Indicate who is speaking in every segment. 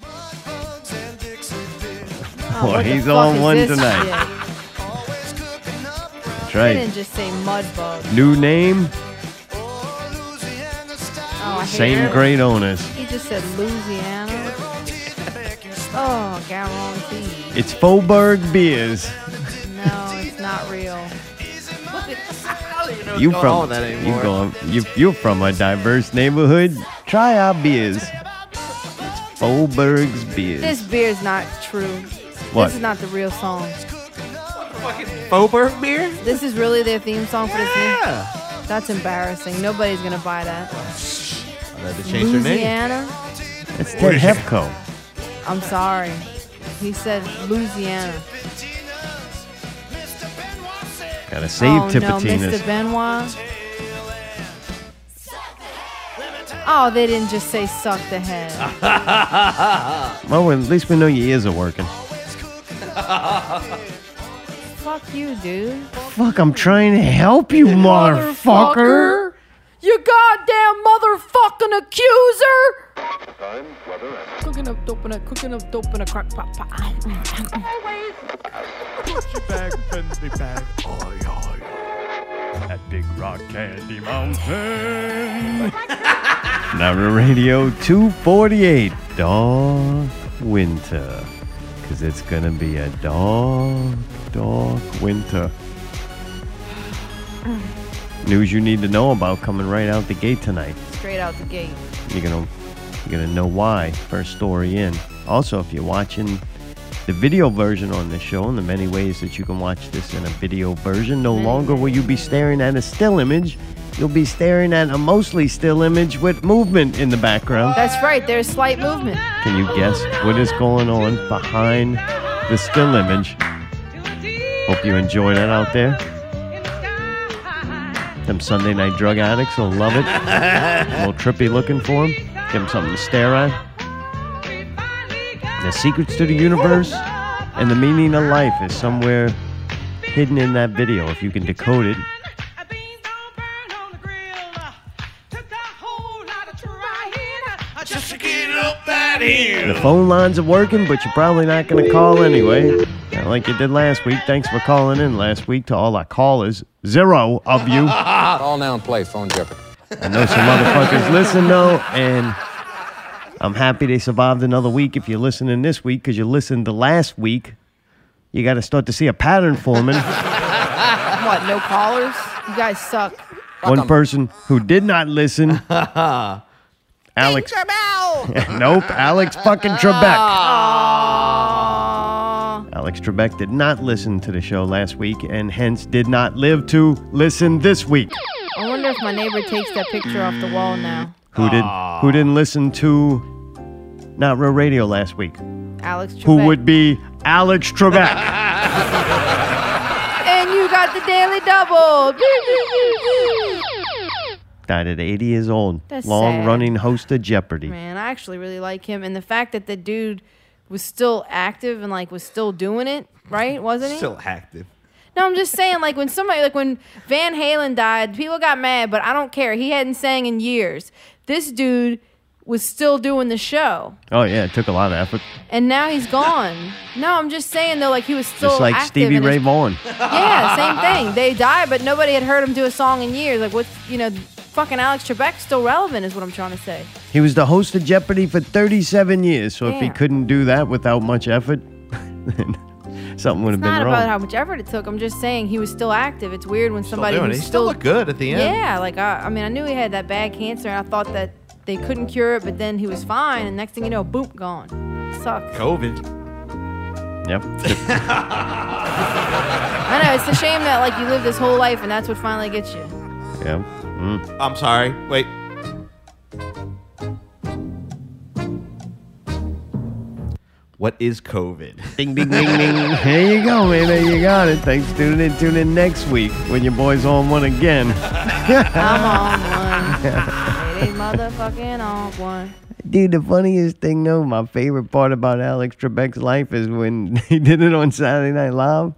Speaker 1: Boy,
Speaker 2: Oh, what the
Speaker 1: he's
Speaker 2: fuck
Speaker 1: on
Speaker 2: is
Speaker 1: one
Speaker 2: this
Speaker 1: tonight.
Speaker 2: shit?
Speaker 1: That's
Speaker 2: They
Speaker 1: right.
Speaker 2: didn't just say Mudbug.
Speaker 1: New name,
Speaker 2: Oh, I hate
Speaker 1: same
Speaker 2: it.
Speaker 1: great owners.
Speaker 2: He just said Louisiana. oh, guarantee.
Speaker 1: It's Faubourg Beers.
Speaker 2: No, it's not real.
Speaker 3: I don't even know what's
Speaker 1: You
Speaker 3: going on
Speaker 1: from
Speaker 3: with that anymore.
Speaker 1: you going you you from a diverse neighborhood? Try our beers. It's Faubourg's beers.
Speaker 2: This beer's not true.
Speaker 1: What?
Speaker 2: This is not the real song.
Speaker 3: Fucking Boberg beer?
Speaker 2: This is really their theme song for this new.
Speaker 3: Yeah.
Speaker 2: That's embarrassing. Nobody's gonna buy that.
Speaker 3: I had to change their name.
Speaker 2: Louisiana.
Speaker 1: it's Ted Hepco.
Speaker 2: I'm sorry. He said Louisiana.
Speaker 1: Gotta save
Speaker 2: oh no,
Speaker 1: Tipitinas.
Speaker 2: Mr. Benoit. Oh, they didn't just say suck the head.
Speaker 1: Ah. well, at least we know your ears are working.
Speaker 2: Fuck you, dude.
Speaker 1: Fuck, I'm trying to help you, motherfucker.
Speaker 2: You goddamn motherfucking accuser! Cooking up dope in a cooking up dope in a crock pot pot.
Speaker 1: at Big Rock Candy Mountain. Number Radio 248, Dark Winter. Because it's going to be a dark, dark winter. News you need to know about coming right out the gate tonight.
Speaker 2: Straight out the gate.
Speaker 1: You're going to you're going to know why first story in. Also, if you're watching the video version on this show and the many ways that you can watch this in a video version, no longer will you be staring at a still image. You'll be staring at a mostly still image with movement in the background.
Speaker 2: That's right, there's slight movement.
Speaker 1: Can you guess what is going on behind the still image? Hope you enjoy that out there. Them Sunday night drug addicts will love it. a little trippy looking for them. Give them something to stare at. The secrets to the universe and the meaning of life is somewhere hidden in that video. If you can decode it,
Speaker 4: Just to get up that hill.
Speaker 1: the phone lines are working, but you're probably not going to call anyway. Not like you did last week. Thanks for calling in last week to all our callers. Zero of you.
Speaker 5: All now and play phone jeopardy.
Speaker 1: I know some motherfuckers listen though, and I'm happy they survived another week. If you're listening this week, because you listened to last week, you got to start to see a pattern forming.
Speaker 2: What, no collars? You guys suck.
Speaker 1: One person who did not listen, Alex. nope, Alex fucking Trebek.
Speaker 2: Aww.
Speaker 1: Alex Trebek did not listen to the show last week, and hence did not live to listen this week.
Speaker 2: I wonder if my neighbor takes that picture off the wall now.
Speaker 1: Who did? Who didn't listen to? Not real radio last week.
Speaker 2: Alex Trebek.
Speaker 1: Who would be Alex Trebek?
Speaker 2: And you got the daily double.
Speaker 1: died at 80 years old.
Speaker 2: That's
Speaker 1: Long
Speaker 2: sad.
Speaker 1: running host of Jeopardy.
Speaker 2: Man, I actually really like him, and the fact that the dude was still active and like was still doing it, right? Wasn't he?
Speaker 3: Still active.
Speaker 2: No, I'm just saying, like when somebody, like when Van Halen died, people got mad, but I don't care. He hadn't sang in years. This dude was still doing the show,
Speaker 1: Oh yeah, it took a lot of effort.
Speaker 2: and now he's gone. no, I'm just saying though, like he was still
Speaker 1: Just like
Speaker 2: active
Speaker 1: Stevie
Speaker 2: and
Speaker 1: Ray
Speaker 2: his-
Speaker 1: Vaughan.
Speaker 2: Yeah, same thing. They died, but nobody had heard him do a song in years. Like what's you know, fucking Alex Trebek's still relevant, is what I'm trying to say.
Speaker 1: He was the host of Jeopardy for 37 years. So if he
Speaker 2: Yeah.
Speaker 1: couldn't do that without much effort, then something would have
Speaker 2: It's not
Speaker 1: been
Speaker 2: about how
Speaker 1: wrong.
Speaker 2: much effort it took. I'm just saying he was still active. It's weird when somebody
Speaker 3: still doing it.
Speaker 2: who's
Speaker 3: He still looked good at the end.
Speaker 2: Yeah, like I, I mean, I knew he had that bad cancer, and I thought that they couldn't cure it, but then he was fine, and next thing you know, boom, gone. Sucks.
Speaker 3: COVID.
Speaker 1: Yep.
Speaker 2: I know it's a shame that like you live this whole life, and that's what finally gets you.
Speaker 1: yep. Mm.
Speaker 3: I'm sorry. Wait. What is COVID?
Speaker 1: Ding, ding, ding, ding. Here you go, man. There you got it. Thanks for tuning in. Tune in next week when your boy's on one again.
Speaker 2: I'm on one. It ain't motherfucking on one.
Speaker 1: Dude, the funniest thing though, my favorite part about Alex Trebek's life is when he did it on Saturday Night Live.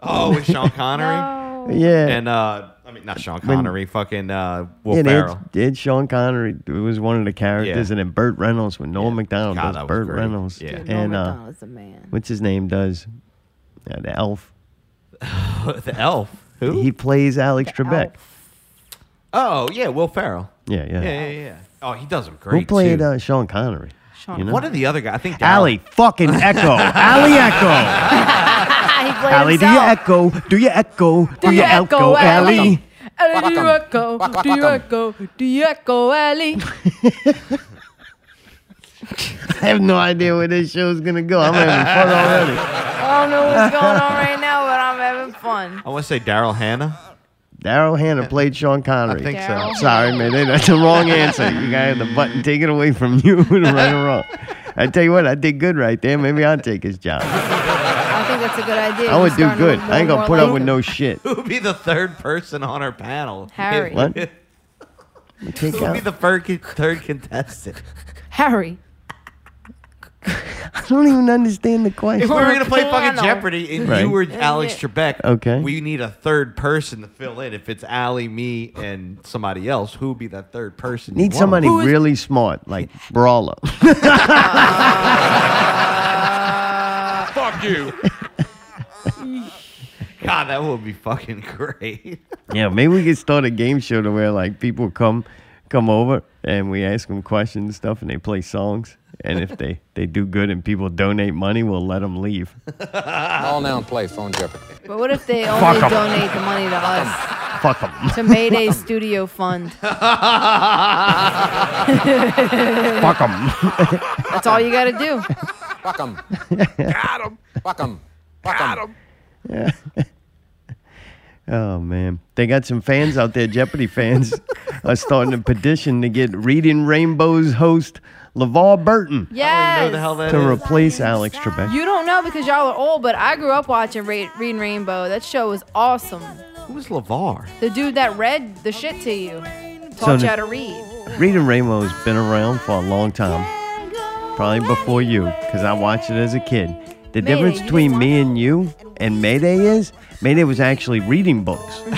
Speaker 3: Oh, with Sean Connery
Speaker 2: No.
Speaker 1: Yeah.
Speaker 3: and uh, I mean, not Sean
Speaker 1: When-
Speaker 3: Connery, fucking uh, Will
Speaker 1: and
Speaker 3: Ferrell.
Speaker 1: it did Sean Connery it was one of the characters,
Speaker 3: Yeah.
Speaker 1: and then Burt Reynolds with Noah
Speaker 3: Yeah.
Speaker 1: McDonald
Speaker 3: God,
Speaker 1: does
Speaker 3: that was
Speaker 1: Burt
Speaker 3: great.
Speaker 1: Reynolds,
Speaker 3: Yeah.
Speaker 2: Dude,
Speaker 1: and
Speaker 2: Norm
Speaker 1: uh,
Speaker 2: Macdonald's the man.
Speaker 1: what's his name does uh, the Elf.
Speaker 3: the elf. Who?
Speaker 1: He plays Alex Trebek.
Speaker 2: Elf.
Speaker 3: oh, yeah, Will Ferrell.
Speaker 1: Yeah, yeah.
Speaker 3: Yeah, yeah, yeah. Oh, he does them great.
Speaker 1: Who played
Speaker 3: too.
Speaker 1: uh, Sean Connery?
Speaker 2: Sean
Speaker 1: You know?
Speaker 3: One of the other guys. I think
Speaker 1: Alley fucking Echo. Alley Echo.
Speaker 2: Ah, he played
Speaker 1: Alley, do you
Speaker 2: himself.
Speaker 1: echo? Do you echo? Do you echo, Alley?
Speaker 2: Alley, do you
Speaker 5: Whack 'em.
Speaker 2: echo?
Speaker 5: Whack,
Speaker 2: Do you
Speaker 5: whack 'em.
Speaker 2: echo? Do you echo, Alley?
Speaker 1: I have no idea where this show's gonna go. I'm having fun already.
Speaker 2: I don't know what's going on right now, but I'm having fun.
Speaker 3: I want to say Daryl Hannah.
Speaker 1: Daryl Hannah played Sean Connery.
Speaker 3: I think
Speaker 2: Daryl.
Speaker 3: so.
Speaker 1: Sorry, man. that- That's the wrong answer. You got the button taken away from you, right or wrong. I tell you what, I did good right there. Maybe I'll take his job.
Speaker 2: I think that's a good idea.
Speaker 1: I
Speaker 2: We're
Speaker 1: would do
Speaker 2: starting to
Speaker 1: good.
Speaker 2: look more
Speaker 1: I ain't gonna
Speaker 2: and
Speaker 1: put
Speaker 2: more
Speaker 1: up with
Speaker 2: like
Speaker 1: no
Speaker 2: him.
Speaker 1: shit.
Speaker 3: Who would be the third person on our panel?
Speaker 2: Harry.
Speaker 1: What?
Speaker 3: Who
Speaker 1: Take
Speaker 3: would
Speaker 1: out.
Speaker 3: be the third, third contestant?
Speaker 2: Harry.
Speaker 1: I don't even understand the question.
Speaker 3: If we were going to play fucking
Speaker 2: Panel.
Speaker 3: Jeopardy and
Speaker 1: Right.
Speaker 3: you were Alex
Speaker 2: yeah.
Speaker 3: Trebek,
Speaker 1: Okay.
Speaker 3: we need a third person to fill in. If it's Allie, me, and somebody else, who would be that third person? you
Speaker 1: Need
Speaker 3: want?
Speaker 1: somebody
Speaker 2: Who is-
Speaker 1: really smart, like Brawler.
Speaker 5: Fuck you.
Speaker 3: God, that would be fucking great.
Speaker 1: yeah, maybe we could start a game show to where like people come come over and we ask them questions and stuff, and they play songs. And if they they do good and people donate money, we'll let them leave.
Speaker 5: All now and play phone jeopardy.
Speaker 2: But what if they only donate the money to us?
Speaker 1: Fuck them.
Speaker 2: To Mayday Studio Fund.
Speaker 1: Fuck them.
Speaker 2: That's all you gotta do.
Speaker 5: Fuck 'em. Got 'em. Fuck 'em.
Speaker 1: Oh man, they got some fans out there. Jeopardy fans are starting a petition to get Reading Rainbow's host LeVar Burton
Speaker 3: I
Speaker 2: Yes.
Speaker 3: don't even know the hell that
Speaker 1: to
Speaker 3: is.
Speaker 1: replace Alex Trebek.
Speaker 2: You don't know because y'all are old, but I grew up watching Ra- Reading Rainbow. That show was awesome.
Speaker 3: Who's LeVar?
Speaker 2: The dude that read the shit to you taught
Speaker 1: So
Speaker 2: you
Speaker 1: the-
Speaker 2: how to read.
Speaker 1: Rita Rainbow's been around for a long time, probably before you, because I watched it as a kid. The
Speaker 2: Mayday,
Speaker 1: difference
Speaker 2: you
Speaker 1: between
Speaker 2: just
Speaker 1: me and you and Mayday is Mayday was actually reading books. we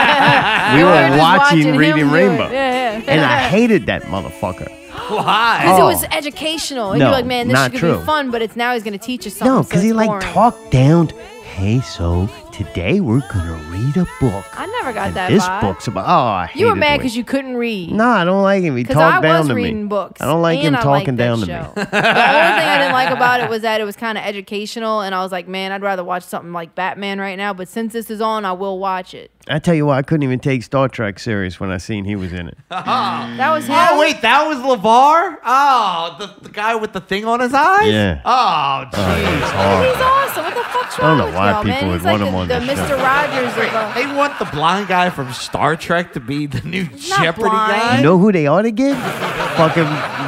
Speaker 2: I
Speaker 1: were
Speaker 2: was
Speaker 1: watching
Speaker 2: him do
Speaker 1: Reading
Speaker 2: it.
Speaker 1: Rainbow,
Speaker 2: Yeah, yeah.
Speaker 1: and I hated that motherfucker.
Speaker 3: Why?
Speaker 2: Because
Speaker 1: Oh.
Speaker 2: it was educational. And
Speaker 1: No,
Speaker 2: you're like, man, this
Speaker 1: not
Speaker 2: should be
Speaker 1: true.
Speaker 2: fun, but it's now he's going to teach us something.
Speaker 1: No,
Speaker 2: so
Speaker 1: because he
Speaker 2: it's
Speaker 1: like
Speaker 2: boring.
Speaker 1: talked down. Hey, so today we're gonna read a book.
Speaker 2: I never got
Speaker 1: and
Speaker 2: that
Speaker 1: This
Speaker 2: vibe.
Speaker 1: book's about. Oh, I
Speaker 2: You
Speaker 1: hated
Speaker 2: were
Speaker 1: the
Speaker 2: mad
Speaker 1: way-
Speaker 2: because you couldn't read.
Speaker 1: No, I don't like him. He
Speaker 2: Because I
Speaker 1: talked down
Speaker 2: was
Speaker 1: to me.
Speaker 2: reading books.
Speaker 1: I don't like
Speaker 2: and
Speaker 1: him
Speaker 2: I
Speaker 1: talking
Speaker 2: liked that
Speaker 1: down to
Speaker 2: show.
Speaker 1: me.
Speaker 2: the only thing I didn't like about it was that it was kind of educational, and I was like, man, I'd rather watch something like Batman right now. But since this is on, I will watch it.
Speaker 1: I tell you what, I couldn't even take Star Trek serious when I seen he was in it.
Speaker 2: That was him.
Speaker 3: Oh wait, that was Levar. Oh, the, the guy with the thing on his eyes.
Speaker 1: Yeah. Uh,
Speaker 3: Oh, jeez.
Speaker 2: He's awesome. What the
Speaker 1: I
Speaker 2: fuck's
Speaker 1: don't
Speaker 2: wrong
Speaker 1: know
Speaker 2: with
Speaker 1: why
Speaker 2: y'all, man?
Speaker 1: people would
Speaker 2: He's like
Speaker 1: want
Speaker 2: the,
Speaker 1: him on
Speaker 2: the
Speaker 1: this
Speaker 2: Mr.
Speaker 1: show.
Speaker 2: Rogers of uh,
Speaker 3: they want the blind guy from Star Trek to be the new
Speaker 2: not
Speaker 3: Jeopardy
Speaker 2: blind.
Speaker 3: guy.
Speaker 1: you know who they ought to get? fucking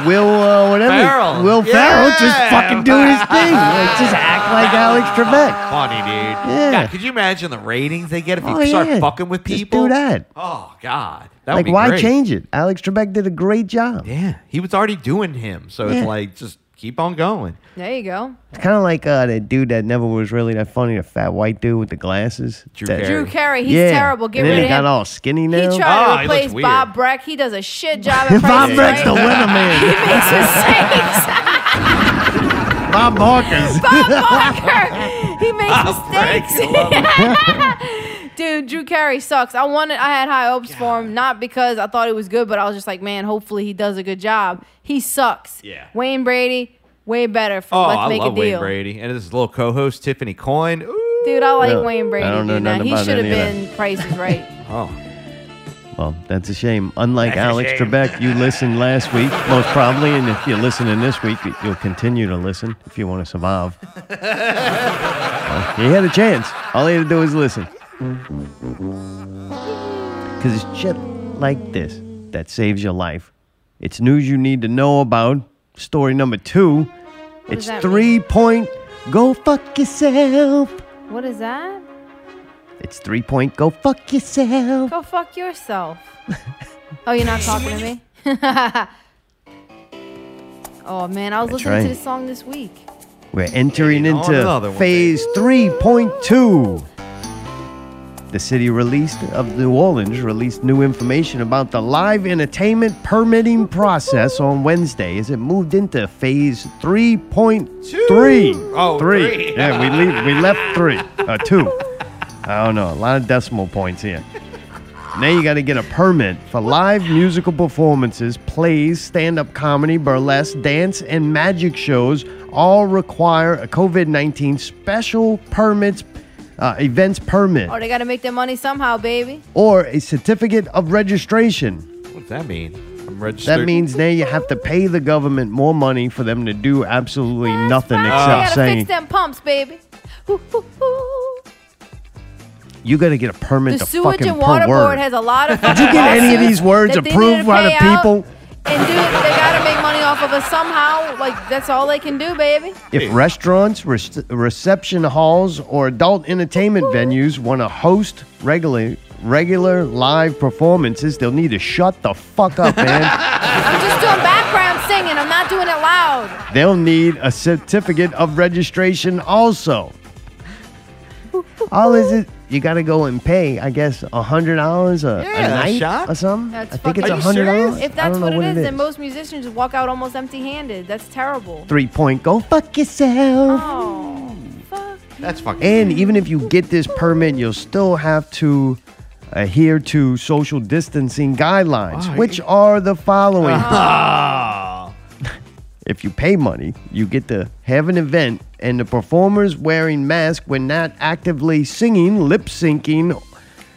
Speaker 1: Will, uh, whatever.
Speaker 3: Ferrell.
Speaker 1: Will Ferrell just
Speaker 3: Yeah.
Speaker 1: fucking do his thing. Like, just act like Alex Trebek.
Speaker 3: Funny dude.
Speaker 1: Yeah.
Speaker 3: God, could you imagine the ratings they get if you
Speaker 1: Oh,
Speaker 3: start
Speaker 1: yeah.
Speaker 3: fucking with
Speaker 1: Just
Speaker 3: people?
Speaker 1: do that.
Speaker 3: Oh God. That would
Speaker 1: Like,
Speaker 3: be
Speaker 1: why
Speaker 3: great.
Speaker 1: change it? Alex Trebek did a great job.
Speaker 3: Yeah, he was already doing him, so
Speaker 1: Yeah.
Speaker 3: it's like just keep on going.
Speaker 2: There you go.
Speaker 1: It's kind of like uh, that dude that never was really that funny, the fat white dude with the glasses.
Speaker 3: Drew
Speaker 1: that,
Speaker 3: Carey.
Speaker 2: Drew Carey, he's
Speaker 1: yeah.
Speaker 2: terrible. Get
Speaker 1: and then
Speaker 2: rid
Speaker 1: he
Speaker 2: of him.
Speaker 1: got all skinny
Speaker 2: He
Speaker 1: now.
Speaker 2: tried
Speaker 3: Ah,
Speaker 2: to
Speaker 3: he
Speaker 2: replace
Speaker 3: looks weird.
Speaker 2: Bob Breck. He does a shit job
Speaker 1: Bob
Speaker 2: at Price is
Speaker 1: Breck's the
Speaker 2: Right.
Speaker 1: winner man.
Speaker 2: He makes mistakes.
Speaker 1: Bob Barker's.
Speaker 2: Bob Barker. He makes
Speaker 3: Bob Breck,
Speaker 2: mistakes. Dude, Drew Carey sucks. I wanted, I had high hopes for him, not because I thought it was good, but I was just like, man, hopefully he does a good job. He sucks.
Speaker 3: Yeah.
Speaker 2: Wayne Brady, way better for
Speaker 3: Oh,
Speaker 2: Let's
Speaker 3: I
Speaker 2: Make
Speaker 3: love
Speaker 2: a Deal.
Speaker 3: Wayne Brady, and his little co-host Tiffany Coyne. Ooh.
Speaker 2: Dude, I like
Speaker 1: No,
Speaker 2: Wayne Brady.
Speaker 1: I don't know
Speaker 2: dude. Now,
Speaker 1: nothing
Speaker 2: he
Speaker 1: about
Speaker 2: should have
Speaker 1: any of that.
Speaker 2: been Price is Right.
Speaker 3: Oh,
Speaker 1: Well, that's a shame. Unlike Alex Trebek, you listened last week, most probably, and if you're listening this week, you- you'll continue to listen if you want to survive. Well, you had a chance. All you had to do is listen. Because it's shit like this that saves your life. It's news you need to know about. Story number two.
Speaker 2: does
Speaker 1: It's
Speaker 2: that
Speaker 1: three point go fuck yourself.
Speaker 2: What is that?
Speaker 1: It's three point go fuck yourself.
Speaker 2: Go fuck yourself. oh, you're not talking to me? oh, man. I was
Speaker 1: That's
Speaker 2: listening
Speaker 1: right.
Speaker 2: to this song this week.
Speaker 1: We're entering
Speaker 3: Getting on another
Speaker 1: into
Speaker 3: one,
Speaker 1: phase 3.2. The city released of New Orleans released new information about the live entertainment permitting process on Wednesday as it moved into phase 3.3. three.
Speaker 3: Oh, three.
Speaker 1: yeah, we leave, we left 3. Uh, 2. I don't know. A lot of decimal points here. Now you got to get a permit for live musical performances, plays, stand up comedy, burlesque, dance, and magic shows. All require a COVID 19 special permits, uh, events permit,
Speaker 2: Oh, they got to make their money somehow, baby.
Speaker 1: or a certificate of registration.
Speaker 3: What does that mean? I'm registered.
Speaker 1: That means now you have to pay the government more money for them to do absolutely
Speaker 2: That's
Speaker 1: nothing
Speaker 2: fine.
Speaker 1: except
Speaker 2: they gotta
Speaker 1: saying
Speaker 2: fix them pumps, baby. Hoo, hoo, hoo.
Speaker 1: you got to get a permit
Speaker 2: The
Speaker 1: to
Speaker 2: sewage
Speaker 1: fucking
Speaker 2: and water
Speaker 1: per word.
Speaker 2: board has a lot of.
Speaker 1: Did you get any of these words
Speaker 2: that they need
Speaker 1: approved
Speaker 2: to
Speaker 1: by the
Speaker 2: pay out,
Speaker 1: people?
Speaker 2: And dude, they gotta make money off of us somehow. Like that's all they can do, baby.
Speaker 1: If restaurants, rec- reception halls, or adult entertainment venues want to host regular regular live performances, they'll need to shut the fuck up, man.
Speaker 2: I'm just doing background singing. I'm not doing it loud.
Speaker 1: they'll need a certificate of registration also. All is it you got to go and pay, I guess, a hundred dollars a
Speaker 3: Yeah, a
Speaker 1: night
Speaker 3: shot?
Speaker 1: or something.
Speaker 2: That's
Speaker 1: I think it's
Speaker 2: fucking-
Speaker 1: a
Speaker 2: Are you
Speaker 1: hundred
Speaker 3: serious?
Speaker 1: dollars.
Speaker 2: If
Speaker 1: I
Speaker 2: that's
Speaker 1: don't know
Speaker 2: what,
Speaker 1: what
Speaker 2: it is,
Speaker 1: it
Speaker 2: then most musicians just walk out almost empty-handed. That's terrible.
Speaker 1: three point go fuck yourself.
Speaker 2: Oh, fuck.
Speaker 3: That's fucking.
Speaker 1: And even if you get this permit, you'll still have to adhere to social distancing guidelines,
Speaker 3: Why?
Speaker 1: which are the following.
Speaker 3: Ah.
Speaker 1: If you pay money, you get to have an event and the performers wearing masks when not actively singing, lip syncing,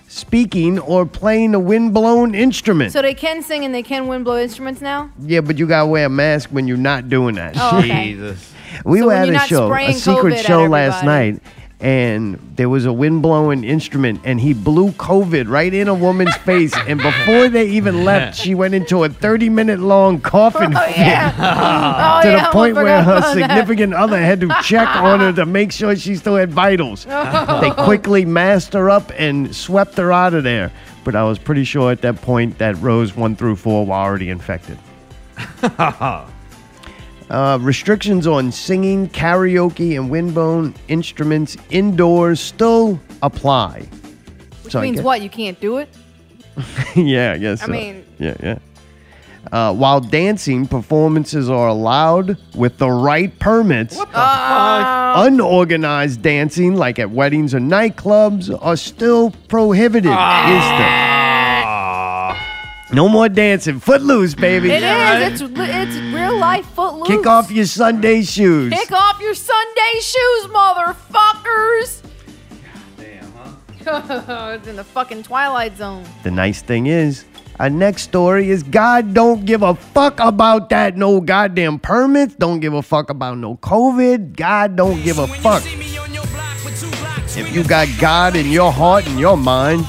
Speaker 1: speaking, or playing a windblown instrument.
Speaker 2: So they can sing and they can wind blow instruments now.
Speaker 1: yeah, but you gotta wear a mask when you're not doing that.
Speaker 2: Oh, okay.
Speaker 3: Jesus.
Speaker 1: We
Speaker 2: So
Speaker 1: were
Speaker 2: when
Speaker 1: at
Speaker 2: you're
Speaker 1: a
Speaker 2: not
Speaker 1: show, a
Speaker 2: spraying
Speaker 1: secret
Speaker 2: COVID at
Speaker 1: show last
Speaker 2: everybody.
Speaker 1: night, and there was a wind blowing instrument, and he blew COVID right in a woman's face. And before they even left, she went into a 30 minute long coughing
Speaker 2: Oh
Speaker 1: fit
Speaker 2: yeah. oh,
Speaker 1: to
Speaker 2: yeah.
Speaker 1: the
Speaker 2: I
Speaker 1: point where
Speaker 2: forgot
Speaker 1: her
Speaker 2: about that.
Speaker 1: significant other had to check on her to make sure she still had vitals.
Speaker 2: Oh.
Speaker 1: They quickly masked her up and swept her out of there. But I was pretty sure at that point that rows one through four were already infected. Uh, restrictions on singing, karaoke, and windbone instruments indoors still apply.
Speaker 2: Which
Speaker 1: So I
Speaker 2: means
Speaker 1: guess-
Speaker 2: what? You can't do it.
Speaker 1: yeah, I guess.
Speaker 2: I
Speaker 1: so.
Speaker 2: mean-
Speaker 1: yeah, yeah. Uh, while dancing, performances are allowed with the right permits.
Speaker 2: Oh.
Speaker 1: Unorganized dancing, like at weddings or nightclubs, are still prohibited. Is the- No more dancing. Footloose, baby.
Speaker 2: It is. It's it's real life footloose.
Speaker 1: Kick off your Sunday shoes.
Speaker 2: Kick off your Sunday shoes, motherfuckers. Damn, huh? it's in the fucking Twilight Zone.
Speaker 1: The nice thing is, our next story is God don't give a fuck about that. No goddamn permits. Don't give a fuck about no COVID. God don't give a fuck. If you got God in your heart and your mind,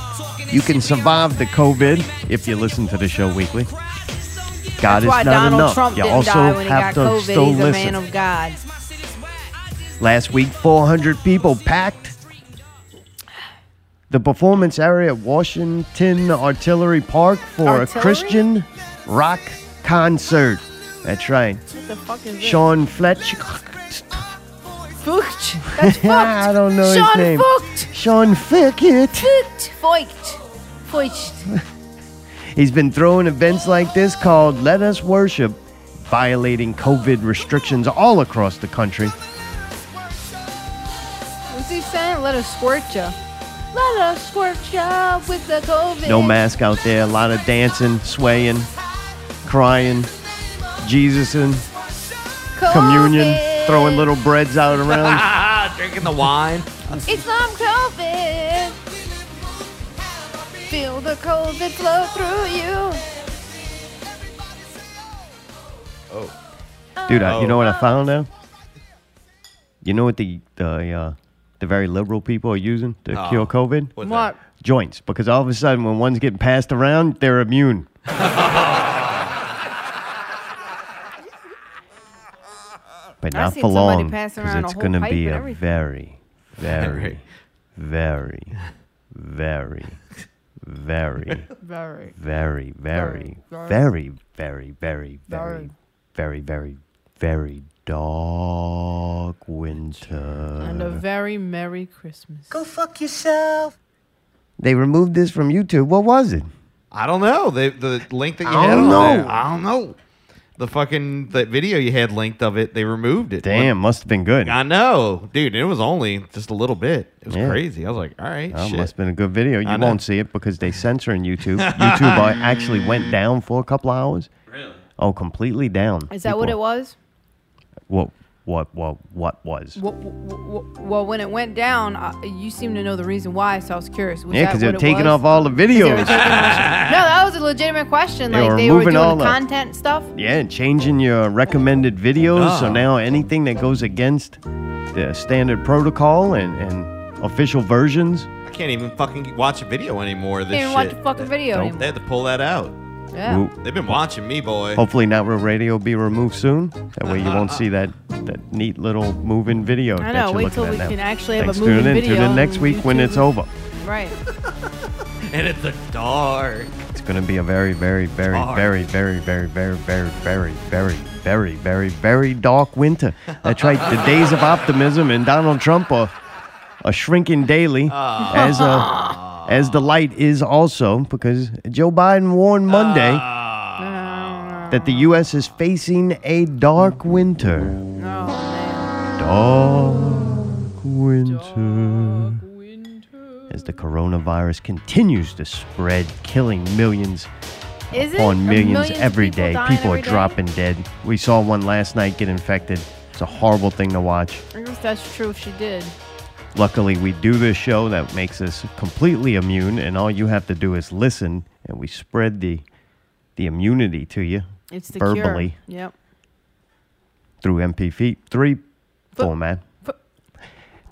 Speaker 1: you can survive the COVID if you listen to the show weekly. God
Speaker 2: That's
Speaker 1: is
Speaker 2: why
Speaker 1: not
Speaker 2: Donald
Speaker 1: enough.
Speaker 2: Trump
Speaker 1: you
Speaker 2: didn't
Speaker 1: also
Speaker 2: die when he
Speaker 1: have
Speaker 2: got
Speaker 1: to
Speaker 2: COVID.
Speaker 1: still
Speaker 2: He's a
Speaker 1: listen.
Speaker 2: man of God.
Speaker 1: Last week, 400 people packed the performance area at Washington Artillery Park for a
Speaker 2: Artillery?
Speaker 1: Christian rock concert. That's right.
Speaker 2: What the fuck is this?
Speaker 1: Sean Fletcher.
Speaker 2: Fucht. That's fucked.
Speaker 1: I don't know
Speaker 2: Sean
Speaker 1: his name.
Speaker 2: Fucht.
Speaker 1: Sean Fickett.
Speaker 2: Fucht. Feucht. Feucht.
Speaker 1: He's been throwing events like this called Let Us Worship, violating COVID restrictions all across the country.
Speaker 2: What's he saying? Let us squirt ya. Let us squirt ya with the COVID.
Speaker 1: No mask out there. A lot of dancing, swaying, crying, Jesusing. communion,
Speaker 2: COVID.
Speaker 1: throwing little breads out around.
Speaker 3: Ah, drinking the wine.
Speaker 2: It's not COVID. Feel the COVID flow through you.
Speaker 1: Dude, I, you know
Speaker 3: Oh.
Speaker 1: what I found now? You know what the the uh, the very liberal people are using to
Speaker 3: Oh.
Speaker 1: cure COVID?
Speaker 3: What's
Speaker 2: What?
Speaker 3: that?
Speaker 1: Joints, because all of a sudden when one's getting passed around, they're immune. but not
Speaker 2: seen
Speaker 1: for
Speaker 2: somebody
Speaker 1: long,
Speaker 2: pass
Speaker 1: because
Speaker 2: around a
Speaker 1: it's
Speaker 2: whole
Speaker 1: going to
Speaker 2: pipe
Speaker 1: be
Speaker 2: and
Speaker 1: a
Speaker 2: everything.
Speaker 1: very, very,
Speaker 3: Very.
Speaker 1: very, very, very.
Speaker 2: Very.
Speaker 1: very, very, very,
Speaker 2: Very,
Speaker 1: very, very, very,
Speaker 2: Very.
Speaker 1: very, very, very dark winter.
Speaker 2: And a very Merry Christmas.
Speaker 6: Go fuck yourself.
Speaker 1: They removed this from YouTube. What was it?
Speaker 3: I don't know. The the link that you
Speaker 1: I
Speaker 3: had
Speaker 1: don't
Speaker 3: on
Speaker 1: know.
Speaker 3: there, I don't know. The fucking the video you had linked of it, they removed it.
Speaker 1: Damn, must have been good.
Speaker 3: I know, dude. It was only just a little bit. It was
Speaker 1: Yeah.
Speaker 3: crazy. I was like, all right,
Speaker 1: Oh,
Speaker 3: shit.
Speaker 1: must have been a good video. You
Speaker 3: I know.
Speaker 1: won't see it because they censor in YouTube. YouTube uh, actually went down for a couple hours. Really? Oh, completely down.
Speaker 2: Is that what it
Speaker 1: People-
Speaker 2: was?
Speaker 1: What what what what was?
Speaker 2: Well, well, when it went down, uh, you seem to know the reason why, so I was curious. Was
Speaker 1: Yeah,
Speaker 2: because
Speaker 1: because they're taking off all the videos.
Speaker 2: No, that was a legitimate question.
Speaker 1: They
Speaker 2: like
Speaker 1: were
Speaker 2: they were
Speaker 1: moving
Speaker 2: doing
Speaker 1: all
Speaker 2: the
Speaker 1: up.
Speaker 2: content stuff.
Speaker 1: Yeah, and changing your recommended videos. So
Speaker 3: Oh.
Speaker 1: now anything that goes against the standard protocol and, and official versions,
Speaker 3: I can't even fucking watch a video anymore. of This
Speaker 2: Can't even watch
Speaker 3: shit.
Speaker 2: a fucking video
Speaker 1: Nope.
Speaker 3: They
Speaker 2: anymore.
Speaker 3: had to pull that out.
Speaker 2: Yeah.
Speaker 1: we'll-
Speaker 3: They've been watching me, boy.
Speaker 1: hopefully Not Real Radio will be removed soon. That way you won't see that, that neat little moving video.
Speaker 2: I
Speaker 1: that
Speaker 2: know,
Speaker 1: you're
Speaker 2: wait
Speaker 1: looking
Speaker 2: till
Speaker 1: at
Speaker 2: we
Speaker 1: now.
Speaker 2: can actually have a
Speaker 1: Thanks for
Speaker 2: moving
Speaker 1: tuning in.
Speaker 2: video
Speaker 1: Tune in
Speaker 2: on
Speaker 1: next week when it's
Speaker 2: YouTube.
Speaker 1: over.
Speaker 2: Right.
Speaker 3: And it's a dark.
Speaker 1: It's going to be a very, very, very,
Speaker 3: Dark.
Speaker 1: very, very, very, very, very, very, very, very, very, very dark winter. That's right. The days of optimism and Donald Trump are, are shrinking daily, as uh as the light is also because Joe Biden warned Monday
Speaker 3: Ah.
Speaker 1: that the U.S. is facing a dark winter.
Speaker 2: No, man.
Speaker 1: Dark winter as the coronavirus continues to spread, killing millions
Speaker 2: Is it?
Speaker 1: on
Speaker 2: Are
Speaker 1: millions every
Speaker 2: people
Speaker 1: day.
Speaker 2: dying
Speaker 1: People
Speaker 2: every
Speaker 1: are
Speaker 2: day?
Speaker 1: dropping dead. We saw one last night get infected. It's a horrible thing to watch.
Speaker 2: I guess that's true if she did.
Speaker 1: Luckily, we do this show that makes us completely immune, and all you have to do is listen, and we spread the the immunity to you
Speaker 2: It's the
Speaker 1: verbally
Speaker 2: cure. Yep.
Speaker 1: through MP3
Speaker 2: Fu-
Speaker 1: format.
Speaker 2: fu-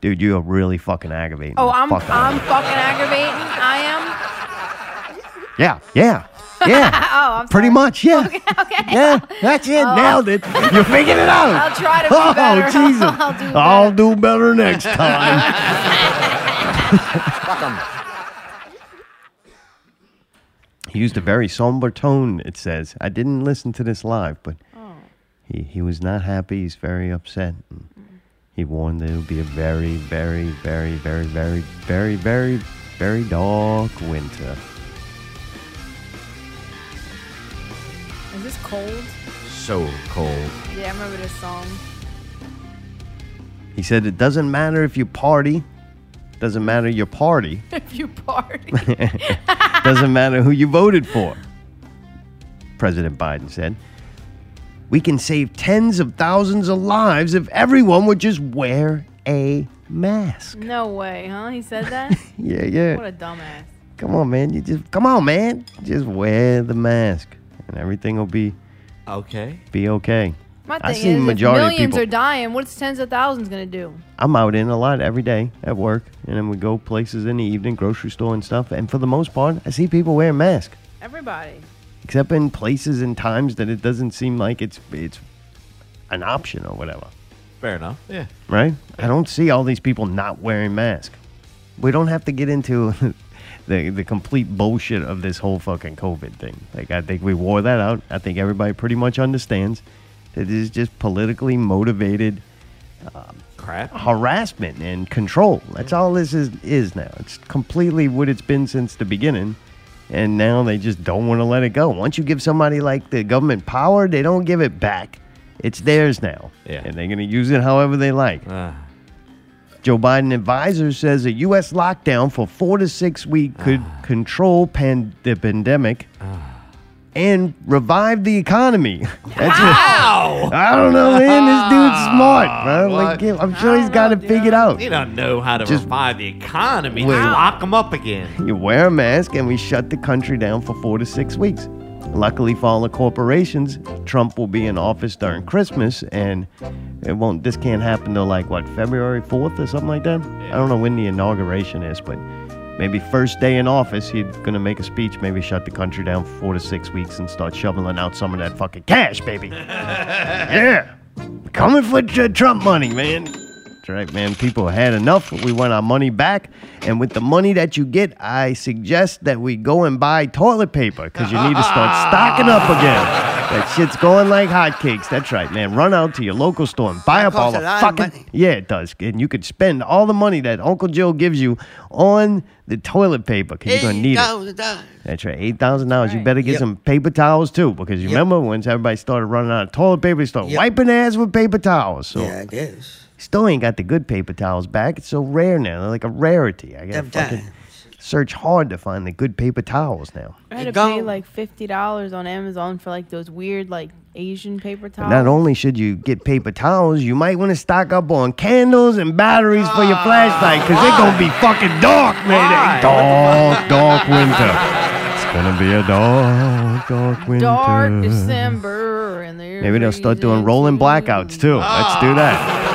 Speaker 1: Dude, you are really fucking aggravating.
Speaker 2: Oh,
Speaker 1: the
Speaker 2: I'm
Speaker 1: fuck out of
Speaker 2: I'm
Speaker 1: me.
Speaker 2: fucking aggravating. I am.
Speaker 1: Yeah, yeah, yeah.
Speaker 2: Oh, I'm
Speaker 1: Pretty
Speaker 2: sorry.
Speaker 1: much, yeah. Yeah, that's it.
Speaker 2: Oh.
Speaker 1: Nailed it. You figured it out.
Speaker 2: I'll try to be
Speaker 1: Oh,
Speaker 2: better.
Speaker 1: Jesus. Oh.
Speaker 2: I'll do
Speaker 1: I'll do
Speaker 2: better.
Speaker 1: better next time.
Speaker 5: Fuck 'em.
Speaker 1: He used a very somber tone, it says. I didn't listen to this live, but
Speaker 2: Oh.
Speaker 1: he, he was not happy. He's very upset. And he warned that it'll be a very, very, very, very, very, very, very, very dark winter.
Speaker 2: Is this cold?
Speaker 3: So cold.
Speaker 2: Yeah, I remember this song.
Speaker 1: He said, It doesn't matter if you party, doesn't matter your party,
Speaker 2: If you party.
Speaker 1: doesn't matter who you voted for. President Biden said, We can save tens of thousands of lives if everyone would just wear a mask.
Speaker 2: no way, huh? He said that.
Speaker 1: Yeah, yeah.
Speaker 2: What a dumbass.
Speaker 1: Come on, man. You just come on, man. Just wear the mask, and everything will be
Speaker 3: Okay.
Speaker 1: be okay.
Speaker 2: My
Speaker 1: I
Speaker 2: thing
Speaker 1: see
Speaker 2: is, if
Speaker 1: majority of
Speaker 2: millions
Speaker 1: people-
Speaker 2: are dying, what's tens of thousands gonna do?
Speaker 1: I'm out in a lot every day at work, and then we go places in the evening, grocery store and stuff. And for the most part, I see people wearing masks,
Speaker 2: Everybody.
Speaker 1: except in places and times that it doesn't seem like it's it's an option or whatever.
Speaker 3: Fair enough. Yeah.
Speaker 1: right? I don't see all these people not wearing masks. We don't have to get into the the complete bullshit of this whole fucking COVID thing. Like I think we wore that out. I think everybody pretty much understands that this is just politically motivated
Speaker 3: Crap.
Speaker 1: Ah. harassment and control. That's all this is is now. It's completely what it's been since the beginning. And now they just don't want to let it go. Once you give somebody like the government power, they don't give it back. It's theirs now.
Speaker 3: Yeah.
Speaker 1: And they're going to use it however they like.
Speaker 3: Uh,
Speaker 1: Joe Biden advisor says a U.S. lockdown for four to six weeks could control pan- the pandemic and revive the economy. That's what, I don't know, man. This dude's smart, bro. Like,
Speaker 3: What?
Speaker 1: I'm sure he's
Speaker 2: don't
Speaker 1: got it
Speaker 2: know,
Speaker 1: figured
Speaker 2: dude.
Speaker 1: out.
Speaker 3: they don't know how to
Speaker 1: Just-
Speaker 3: revive the economy.
Speaker 1: Wait.
Speaker 3: Just lock them up again.
Speaker 1: You wear a mask and we shut the country down for four to six weeks. Luckily for all the corporations, Trump will be in office during Christmas and it won't this can't happen till like what, February fourth or something like that? I don't know when the inauguration is, but maybe first day in office he's gonna make a speech, maybe shut the country down for four to six weeks and start shoveling out some of that fucking cash, baby. yeah. Coming for tr- Trump money, man. That's right, man. People had enough. We want our money back. And with the money that you get, I suggest that we go and buy toilet paper because you need to start stocking up again. That shit's going like hotcakes. That's right, man. Run out to your local store and buy
Speaker 6: That
Speaker 1: up all
Speaker 6: costs
Speaker 1: the
Speaker 6: a lot of
Speaker 1: fucking.
Speaker 6: money.
Speaker 1: Yeah, it does. And you could spend all the money that Uncle Joe gives you on the toilet paper because you're going to need it.
Speaker 6: $8,000.
Speaker 1: That's right, eight thousand dollars. You
Speaker 2: Right.
Speaker 1: better get
Speaker 6: Yep.
Speaker 1: some paper towels too, because you remember once everybody started running out of toilet paper, they started
Speaker 6: Yep.
Speaker 1: wiping their ass with paper towels. So
Speaker 6: Yeah, I guess.
Speaker 1: still ain't got the good paper towels back. It's so rare now, they're like a rarity. I gotta
Speaker 6: Them
Speaker 1: fucking
Speaker 6: times.
Speaker 1: search hard to find the good paper towels now.
Speaker 2: I had to
Speaker 6: Gone.
Speaker 2: pay like fifty dollars on Amazon for like those weird like Asian paper towels.
Speaker 1: Not only should you get paper towels, you might want to stock up on candles and batteries for your flashlight because it's going to be fucking dark, man. It ain't Dark, dark winter. It's going to be a dark, dark winter.
Speaker 2: Dark December and they're
Speaker 1: Maybe they'll start doing
Speaker 2: freezing
Speaker 1: rolling
Speaker 2: too.
Speaker 1: blackouts too. Let's do that.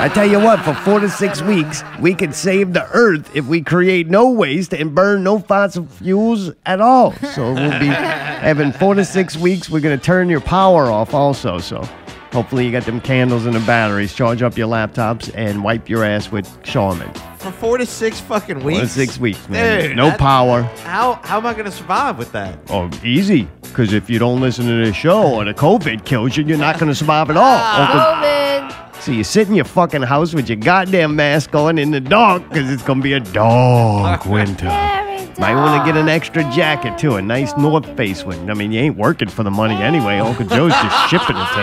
Speaker 1: I tell you what, for four to six weeks, we could save the earth if we create no waste and burn no fossil fuels at all. So we'll be having four to six weeks. We're going to turn your power off also. So hopefully you got them candles and the batteries. Charge up your laptops and wipe your ass with Charmin.
Speaker 3: For four to six fucking weeks.
Speaker 1: Four to six weeks, man.
Speaker 3: Dude,
Speaker 1: no
Speaker 3: that-
Speaker 1: power.
Speaker 3: How how am I gonna survive with that?
Speaker 1: Oh, easy. Because if you don't listen to this show or the COVID kills you, you're not going to survive at all.
Speaker 3: Ah.
Speaker 1: Uncle
Speaker 2: COVID.
Speaker 1: So you sit in your fucking house with your goddamn mask on in the dark because it's gonna be a dark winter. Might want to get an extra jacket too, a nice North Face one. I mean, you ain't working for the money anyway. Uncle Joe's just shipping it to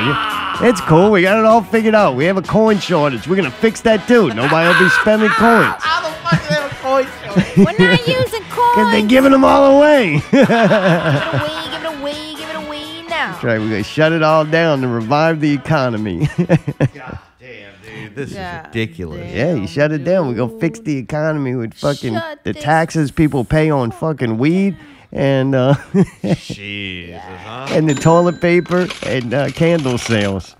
Speaker 1: you. It's cool. We got it all figured out. We have a coin shortage. We're gonna fix that too. Nobody will be spending coins
Speaker 3: How the fuck do they have a coin show?
Speaker 7: We're not using
Speaker 1: because
Speaker 7: coins.
Speaker 1: they're giving them all away.
Speaker 7: Give it away, give it away, give it away now.
Speaker 1: That's right. We're gonna shut it all down to revive the economy.
Speaker 3: Damn, dude, this
Speaker 2: Yeah,
Speaker 3: is ridiculous.
Speaker 2: dude.
Speaker 1: Yeah, you shut it down. We're gonna fix the economy with fucking
Speaker 7: Shut
Speaker 1: the
Speaker 7: this
Speaker 1: taxes people pay on fucking weed and uh,
Speaker 3: Jesus, huh?
Speaker 1: and the toilet paper and uh, candle sales.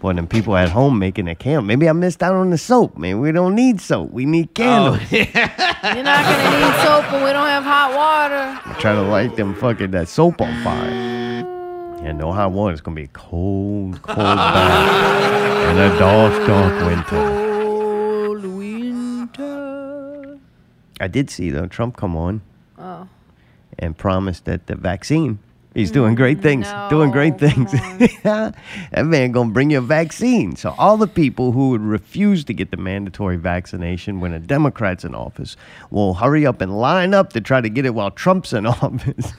Speaker 1: Boy, them people at home making a candle. Maybe I missed out on the soap, man. We don't need soap. We need candles.
Speaker 3: Oh.
Speaker 2: You're not gonna need soap when we don't have hot water.
Speaker 1: Try to light them fucking that soap on fire. And no hot water. It's gonna be a cold, cold bath and a dark, dark winter.
Speaker 2: Cold winter.
Speaker 1: I did see though Trump come on.
Speaker 2: Oh.
Speaker 1: and promised that the vaccine. He's doing great things. doing great
Speaker 2: Mm, no,
Speaker 1: things. that man gonna bring you a vaccine. So all the people who would refuse to get the mandatory vaccination when a Democrat's in office will hurry up and line up to try to get it while Trump's in office.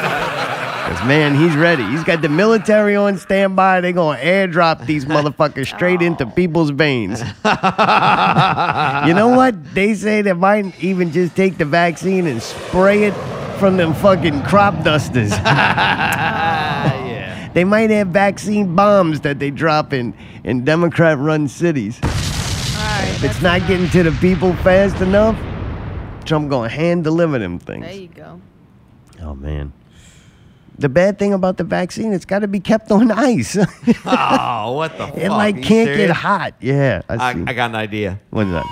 Speaker 1: Because man, he's ready. He's got the military on standby. They gonna airdrop these motherfuckers straight into people's veins. you know what? They say they might even just take the vaccine and spray it from them fucking crop dusters.
Speaker 3: Yeah.
Speaker 1: They might have vaccine bombs that they drop in, in Democrat run cities. If it's not getting to the people fast enough, Trump gonna hand deliver them things.
Speaker 2: There you go.
Speaker 1: Oh man. The bad thing about the vaccine, it's got to be kept on ice. it
Speaker 3: Oh, what the fuck?
Speaker 1: like
Speaker 3: Are you
Speaker 1: can't get
Speaker 3: serious?
Speaker 1: hot. Yeah, I,
Speaker 3: I,
Speaker 1: see.
Speaker 3: I got an idea.
Speaker 1: When's that?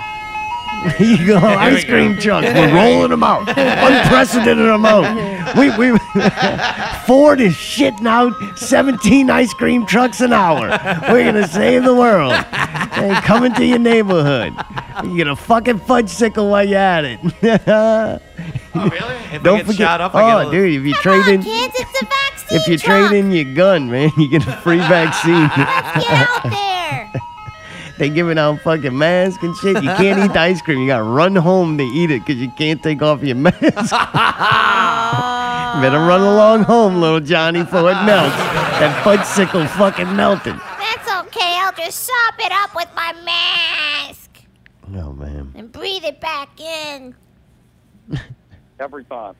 Speaker 1: Here you go, ice cream chunks. We're rolling them out, unprecedented amount. We we Ford is shitting out 17 ice cream trucks an hour. We're gonna save the world. Hey, coming to your neighborhood. You get a fucking fudge sickle while you're at it.
Speaker 3: Oh, really? If I
Speaker 1: Don't
Speaker 3: get
Speaker 1: forget.
Speaker 3: shot up,
Speaker 1: oh,
Speaker 3: I get a little-
Speaker 1: dude, if you
Speaker 7: Come
Speaker 1: trade
Speaker 7: on,
Speaker 1: in.
Speaker 7: Oh, kids, it's a vaccine
Speaker 1: If you
Speaker 7: truck.
Speaker 1: trade in your gun, man, you get a free vaccine.
Speaker 7: Get out there.
Speaker 1: they giving out fucking masks and shit. You can't eat the ice cream. You gotta run home to eat it because you can't take off your mask. Better run along home, little Johnny, before it melts. That fudge sickle fucking melted.
Speaker 7: That's okay. I'll just sop it up with my mask
Speaker 1: No, man.
Speaker 7: and breathe it back in.
Speaker 5: Every time.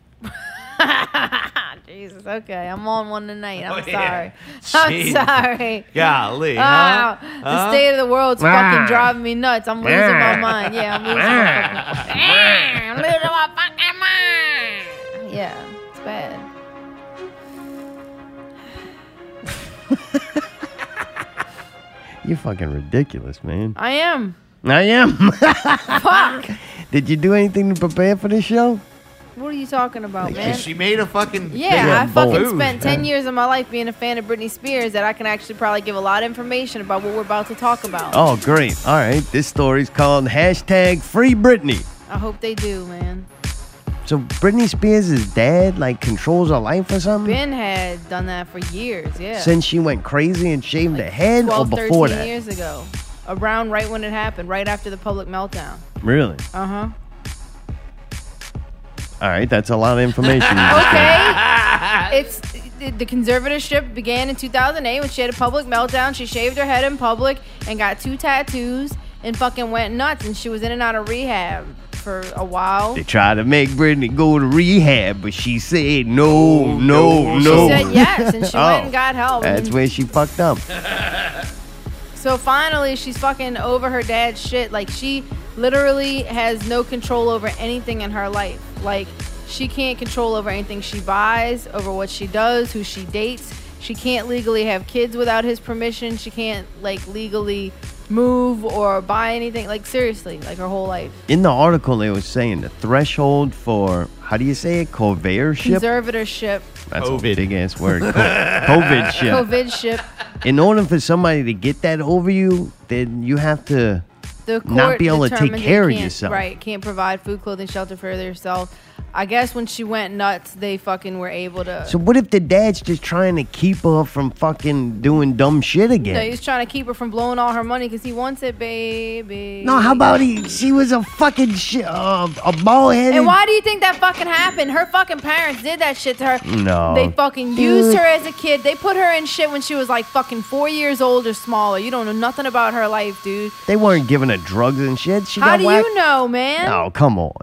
Speaker 2: Jesus. Okay, I'm on one tonight. I'm
Speaker 3: Oh, yeah.
Speaker 2: sorry. I'm
Speaker 3: Jeez.
Speaker 2: sorry. Oh,
Speaker 3: Golly, huh?
Speaker 2: Wow, the state of the world's fucking driving me nuts. I'm losing my
Speaker 1: Ah.
Speaker 2: mind. Yeah, I'm losing my
Speaker 7: I'm losing my fucking mind.
Speaker 2: fucking. Yeah, it's bad.
Speaker 1: You're fucking ridiculous, man.
Speaker 2: I am.
Speaker 1: I am.
Speaker 2: Fuck.
Speaker 1: Did you do anything to prepare for this show?
Speaker 2: What are you talking about, man?
Speaker 3: She made a fucking
Speaker 2: Yeah, I
Speaker 1: Big old
Speaker 2: fucking
Speaker 1: bowl.
Speaker 2: spent 10 years of my life being a fan of Britney Spears that I can actually probably give a lot of information about what we're about to talk about.
Speaker 1: Oh, great. All right. This story's called hashtag Free Britney.
Speaker 2: I hope they do, man.
Speaker 1: So Britney Spears is dead, like controls her life or something?
Speaker 2: Ben had done that for years. Yeah.
Speaker 1: Since she went crazy and shaved her head or
Speaker 2: 12,
Speaker 1: before
Speaker 2: 13
Speaker 1: that?
Speaker 2: years ago. Around right when it happened, right after the public meltdown.
Speaker 1: Really?
Speaker 2: Uh huh.
Speaker 1: All right, that's a lot of information. you just gave.
Speaker 2: Okay. it's the, the conservatorship began in 2008 when she had a public meltdown. She shaved her head in public and got two tattoos and fucking went nuts. And she was in and out of rehab for a while.
Speaker 1: They tried to make Britney go to rehab, but she said no, no, no.
Speaker 2: She said yes, and she
Speaker 1: Oh.
Speaker 2: went and got help.
Speaker 1: That's
Speaker 2: And
Speaker 1: where she fucked up.
Speaker 2: so finally, she's fucking over her dad's shit. Like she literally has no control over anything in her life. Like she can't control over anything she buys, over what she does, who she dates. She can't legally have kids without his permission. She can't like legally move or buy anything. Like seriously, like her whole life.
Speaker 1: In the article, they were saying the threshold for how do you say it? Conveyorship.
Speaker 2: Conservatorship,
Speaker 1: That's a
Speaker 3: COVID.
Speaker 1: big ass word. Co- COVID ship.
Speaker 2: COVID ship.
Speaker 1: In order for somebody to get that over you, then you have to.
Speaker 2: the court
Speaker 1: not be able to
Speaker 2: determined
Speaker 1: take
Speaker 2: they
Speaker 1: care of
Speaker 2: can't-
Speaker 1: yourself.
Speaker 2: Right, can't provide food, clothing, shelter for herself. I guess when she went nuts, they fucking were able to.
Speaker 1: So what if the dad's just trying to keep her from fucking doing dumb shit
Speaker 2: you know,
Speaker 1: again?
Speaker 2: he's trying to keep her from blowing all her money because he wants it, baby.
Speaker 1: No, how about he? She was a fucking shit, uh, a bald headed.
Speaker 2: And why do you think that fucking happened? Her fucking parents did that shit to her.
Speaker 1: No.
Speaker 2: They fucking used her as a kid. They put her in shit when she was like fucking four years old or smaller. You don't know nothing about her life, dude.
Speaker 1: They weren't giving her drugs and shit. She
Speaker 2: How
Speaker 1: got
Speaker 2: do
Speaker 1: whacked.
Speaker 2: you know, man?
Speaker 1: Oh, come on.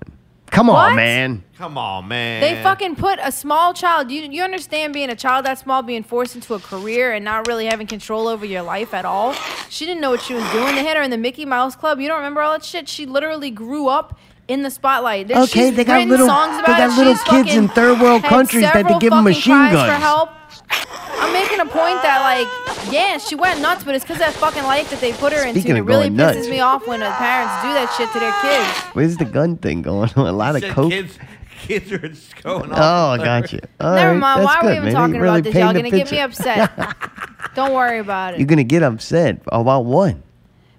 Speaker 1: Come
Speaker 2: What?
Speaker 1: on, man.
Speaker 3: Come on, man.
Speaker 2: They fucking put a small child. You you understand being a child that small, being forced into a career and not really having control over your life at all. She didn't know what she was doing. They had her in the Mickey Mouse Club. You don't remember all that shit. She literally grew up in the spotlight.
Speaker 1: Okay,
Speaker 2: She's
Speaker 1: they got
Speaker 2: written
Speaker 1: little-
Speaker 2: songs
Speaker 1: they
Speaker 2: about
Speaker 1: got
Speaker 2: it.
Speaker 1: little
Speaker 2: She's
Speaker 1: kids in
Speaker 2: fucking
Speaker 1: third world
Speaker 2: had
Speaker 1: countries that they
Speaker 2: several
Speaker 1: give 'em
Speaker 2: fucking
Speaker 1: machine
Speaker 2: cries For
Speaker 1: guns.
Speaker 2: help. I'm making a point that like, yeah, she went nuts, but it's because that fucking life that they put her
Speaker 1: Speaking
Speaker 2: into. It
Speaker 1: of
Speaker 2: really
Speaker 1: going
Speaker 2: pisses
Speaker 1: nuts.
Speaker 2: me off when the parents do that shit to their kids.
Speaker 1: Where's the gun thing going on? A lot of
Speaker 3: Said
Speaker 1: coke.
Speaker 3: Kids, kids are just going off.
Speaker 1: Oh, I got you. All
Speaker 2: Never
Speaker 1: right,
Speaker 2: mind.
Speaker 1: that's
Speaker 2: Why are
Speaker 1: good,
Speaker 2: we even
Speaker 1: man. You
Speaker 2: talking
Speaker 1: really
Speaker 2: about this? Y'all
Speaker 1: painted
Speaker 2: gonna
Speaker 1: a
Speaker 2: get me
Speaker 1: picture.
Speaker 2: upset. Don't worry about
Speaker 1: You're
Speaker 2: it.
Speaker 1: gonna get upset about what?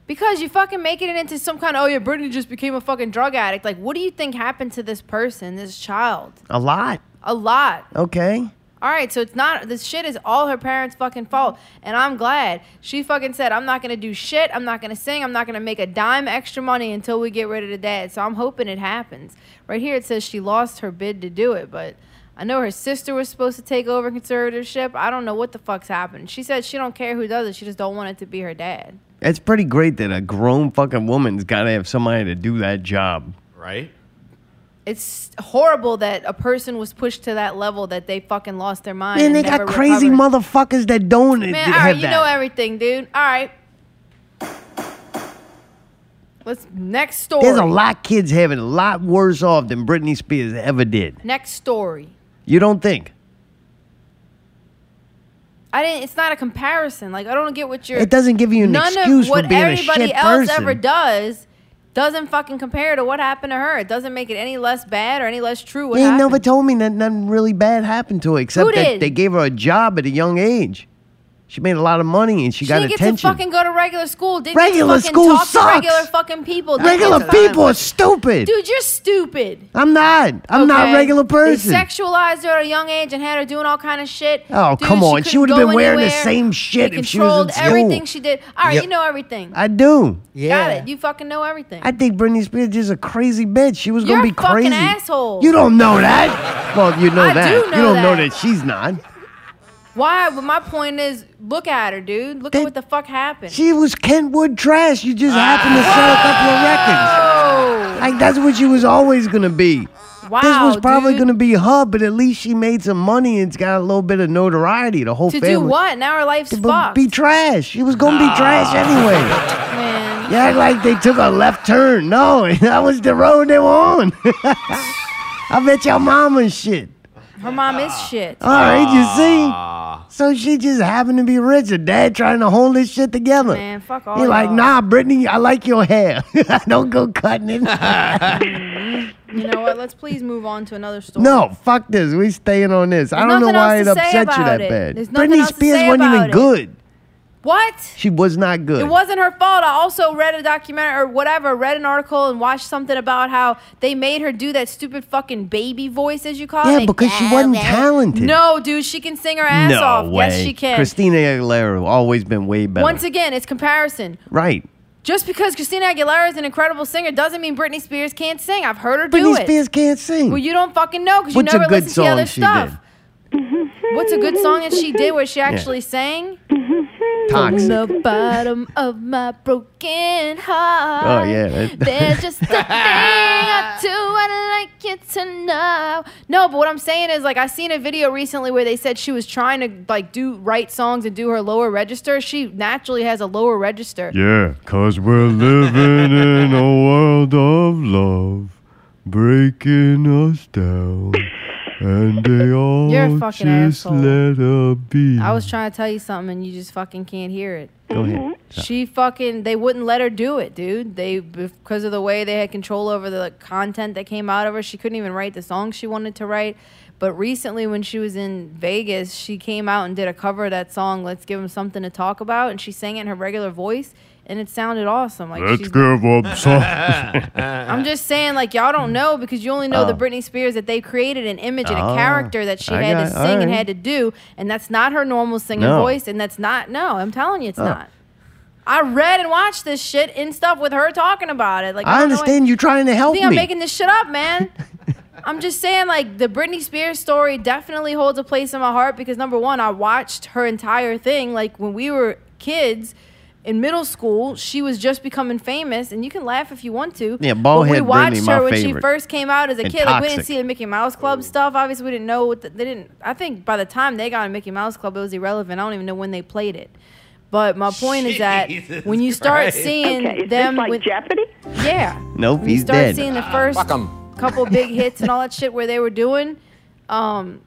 Speaker 2: Because you fucking making it into some kind of oh yeah, Brittany just became a fucking drug addict. Like, what do you think happened to this person, this child?
Speaker 1: A lot.
Speaker 2: A lot.
Speaker 1: Okay.
Speaker 2: All right, so it's not this shit is all her parents' fucking fault, and I'm glad she fucking said I'm not gonna do shit, I'm not gonna sing, I'm not gonna make a dime extra money until we get rid of the dad. So I'm hoping it happens. Right here it says she lost her bid to do it, but I know her sister was supposed to take over conservatorship. I don't know what the fuck's happened. She said she don't care who does it, she just don't want it to be her dad.
Speaker 1: It's pretty great that a grown fucking woman's gotta have somebody to do that job.
Speaker 3: Right?
Speaker 2: It's horrible that a person was pushed to that level that they fucking lost their mind.
Speaker 1: Man,
Speaker 2: and
Speaker 1: they
Speaker 2: never
Speaker 1: got crazy
Speaker 2: recovered.
Speaker 1: motherfuckers that don't
Speaker 2: Man,
Speaker 1: have
Speaker 2: all right, you
Speaker 1: that.
Speaker 2: know everything, dude. All right. Let's next story.
Speaker 1: There's a lot of kids having a lot worse off than Britney Spears ever did.
Speaker 2: Next story.
Speaker 1: You don't think?
Speaker 2: I didn't. It's not a comparison. Like I don't get what you're.
Speaker 1: It doesn't give you an
Speaker 2: none
Speaker 1: excuse
Speaker 2: of
Speaker 1: for
Speaker 2: what
Speaker 1: being a
Speaker 2: everybody
Speaker 1: shit
Speaker 2: else
Speaker 1: person.
Speaker 2: ever does doesn't fucking compare to what happened to her. It doesn't make it any less bad or any less true. What
Speaker 1: They ain't
Speaker 2: happened?
Speaker 1: never told me that nothing really bad happened to her, except
Speaker 2: Who
Speaker 1: that
Speaker 2: did?
Speaker 1: they gave her a job at a young age. She made a lot of money and she,
Speaker 2: she
Speaker 1: got
Speaker 2: didn't
Speaker 1: attention.
Speaker 2: get to fucking go to regular school. Didn't
Speaker 1: Regular
Speaker 2: get to fucking
Speaker 1: school
Speaker 2: talk
Speaker 1: sucks.
Speaker 2: to regular fucking people. Didn't get
Speaker 1: regular
Speaker 2: to-
Speaker 1: people are stupid.
Speaker 2: Dude, you're stupid.
Speaker 1: I'm not. I'm not
Speaker 2: okay?
Speaker 1: a regular person.
Speaker 2: They sexualized her at a young age and had her doing all kind of shit.
Speaker 1: Oh,
Speaker 2: Dude,
Speaker 1: come on. She
Speaker 2: couldn't
Speaker 1: would've
Speaker 2: go
Speaker 1: been wearing the
Speaker 2: anywhere.
Speaker 1: same shit
Speaker 2: They
Speaker 1: if she was in
Speaker 2: controlled
Speaker 1: school.
Speaker 2: everything she did. All right,
Speaker 1: Yeah.
Speaker 2: you know everything.
Speaker 1: I do.
Speaker 2: Got it. You fucking know everything.
Speaker 1: I think Britney Spears is a crazy bitch. She was
Speaker 2: You're
Speaker 1: gonna
Speaker 2: a
Speaker 1: be
Speaker 2: fucking
Speaker 1: crazy.
Speaker 2: asshole.
Speaker 1: You don't know that. Well, you know
Speaker 2: I
Speaker 1: that.
Speaker 2: do
Speaker 1: you
Speaker 2: know
Speaker 1: don't know
Speaker 2: that.
Speaker 1: that she's not.
Speaker 2: Why? But my point is, look at her, dude. Look
Speaker 1: That-
Speaker 2: at what the fuck happened.
Speaker 1: She was Kentwood trash. You just
Speaker 2: Ah.
Speaker 1: happened to sell a couple of records.
Speaker 2: oh,
Speaker 1: Like that's what she was always gonna be.
Speaker 2: wow.
Speaker 1: this was probably
Speaker 2: dude.
Speaker 1: gonna be her, but at least she made some money and it's got a little bit of notoriety. The whole
Speaker 2: to
Speaker 1: family
Speaker 2: do what? Now her life's
Speaker 1: To
Speaker 2: fucked.
Speaker 1: be trash. She was gonna be trash anyway.
Speaker 2: man.
Speaker 1: Yeah, like they took a left turn. No, that was the road they were on. I bet your mama's shit.
Speaker 2: Her mom is shit.
Speaker 1: All right, you see? So she just happened to be rich. Her dad trying to hold this shit together.
Speaker 2: Man, fuck all.
Speaker 1: He like,
Speaker 2: y'all.
Speaker 1: nah, Brittany, I like your hair. Don't go cutting it.
Speaker 2: You know what? Let's please move on to another story.
Speaker 1: no, fuck this. We staying on this. I
Speaker 2: There's
Speaker 1: don't know
Speaker 2: nothing
Speaker 1: why
Speaker 2: else
Speaker 1: it
Speaker 2: to say
Speaker 1: upset you
Speaker 2: about
Speaker 1: that
Speaker 2: it.
Speaker 1: bad.
Speaker 2: There's nothing
Speaker 1: Britney
Speaker 2: else to
Speaker 1: Spears
Speaker 2: say
Speaker 1: wasn't even
Speaker 2: about it.
Speaker 1: good.
Speaker 2: What?
Speaker 1: She was not good.
Speaker 2: It wasn't her fault. I also read a documentary or whatever, read an article and watched something about how they made her do that stupid fucking baby voice, as you call it.
Speaker 1: Yeah,
Speaker 2: Like,
Speaker 1: because she wasn't talented.
Speaker 2: No, dude, she can sing her ass
Speaker 1: no
Speaker 2: off.
Speaker 1: way.
Speaker 2: Yes, she can.
Speaker 1: Christina Aguilera always been way better.
Speaker 2: Once again, it's comparison.
Speaker 1: right.
Speaker 2: Just because Christina Aguilera is an incredible singer doesn't mean Britney Spears can't sing. I've heard her do
Speaker 1: Britney
Speaker 2: it.
Speaker 1: Spears can't sing.
Speaker 2: Well, you don't fucking know because you
Speaker 1: What's a
Speaker 2: never
Speaker 1: good
Speaker 2: listen to
Speaker 1: song
Speaker 2: other
Speaker 1: she
Speaker 2: stuff.
Speaker 1: did?
Speaker 2: What's a good song that she did where she actually sang?
Speaker 1: Toxic.
Speaker 2: The bottom of my broken heart.
Speaker 1: Oh, yeah, that-
Speaker 2: There's just a thing or two I'd like you to know. No, but what I'm saying is, like, I seen a video recently where they said she was trying to like do write songs and do her lower register. She naturally has a lower register.
Speaker 1: Yeah, cause we're living in a world of love, breaking us down, and they all
Speaker 2: You're a fucking just asshole. let
Speaker 1: her be.
Speaker 2: I was trying to tell you something and you just fucking can't hear it.
Speaker 1: Go ahead.
Speaker 2: She fucking they wouldn't let her do it, dude. They because of the way they had control over the like, content that came out of her, she couldn't even write the songs she wanted to write. But recently when she was in Vegas, she came out and did a cover of that song Let's Give Him Something to Talk About and she sang it in her regular voice and it sounded awesome. Like she's,
Speaker 1: give up
Speaker 2: I'm just saying like y'all don't know because you only know
Speaker 1: Uh-huh.
Speaker 2: the
Speaker 1: Hmm. Oh.
Speaker 2: Britney Spears that they created an image and
Speaker 1: Ah,
Speaker 2: a character that she
Speaker 1: I
Speaker 2: had to
Speaker 1: got-
Speaker 2: sing and
Speaker 1: alright.
Speaker 2: had to do and that's not her normal singing
Speaker 1: No. Oh.
Speaker 2: voice and that's not no, I'm telling you it's not. I read and watched this shit and stuff with her talking about it. Like
Speaker 1: I
Speaker 2: don't know what-
Speaker 1: understand you trying to help
Speaker 2: I
Speaker 1: me.
Speaker 2: think I'm making this shit up, man. I'm just saying, like, the Britney Spears story definitely holds a place in my heart because number one, I watched her entire thing. Like, when we were kids in middle school, she was just becoming famous, and you can laugh if you want to.
Speaker 1: Yeah,
Speaker 2: but we
Speaker 1: ballhead
Speaker 2: watched
Speaker 1: Britney,
Speaker 2: her
Speaker 1: my
Speaker 2: when she
Speaker 1: favorite.
Speaker 2: first came out as a
Speaker 1: And
Speaker 2: kid. Like, we didn't
Speaker 1: toxic.
Speaker 2: see the Mickey Mouse Club stuff. Obviously, we didn't know what the, they didn't. I think by the time they got in Mickey Mouse Club, it was irrelevant. I don't even know when they played it. But my point is that
Speaker 3: Jesus
Speaker 2: when you start
Speaker 3: Christ.
Speaker 2: seeing
Speaker 6: Okay, is
Speaker 2: them
Speaker 6: this like
Speaker 2: with
Speaker 6: Jeopardy?
Speaker 2: yeah,
Speaker 1: nope,
Speaker 2: you
Speaker 1: he's
Speaker 2: start
Speaker 1: dead.
Speaker 2: seeing the first
Speaker 5: Fuck 'em.
Speaker 2: couple big hits and all that shit where they were doing, um,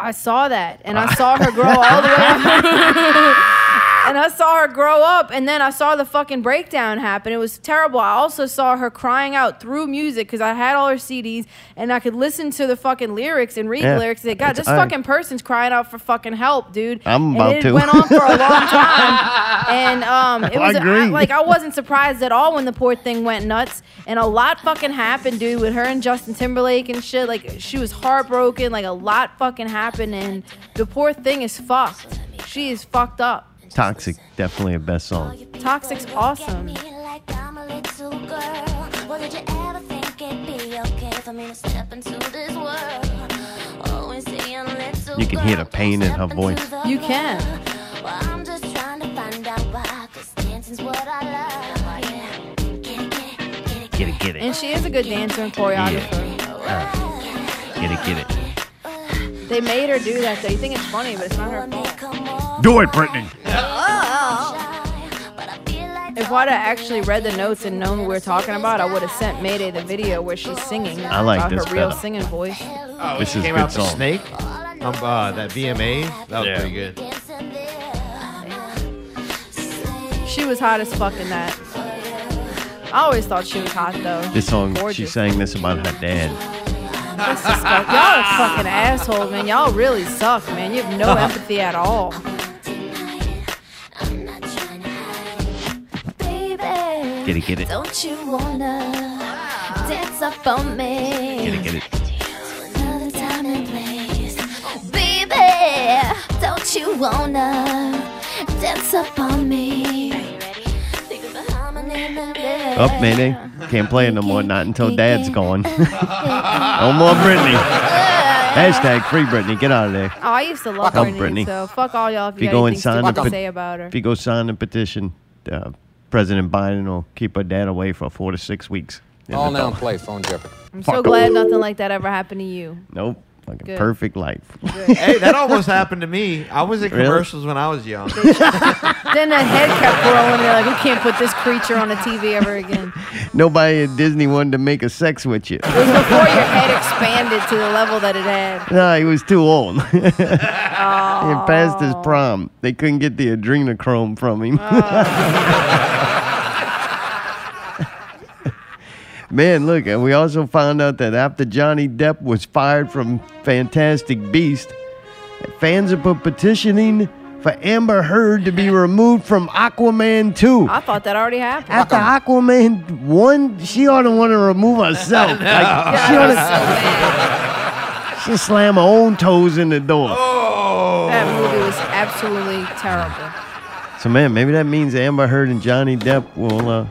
Speaker 2: I saw that and I saw her grow all the way up. and I saw her grow up and then I saw the fucking breakdown happen. It was terrible. I also saw her crying out through music because I had all her CDs and I could listen to the fucking lyrics and read
Speaker 1: Yeah,
Speaker 2: the lyrics and say, God,
Speaker 1: it's
Speaker 2: this
Speaker 1: art.
Speaker 2: fucking person's crying out for fucking help, dude.
Speaker 1: I'm
Speaker 2: and
Speaker 1: about
Speaker 2: it
Speaker 1: to.
Speaker 2: went on for a long time. and um, it
Speaker 1: I
Speaker 2: was
Speaker 1: agree.
Speaker 2: I, like I wasn't surprised at all when the poor thing went nuts. And a lot fucking happened, dude, with her and Justin Timberlake and shit. Like she was heartbroken. Like a lot fucking happened, and the poor thing is fucked. She is fucked up.
Speaker 1: Toxic, definitely a best song.
Speaker 2: Toxic's awesome.
Speaker 1: You can hear the pain in her voice.
Speaker 2: You can.
Speaker 7: Well, I'm just trying to find out why, 'cause dancing's what I love. Yeah. Get it, get it, get it,
Speaker 1: Get it, get
Speaker 2: And
Speaker 1: it,
Speaker 2: she is a good dancer and choreographer.
Speaker 1: get it, get it.
Speaker 2: They made her do that. though. you think it's funny, but it's not her fault.
Speaker 1: Do it, Brittany.
Speaker 2: If I'd have actually read the notes and known what we were talking about, I would have sent Mayday the video where she's singing
Speaker 1: I like
Speaker 2: about
Speaker 1: this
Speaker 2: her real
Speaker 1: better.
Speaker 2: singing voice.
Speaker 3: Oh,
Speaker 1: This
Speaker 3: it
Speaker 1: is
Speaker 3: came
Speaker 1: good
Speaker 3: out the
Speaker 1: song.
Speaker 3: snake. Um, uh, that VMA. That was pretty good.
Speaker 2: She was hot as fuck in that. I always thought she was hot though.
Speaker 1: This song, she
Speaker 2: Gorgeous.
Speaker 1: sang this about her dad.
Speaker 2: That's disgust- Y'all are fucking assholes, man. Y'all really suck, man. You have no empathy at all. Oh,
Speaker 1: Get it, get it,
Speaker 7: Don't you wanna dance up on me?
Speaker 1: get it, get it.
Speaker 7: Another time and place. Oh, Baby, don't you wanna dance up on me? Think of the harmony in the air.
Speaker 1: Up, Mayday. Can't play it no more. Not until Dad's gone. no more Britney. Hashtag free Britney. Get out of there.
Speaker 2: Oh, I used to love
Speaker 1: Fuck
Speaker 2: Britney,
Speaker 1: Britney.
Speaker 2: So fuck all y'all if
Speaker 1: you
Speaker 2: you,
Speaker 1: go
Speaker 2: got anything
Speaker 1: inside
Speaker 2: stupid
Speaker 1: the
Speaker 2: to
Speaker 1: pit-
Speaker 2: say about her.
Speaker 1: If you go sign the petition, uh, President Biden will keep her dad away for four to six weeks. And
Speaker 5: All
Speaker 1: that's
Speaker 5: now play phone jeopardy.
Speaker 2: I'm so glad nothing like that ever happened to you.
Speaker 1: Nope. Fucking
Speaker 2: Good.
Speaker 1: perfect life.
Speaker 3: hey, that almost happened to me. I was in
Speaker 1: Really?
Speaker 3: commercials when I was young.
Speaker 2: Then the head kept growing. They're like, we can't put this creature on the TV ever again.
Speaker 1: Nobody at Disney wanted to make a sex with you.
Speaker 2: It was before your head expanded to the level that it had.
Speaker 1: No, he was too old. and passed his prom. They couldn't get the adrenochrome from him. Man, look, and we also found out that after Johnny Depp was fired from Fantastic Beast, fans are petitioning for Amber Heard to be removed from Aquaman 2.
Speaker 2: I thought that already happened.
Speaker 1: After Aquaman 1, she ought to want to remove herself. Like, she ought to she slam her own toes in the door.
Speaker 3: Oh!
Speaker 2: That movie was absolutely terrible.
Speaker 1: So, man, maybe that means Amber Heard and Johnny Depp will, uh,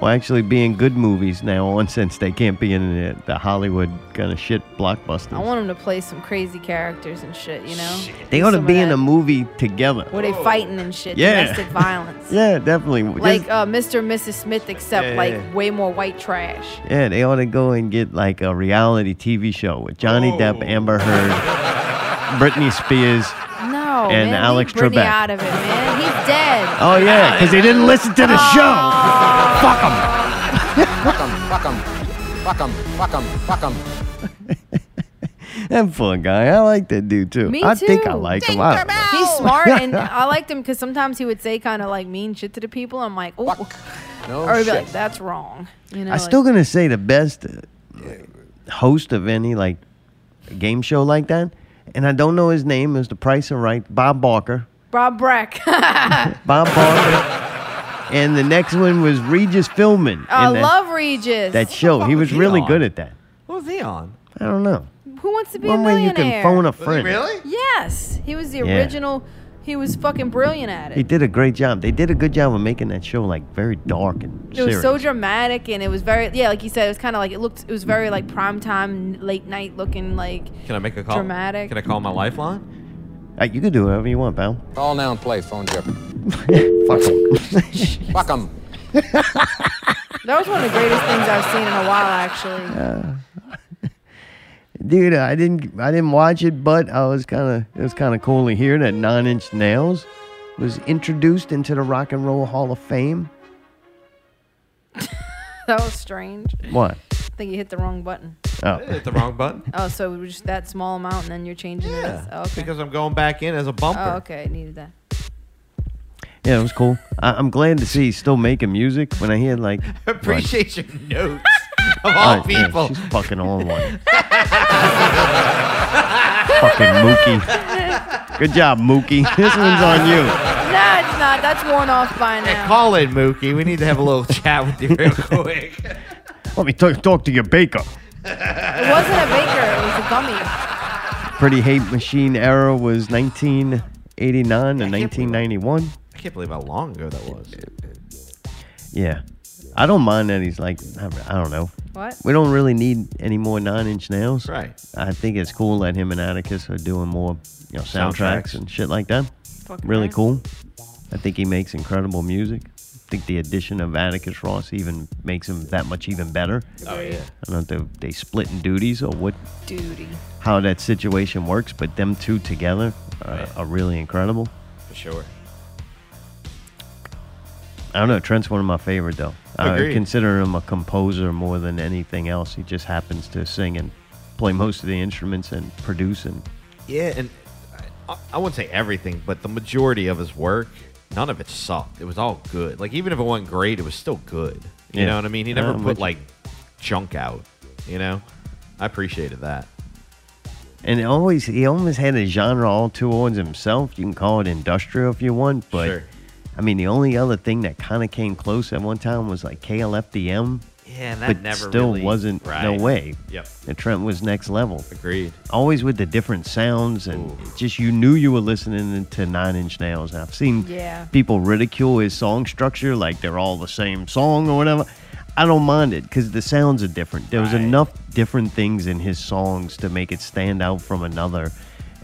Speaker 1: will actually be in good movies now on since they can't be in the, the Hollywood kind of shit blockbusters.
Speaker 2: I want them to play some crazy characters and shit, you know?
Speaker 1: they
Speaker 2: Do
Speaker 1: ought to
Speaker 2: some of
Speaker 1: be in
Speaker 2: that
Speaker 1: a movie together.
Speaker 2: Where they fighting and shit.
Speaker 1: Yeah.
Speaker 2: Domestic violence.
Speaker 1: Yeah, definitely. Just-
Speaker 2: Like uh, Mr. and Mrs. Smith, except
Speaker 3: Yeah,
Speaker 2: like
Speaker 3: yeah.
Speaker 2: way more white trash.
Speaker 1: Yeah, they ought to go and get like a reality TV show with Johnny
Speaker 2: Oh.
Speaker 1: Depp, Amber Heard, Britney Spears.
Speaker 2: No,
Speaker 1: And
Speaker 2: man,
Speaker 1: Alex
Speaker 2: leave Britney
Speaker 1: Trebek.
Speaker 2: out of it, man. He's dead.
Speaker 1: Oh yeah, because they didn't listen to the show.
Speaker 2: Ah.
Speaker 1: Fuck them.
Speaker 5: Fuck 'em, fuck 'em, fuck 'em, fuck 'em, fuck 'em.
Speaker 1: That fun guy. I like that dude too.
Speaker 2: Me
Speaker 1: I think I
Speaker 2: too.
Speaker 1: like him. I don't know.
Speaker 2: He's smart, and I liked him because sometimes he would say kind of like mean shit to the people. I'm like, oh,
Speaker 5: No
Speaker 2: or he'd be
Speaker 5: shit.
Speaker 2: like, that's wrong. You know,
Speaker 1: I'm
Speaker 2: like,
Speaker 1: still gonna say the best uh, host of any like game show like that, and I don't know his name. Is the Price of Right? Bob Barker.
Speaker 2: Bob Breck.
Speaker 1: Bob Barker. and the next one was Regis Philbin.
Speaker 2: Oh, I
Speaker 1: in that,
Speaker 2: love Regis.
Speaker 1: that show. He was
Speaker 3: he
Speaker 1: really
Speaker 3: on?
Speaker 1: good at that.
Speaker 3: What was he on?
Speaker 1: I don't know.
Speaker 2: Who wants to be a
Speaker 1: One way you can
Speaker 2: millionaire?
Speaker 1: phone a friend.
Speaker 2: Yes, he was the
Speaker 1: Yeah.
Speaker 2: original. He was fucking brilliant at
Speaker 1: He
Speaker 2: it.
Speaker 1: did a great job. They did a good job of making that show like very dark and
Speaker 2: It
Speaker 1: serious.
Speaker 2: was so dramatic, and it was very yeah, like you said, it was kind of like it looked. It was very like prime time, late night looking like.
Speaker 3: Can I make a call?
Speaker 2: Dramatic.
Speaker 3: Can I call my lifeline?
Speaker 1: Uh, you can do whatever you want, pal.
Speaker 5: Call now and play phone jeopardy.
Speaker 1: Fuck it.
Speaker 5: Fuck 'em.
Speaker 2: That was one of the greatest things I've seen in a while, actually.
Speaker 1: dude. I didn't. I didn't watch it, but I was kind of. It was kind of cool to hear that Nine Inch Nails was introduced into the Rock and Roll Hall of Fame.
Speaker 2: That was strange. I
Speaker 1: What?
Speaker 2: think you hit the wrong button.
Speaker 1: Oh,
Speaker 3: Hit the wrong button.
Speaker 2: Oh, so it was just that small amount, and then you're changing it. As, oh, okay.
Speaker 3: Because I'm going back in as a bumper.
Speaker 2: Oh, okay. I needed that.
Speaker 1: yeah, it was cool. I, I'm glad to see he's still making music. When I hear like,
Speaker 3: Appreciate your notes of all
Speaker 1: Oh, yeah,
Speaker 3: people.
Speaker 1: she's fucking on one. fucking Mookie. Good job, Mookie. This one's on you.
Speaker 2: No, it's not. That's worn off by
Speaker 3: Hey,
Speaker 2: now.
Speaker 3: call in Mookie. We need to have a little chat with you real quick.
Speaker 1: Let me talk, talk to your baker.
Speaker 2: It wasn't a baker. It was a gummy.
Speaker 1: Pretty Hate Machine era was 1989 to 1991.
Speaker 3: I can't believe how long ago that was.
Speaker 1: Yeah. I don't mind that he's like, I I don't know.
Speaker 2: What?
Speaker 1: We don't really need any more nine inch nails.
Speaker 3: Right.
Speaker 1: I think it's cool that him and Atticus are doing more, you know, soundtracks,
Speaker 3: Soundtracks.
Speaker 1: and shit like that.
Speaker 2: Fucking
Speaker 1: Really
Speaker 2: right.
Speaker 1: cool. I think he makes incredible music. I think the addition of Atticus Ross even makes him that much even better.
Speaker 3: Oh yeah.
Speaker 1: I don't know if they, they split in duties or what
Speaker 2: Duty.
Speaker 1: how that situation works, but them two together uh, are really incredible.
Speaker 3: For sure.
Speaker 1: I don't know. Trent's one of my favorite though. I
Speaker 3: Agreed.
Speaker 1: consider him a composer more than anything else. He just happens to sing and play most of the instruments and produce and
Speaker 3: Yeah, and I, I wouldn't say everything, but the majority of his work, none of it sucked. It was all good. Like even if it wasn't great, it was still good. You
Speaker 1: Yeah.
Speaker 3: know what I mean? He
Speaker 1: Yeah,
Speaker 3: never
Speaker 1: I'm with
Speaker 3: put
Speaker 1: you.
Speaker 3: like junk out. You know, I appreciated that.
Speaker 1: and always he almost had a genre all towards himself. You can call it industrial if you want, but
Speaker 3: Sure.
Speaker 1: I mean the only other thing that kind of came close at one time was like KLFDM,
Speaker 3: Yeah, and that
Speaker 1: but
Speaker 3: never
Speaker 1: still
Speaker 3: really-
Speaker 1: wasn't no
Speaker 3: Right.
Speaker 1: way.
Speaker 3: Yep,
Speaker 1: And Trent was next level.
Speaker 3: agreed.
Speaker 1: always with the different sounds and
Speaker 3: Ooh.
Speaker 1: just you knew you were listening to Nine Inch Nails. I've seen
Speaker 2: Yeah.
Speaker 1: people ridicule his song structure like they're all the same song or whatever. I don't mind it because the sounds are different. There was
Speaker 3: Right.
Speaker 1: enough different things in his songs to make it stand out from another.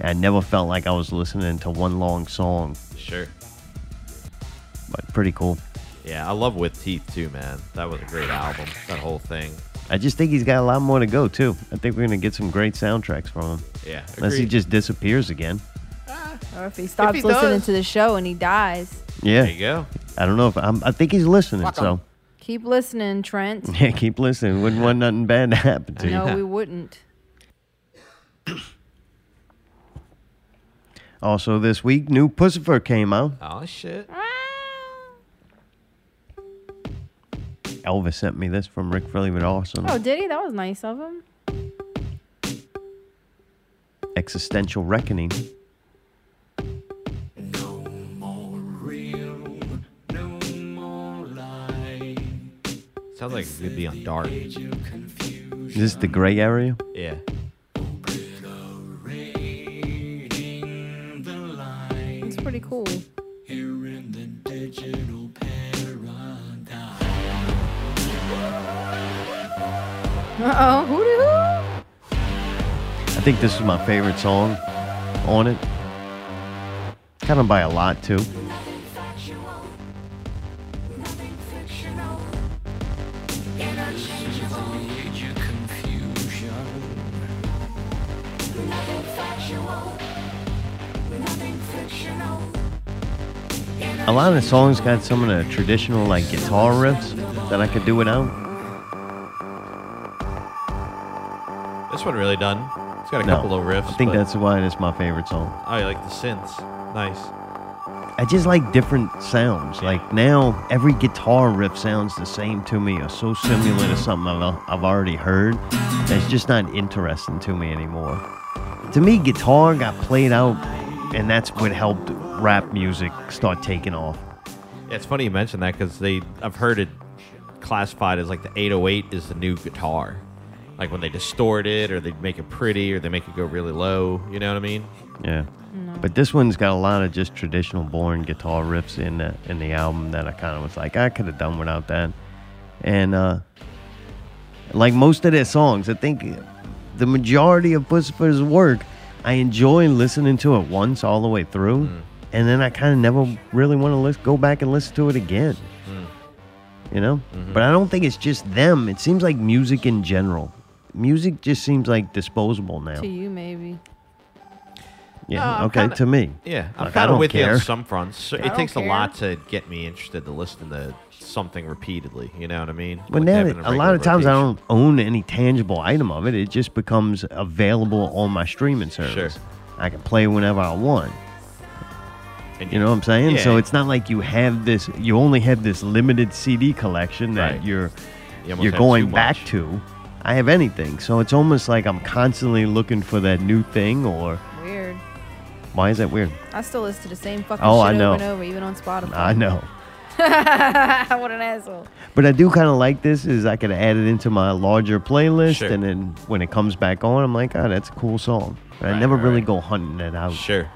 Speaker 1: I never felt like I was listening to one long song,
Speaker 3: Sure.
Speaker 1: but pretty cool.
Speaker 3: Yeah, I love With Teeth too, man. That was a great album. That whole thing.
Speaker 1: I just think he's got a lot more to go too. I think we're gonna get some great soundtracks from him,
Speaker 3: Yeah, agreed.
Speaker 1: unless he just disappears again.
Speaker 2: Or if he stops
Speaker 3: he
Speaker 2: listening
Speaker 3: does.
Speaker 2: to the show and he dies,
Speaker 1: Yeah,
Speaker 3: There you go.
Speaker 1: I don't know if I'm, I think he's listening.
Speaker 5: Fuck 'em.
Speaker 1: so.
Speaker 2: keep listening, Trent.
Speaker 1: Yeah, keep listening. Wouldn't want nothing bad to happen to you.
Speaker 2: No, we wouldn't.
Speaker 1: Also, this week, new Pussifer came out.
Speaker 3: Oh shit.
Speaker 1: Elvis sent me this from Rick Frilly with Awesome.
Speaker 2: Oh, did he? That was nice of him.
Speaker 1: Existential Reckoning.
Speaker 3: Sounds like it could be on dark.
Speaker 1: Is this the gray area?
Speaker 3: Yeah.
Speaker 2: It's pretty cool. Uh oh, who did who?
Speaker 1: I think this is my favorite song on it. Kind of by a lot too. A lot of the songs got some of the traditional like guitar riffs that I could do without.
Speaker 3: This one really done. It's got a
Speaker 1: No,
Speaker 3: couple of riffs.
Speaker 1: I think
Speaker 3: but-
Speaker 1: that's why it's my favorite song.
Speaker 3: Oh, you like the synths. Nice.
Speaker 1: I just like different sounds. Like now, every guitar riff sounds the same to me, or so similar to something I've, I've already heard. that It's just not interesting to me anymore. To me, guitar got played out, and that's what helped rap music start taking off.
Speaker 3: Yeah, it's funny you mention that because they I've heard it classified as like the 808 is the new guitar. Like when they distort it or they make it pretty or they make it go really low. You know what I mean?
Speaker 1: Yeah. But this one's got a lot of just traditional, boring guitar riffs in the in the album that I kind of was like, I could have done without that. And uh, like most of their songs, I think the majority of Pussifer's work, I enjoy listening to it once all the way through, and then I kind of never really want to lis- go back and listen to it again. You know, but I don't think it's just them. It seems like music in general. Music just seems like disposable now.
Speaker 2: To you, maybe.
Speaker 1: Yeah.
Speaker 3: No, Uh, I'm
Speaker 1: okay.
Speaker 3: kinda-
Speaker 1: to me.
Speaker 3: Yeah, I'm
Speaker 1: Like, I
Speaker 3: kind
Speaker 1: don't
Speaker 3: of with you
Speaker 1: care.
Speaker 3: on some fronts. So
Speaker 2: I
Speaker 3: it
Speaker 2: don't
Speaker 3: takes a
Speaker 2: care.
Speaker 3: lot to get me interested to listen to something repeatedly. You know what I mean?
Speaker 1: But
Speaker 3: Like
Speaker 1: now,
Speaker 3: having
Speaker 1: that- a
Speaker 3: regular
Speaker 1: lot of times I
Speaker 3: rotation.
Speaker 1: don't own any tangible item of it. It just becomes available on my streaming service.
Speaker 3: Sure.
Speaker 1: I can play whenever I want.
Speaker 3: And
Speaker 1: You know what I'm saying? So
Speaker 3: Yeah.
Speaker 1: it's not like you have this. You only have this limited CD collection that
Speaker 3: Right.
Speaker 1: you're
Speaker 3: You almost
Speaker 1: you're
Speaker 3: have
Speaker 1: going
Speaker 3: too
Speaker 1: back
Speaker 3: much.
Speaker 1: to. I have anything, so it's almost like I'm constantly looking for that new thing. Or
Speaker 2: Weird.
Speaker 1: why is that weird?
Speaker 2: I still listen to the same fucking
Speaker 1: Oh,
Speaker 2: shit
Speaker 1: I know.
Speaker 2: over and over, even on Spotify.
Speaker 1: I know.
Speaker 2: what an asshole.
Speaker 1: But I do kind of like this is I can add it into my larger playlist,
Speaker 3: Sure.
Speaker 1: and then when it comes back on, I'm like, oh, that's a cool song. But I
Speaker 3: Right,
Speaker 1: never
Speaker 3: right,
Speaker 1: really
Speaker 3: right.
Speaker 1: go hunting it out.
Speaker 3: Sure.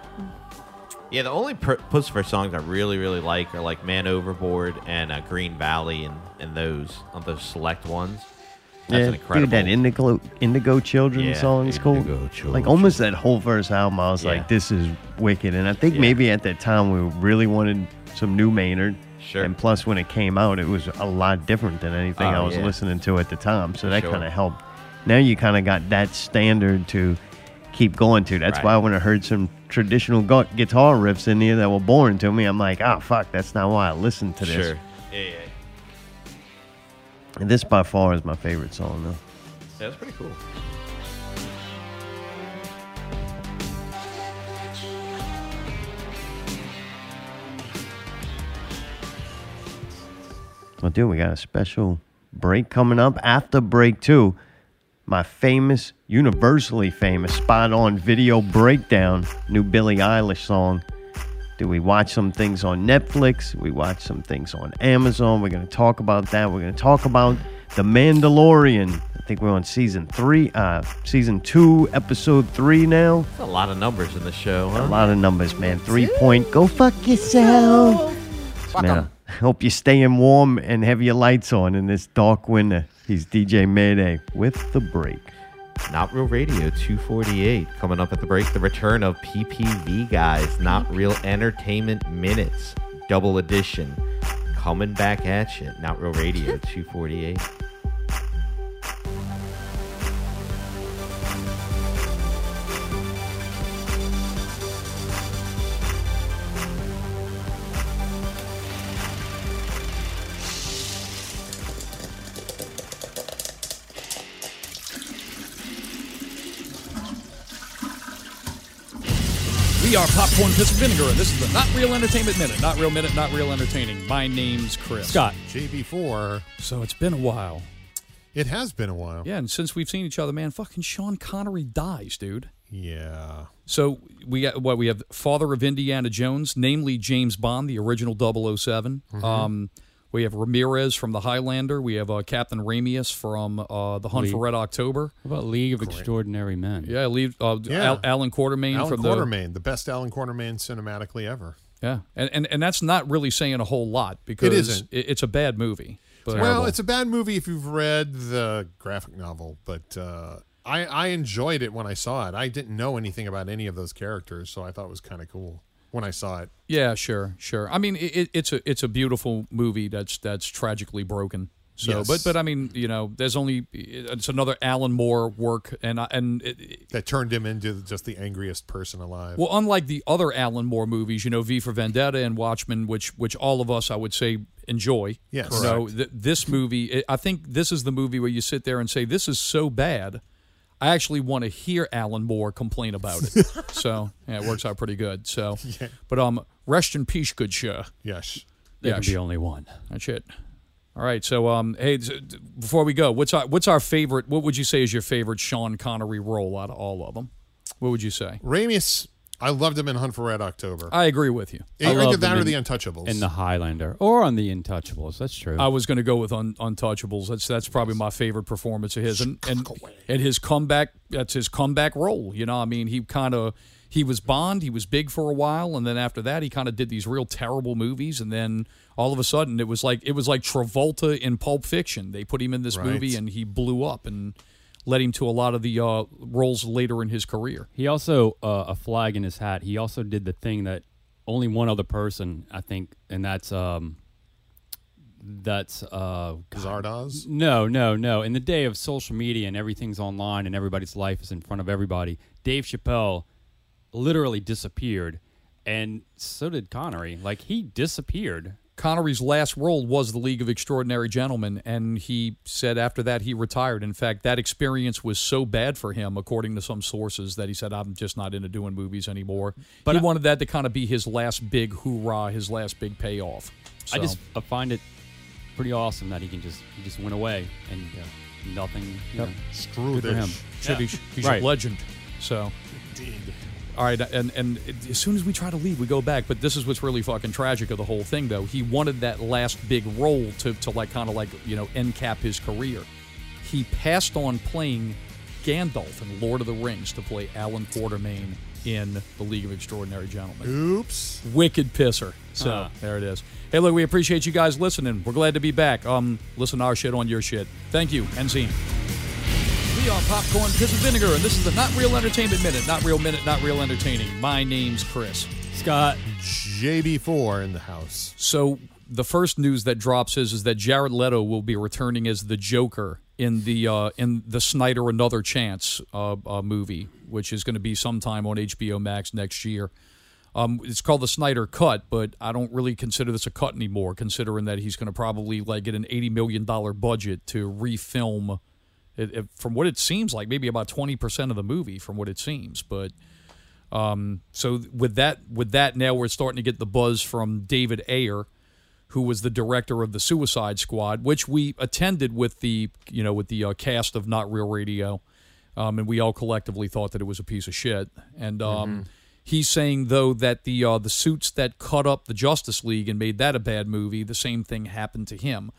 Speaker 3: Yeah, the only per- Pussifer songs I really, really like are like Man Overboard and uh, Green Valley and, and those on those select ones. That's an incredible.
Speaker 1: Dude, that Indigo, Indigo Children
Speaker 3: Yeah,
Speaker 1: song is cool.
Speaker 3: Indigo
Speaker 1: Like
Speaker 3: Children.
Speaker 1: almost that whole first album, I was
Speaker 3: Yeah.
Speaker 1: like, this is wicked. And I think
Speaker 3: Yeah.
Speaker 1: maybe at that time we really wanted some new Maynard.
Speaker 3: Sure.
Speaker 1: And plus, when it came out, it was a lot different than anything
Speaker 3: Oh,
Speaker 1: I was
Speaker 3: yeah.
Speaker 1: listening to at the time. So that
Speaker 3: Sure.
Speaker 1: kind of helped. Now you kind of got that standard to keep going to. That's
Speaker 3: Right.
Speaker 1: why when I heard some traditional gu- guitar riffs in there that were boring to me, I'm like, ah, fuck, that's not why I listened to this.
Speaker 3: sure. Yeah, yeah.
Speaker 1: And this by far is my favorite song, though.
Speaker 3: That's pretty cool.
Speaker 1: Well, dude, we got a special break coming up. After break two, my famous, universally famous, spot on video breakdown, new Billie Eilish song. Do we watch some things on Netflix? We watch some things on Amazon. We're going to talk about that. We're going to talk about The Mandalorian. I think we're on season three, uh, season two, episode three now.
Speaker 3: That's a lot of numbers in the show, huh?
Speaker 1: A lot of numbers, man. Three point. Go fuck yourself.
Speaker 5: Fuck
Speaker 1: Man,
Speaker 5: 'em.
Speaker 1: I hope you're staying warm and have your lights on in this dark winter. He's DJ Mayday with the break.
Speaker 3: Not Real Radio 248 coming up at the break. The return of PPV Guys, Not Real Entertainment Minutes, double edition, coming back at you. Not Real Radio 248.
Speaker 6: We are Popcorn Piss and Vinegar, and this is the Not Real Entertainment Minute. Not Real Minute, Not Real Entertaining. My name's Chris.
Speaker 8: Scott, JB4.
Speaker 6: So it's been a while.
Speaker 8: It has been a while.
Speaker 6: Yeah, and since we've seen each other, man, fucking Sean Connery dies, dude.
Speaker 8: Yeah.
Speaker 6: So we got what we
Speaker 8: Mm-hmm.
Speaker 6: have father of Indiana Jones, namely James Bond, the original 7 oh Um, We have Ramirez from the Highlander. We have uh, Captain Ramius from uh, the Hunt for
Speaker 9: Lee.
Speaker 6: Red October.
Speaker 9: What about League of Extraordinary Men?
Speaker 6: Yeah, leave uh,
Speaker 8: Yeah.
Speaker 6: Al- Alan Quartermain
Speaker 8: Alan
Speaker 6: from the
Speaker 8: Quartermain, the, best Alan Quartermain cinematically ever.
Speaker 6: Yeah, and, and and that's not really saying a whole lot because
Speaker 8: isn't.
Speaker 6: it- it's a bad movie. But
Speaker 8: Well, it's a bad movie if you've read the graphic novel, but uh, I, I enjoyed it when I saw it. I didn't know anything about any of those characters, so I thought it was kind of cool when I saw it.
Speaker 6: yeah, sure, sure. I mean, it, it- it's a it's a beautiful movie that's that's tragically broken. So,
Speaker 8: Yes.
Speaker 6: but but I mean, you know, there's only it's another Alan Moore work, and I, and it,
Speaker 8: That turned him into just the angriest person alive.
Speaker 6: Well, unlike the other Alan Moore movies, you know, V for Vendetta and Watchmen, which which all of us, I would say, enjoy.
Speaker 8: Yes.
Speaker 6: You know, th- this movie, I I think this is the movie where you sit there and say, "This is so bad." I actually want to hear Alan Moore complain about it. so yeah, it works out pretty good. So, but um, rest in peace, good sir.
Speaker 8: yes.
Speaker 9: there
Speaker 6: yeah,
Speaker 9: can
Speaker 6: sh-
Speaker 9: be only one.
Speaker 6: That's it. All right. So um, hey, d- d- before we go, what's our what's our favorite? What would you say is your favorite Sean Connery role out of all of them? What would you say?
Speaker 8: Ramis, I loved him in Hunt for Red October.
Speaker 6: I agree with you.
Speaker 8: I Either
Speaker 9: love
Speaker 8: that
Speaker 9: him
Speaker 8: or The
Speaker 9: in-
Speaker 8: Untouchables.
Speaker 9: In the Highlander or on the Intouchables. That's true.
Speaker 6: I was going to go with un- Untouchables. That's that's probably my favorite performance of his, and and, and his comeback. That's his comeback role. You know, I mean, he kind of he was Bond. He was big for a while, and then after that, he kind of did these real terrible movies, and then all of a sudden, it was like it was like Travolta in Pulp Fiction. They put him in this
Speaker 8: Right.
Speaker 6: movie, and he blew up, and led him to a lot of the uh, roles later in his career.
Speaker 9: He also uh, a flag in his hat. He also did the thing that only one other person, I think, and that's um, that's uh, God.
Speaker 8: Zardoz.
Speaker 9: no, no, no. In the day of social media and everything's online and everybody's life is in front of everybody, Dave Chappelle literally disappeared, and so did Connery. Like he disappeared.
Speaker 6: Connery's last role was the League of Extraordinary Gentlemen, and he said after that he retired. In fact, that experience was so bad for him, according to some sources, that he said, "I'm just not into doing movies anymore." But
Speaker 9: But
Speaker 6: he
Speaker 9: I-
Speaker 6: wanted that to kind of be his last big hoorah, his last big payoff.
Speaker 9: I
Speaker 6: So,
Speaker 9: just I find it pretty awesome that he can just he just went away and uh, nothing. You know,
Speaker 8: Screw
Speaker 9: good for him.
Speaker 8: this.
Speaker 6: should be- he's
Speaker 9: Right.
Speaker 6: a legend. So. All right, and and it- as soon as we try to leave, we go back. But this is what's really fucking tragic of the whole thing, though. He wanted that last big role to to like kind of like you know end cap his career. He passed on playing Gandalf in Lord of the Rings to play Alan Quartermain in The League of Extraordinary Gentlemen.
Speaker 8: Oops.
Speaker 6: Wicked pisser. So there it is. Hey, look, we appreciate you guys listening. We're glad to be back. Um, listen to our shit on your shit. Thank you, and scene. We are Popcorn Piss and Vinegar, and this is the Not Real Entertainment Minute. Not Real Minute, Not Real Entertaining. My name's Chris.
Speaker 9: Scott,
Speaker 8: JB4 in the house.
Speaker 6: So the first news that drops is is that Jared Leto will be returning as the Joker in the uh, in the Snyder Another Chance uh, uh, movie, which is going to be sometime on HBO Max next year. Um, it's called the Snyder Cut, but I don't really consider this a cut anymore, considering that he's going to probably like get an eighty million dollar budget to refilm. It, it, from what it seems like, maybe about twenty percent of the movie, from what it seems, but um, so th- with that with that now we're starting to get the buzz from David Ayer who was the director of the Suicide Squad which we attended with the you know with the uh, cast of Not Real Radio um, and we all collectively thought that it was a piece of shit and um He's saying though that the uh, the suits that cut up the Justice League and made that a bad movie, the same thing happened to him.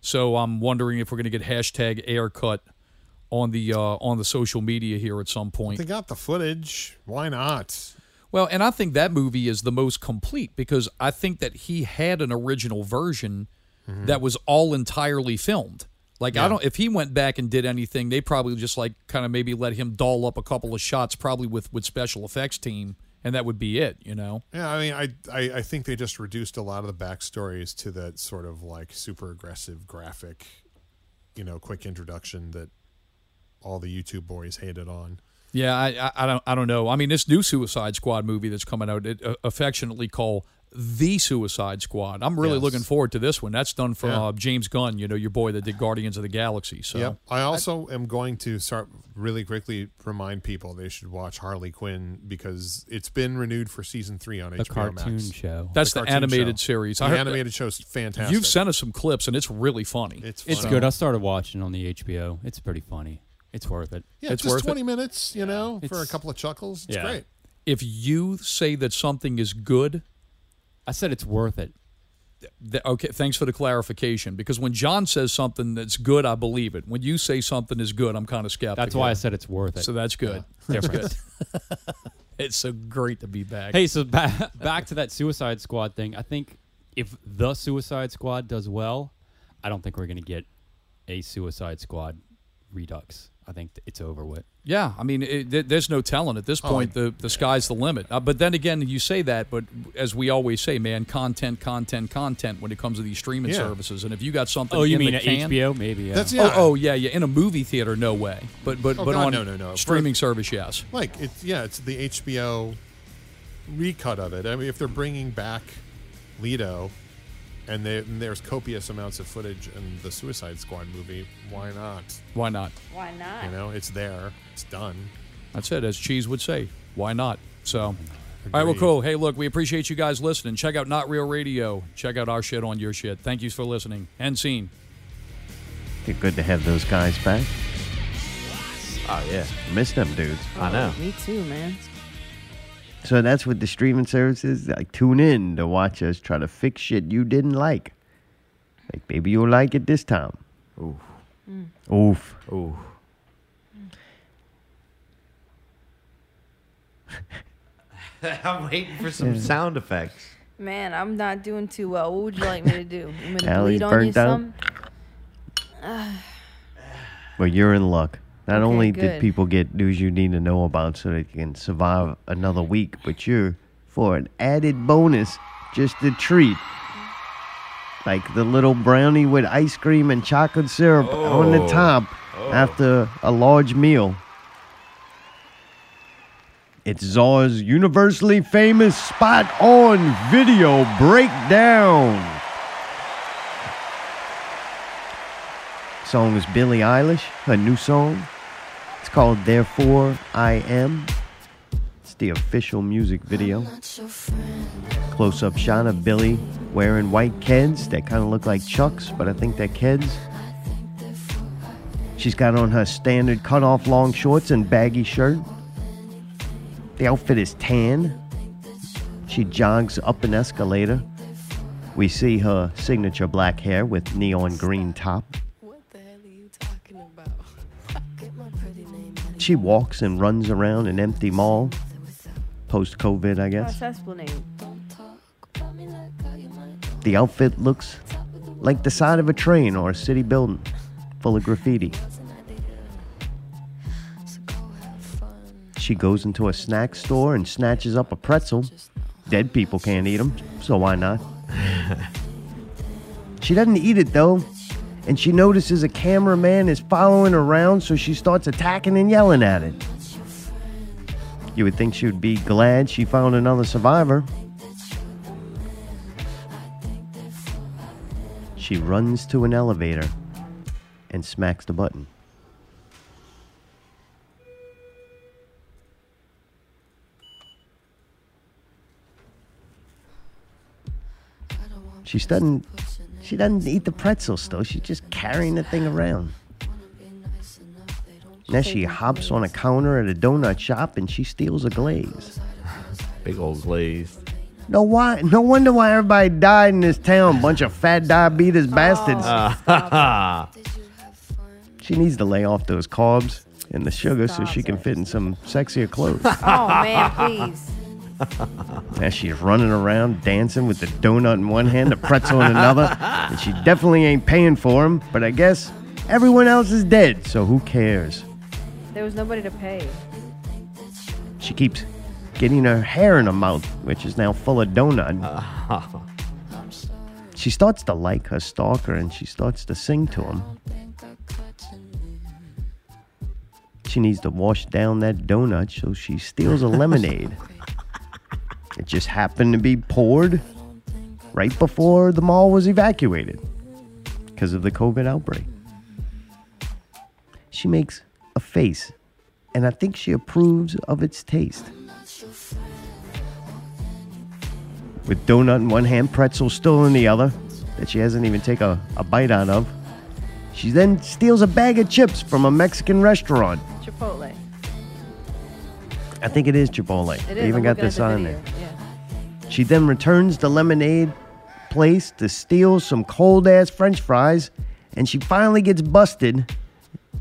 Speaker 6: So I'm wondering if we're going to get hashtag air cut on the uh, on the social media here at some point.
Speaker 8: They got the footage. Why not?
Speaker 6: Well, and I think that movie is the most complete because I think that he had an original version
Speaker 8: Mm-hmm.
Speaker 6: that was all entirely filmed. Like I don't if he went back and did anything, they probably just like kind of maybe let him doll up a couple of shots probably with with special effects team and that would be it, you know.
Speaker 8: Yeah, I mean, I, I I think they just reduced a lot of the backstories to that sort of like super aggressive graphic, you know, quick introduction that all the YouTube boys hated on.
Speaker 6: Yeah, I, I, I don't I don't know. I mean, this new Suicide Squad movie that's coming out, it, uh, affectionately called the Suicide Squad. I'm really
Speaker 8: Yes.
Speaker 6: looking forward to this one. That's done from
Speaker 8: Yeah.
Speaker 6: uh, James Gunn, you know, your boy that did Guardians of the Galaxy. So
Speaker 8: Yep. I also am going to start really quickly remind people they should watch Harley Quinn because it's been renewed for season three on
Speaker 9: the
Speaker 8: HBO
Speaker 9: cartoon
Speaker 8: Max.
Speaker 9: show.
Speaker 6: That's
Speaker 8: The
Speaker 6: the,
Speaker 8: cartoon
Speaker 6: animated
Speaker 8: show.
Speaker 6: series.
Speaker 8: The
Speaker 6: I heard-
Speaker 8: animated show's fantastic.
Speaker 6: You've sent us some clips, and it's really funny.
Speaker 8: it's
Speaker 9: It's
Speaker 8: fun.
Speaker 9: good. I started watching on the HBO. It's pretty funny. It's worth it.
Speaker 8: Yeah,
Speaker 6: it's
Speaker 8: just
Speaker 6: worth it.
Speaker 8: twenty minutes, you know, for a
Speaker 9: It's-
Speaker 8: couple of chuckles. It's
Speaker 9: yeah.
Speaker 8: great.
Speaker 6: if you say that something is good,
Speaker 9: I said it's worth it.
Speaker 6: th- okay, thanks for the clarification. Because when John says something that's good, I believe it. When you say something is good, I'm kind of skeptical.
Speaker 9: That's why I said it's worth it.
Speaker 6: So that's good. That's good. it's so great to be back.
Speaker 9: Hey, so ba- back to that Suicide Squad thing. I think if the Suicide Squad does well, I don't think we're going to get a Suicide Squad redux. I think th- it's over with.
Speaker 6: Yeah, I mean, it, th- there's no telling at this
Speaker 9: Oh,
Speaker 6: point. the the sky's the limit. Uh, but then again, you say that, but as we always say, man, content, content, content. When it comes to these streaming
Speaker 8: Yeah.
Speaker 6: services, and if you got something,
Speaker 9: Oh, you
Speaker 6: in
Speaker 9: mean
Speaker 6: the
Speaker 9: at
Speaker 6: can-
Speaker 9: HBO? Maybe. uh, Yeah.
Speaker 8: That's
Speaker 6: Oh,
Speaker 8: yeah.
Speaker 6: oh, yeah, yeah. In a movie theater, no way. But but
Speaker 8: Oh,
Speaker 6: but
Speaker 8: God,
Speaker 6: on
Speaker 8: no, no, no.
Speaker 6: streaming service, yes.
Speaker 8: like it's yeah, it's the HBO recut of it. I mean, if they're bringing back Leto, and, they, and there's copious amounts of footage in the Suicide Squad movie, why not?
Speaker 6: Why not?
Speaker 2: Why not?
Speaker 8: You know, it's there, it's done.
Speaker 6: That's it, as Cheese would say. Why not? So, all right, well, cool. Hey, look, we appreciate you guys listening. Check out Not Real Radio. Check out our shit on your shit. Thank yous for listening and scene.
Speaker 1: They're good to have those guys back.
Speaker 3: Oh, yeah.
Speaker 1: Miss them dudes.
Speaker 3: I know.
Speaker 2: Me too, man.
Speaker 1: So that's what the streaming services like. Tune in to watch us try to fix shit you didn't like. Like maybe you'll like it this time. Oof. Oof.
Speaker 3: Ooh. I'm waiting for some sound effects.
Speaker 2: Man, I'm not doing too well. What would you like me to do? You want me to
Speaker 1: Allie's
Speaker 2: bleed on you
Speaker 1: burnt out.
Speaker 2: some?
Speaker 1: Well, you're in luck. Not
Speaker 2: Okay,
Speaker 1: only did
Speaker 2: good.
Speaker 1: people get news you need to know about so they can survive another week, but you're for an added bonus, just a treat. Like the little brownie with ice cream and chocolate syrup on the
Speaker 3: Oh.
Speaker 1: top after a large meal. It's Czar's universally famous spot on video breakdown. song is Billie Eilish, her new song. It's called Therefore I Am. It's the official music video. Close up shot of Billie wearing white Keds that kind of look like Chucks, but I think they're Keds. She's got on her standard cutoff long shorts and baggy shirt. The outfit is tan. She jogs up an escalator. We see her signature black hair with neon green top. She walks and runs around an empty mall. Post COVID, I
Speaker 2: That's
Speaker 1: guess.
Speaker 2: Esplanade.
Speaker 1: The outfit looks like the side of a train or a city building full of graffiti. She goes into a snack store and snatches up a pretzel. Dead people can't eat them, so why not? she doesn't eat it though, and she notices a cameraman is following her around, so she starts attacking and yelling at it. You would think she would be glad she found another survivor. She runs to an elevator and smacks the button. She doesn't. She doesn't eat the pretzels though. She's just carrying the thing around. Now she hops on a counter at a donut shop and she steals a glaze.
Speaker 3: Big old glaze.
Speaker 1: No why? No wonder why everybody died in this town. Bunch of fat diabetes bastards. She needs to lay off those carbs and the sugar so she can fit in some sexier clothes.
Speaker 2: Oh man, please.
Speaker 1: As she's running around dancing with the donut in one hand, the pretzel in another, and she definitely ain't paying for them, but I guess everyone else is dead, so who cares?
Speaker 2: There was nobody to pay.
Speaker 1: She keeps getting her hair in her mouth, which is now full of donut. she starts to like her stalker and she starts to sing to him. She needs to wash down that donut, so she steals a lemonade. it just happened to be poured right before the mall was evacuated because of the COVID outbreak. She makes a face and I think she approves of its taste. With donut in one hand, pretzel still in the other, that she hasn't even taken a, a bite out of. She then steals a bag of chips from a Mexican restaurant.
Speaker 2: Chipotle.
Speaker 1: I think it is Chipotle.
Speaker 2: It is.
Speaker 1: they even
Speaker 2: I'm
Speaker 1: got
Speaker 2: looking at
Speaker 1: this
Speaker 2: the
Speaker 1: on
Speaker 2: video.
Speaker 1: there. She then returns the lemonade place to steal some cold ass french fries, and she finally gets busted.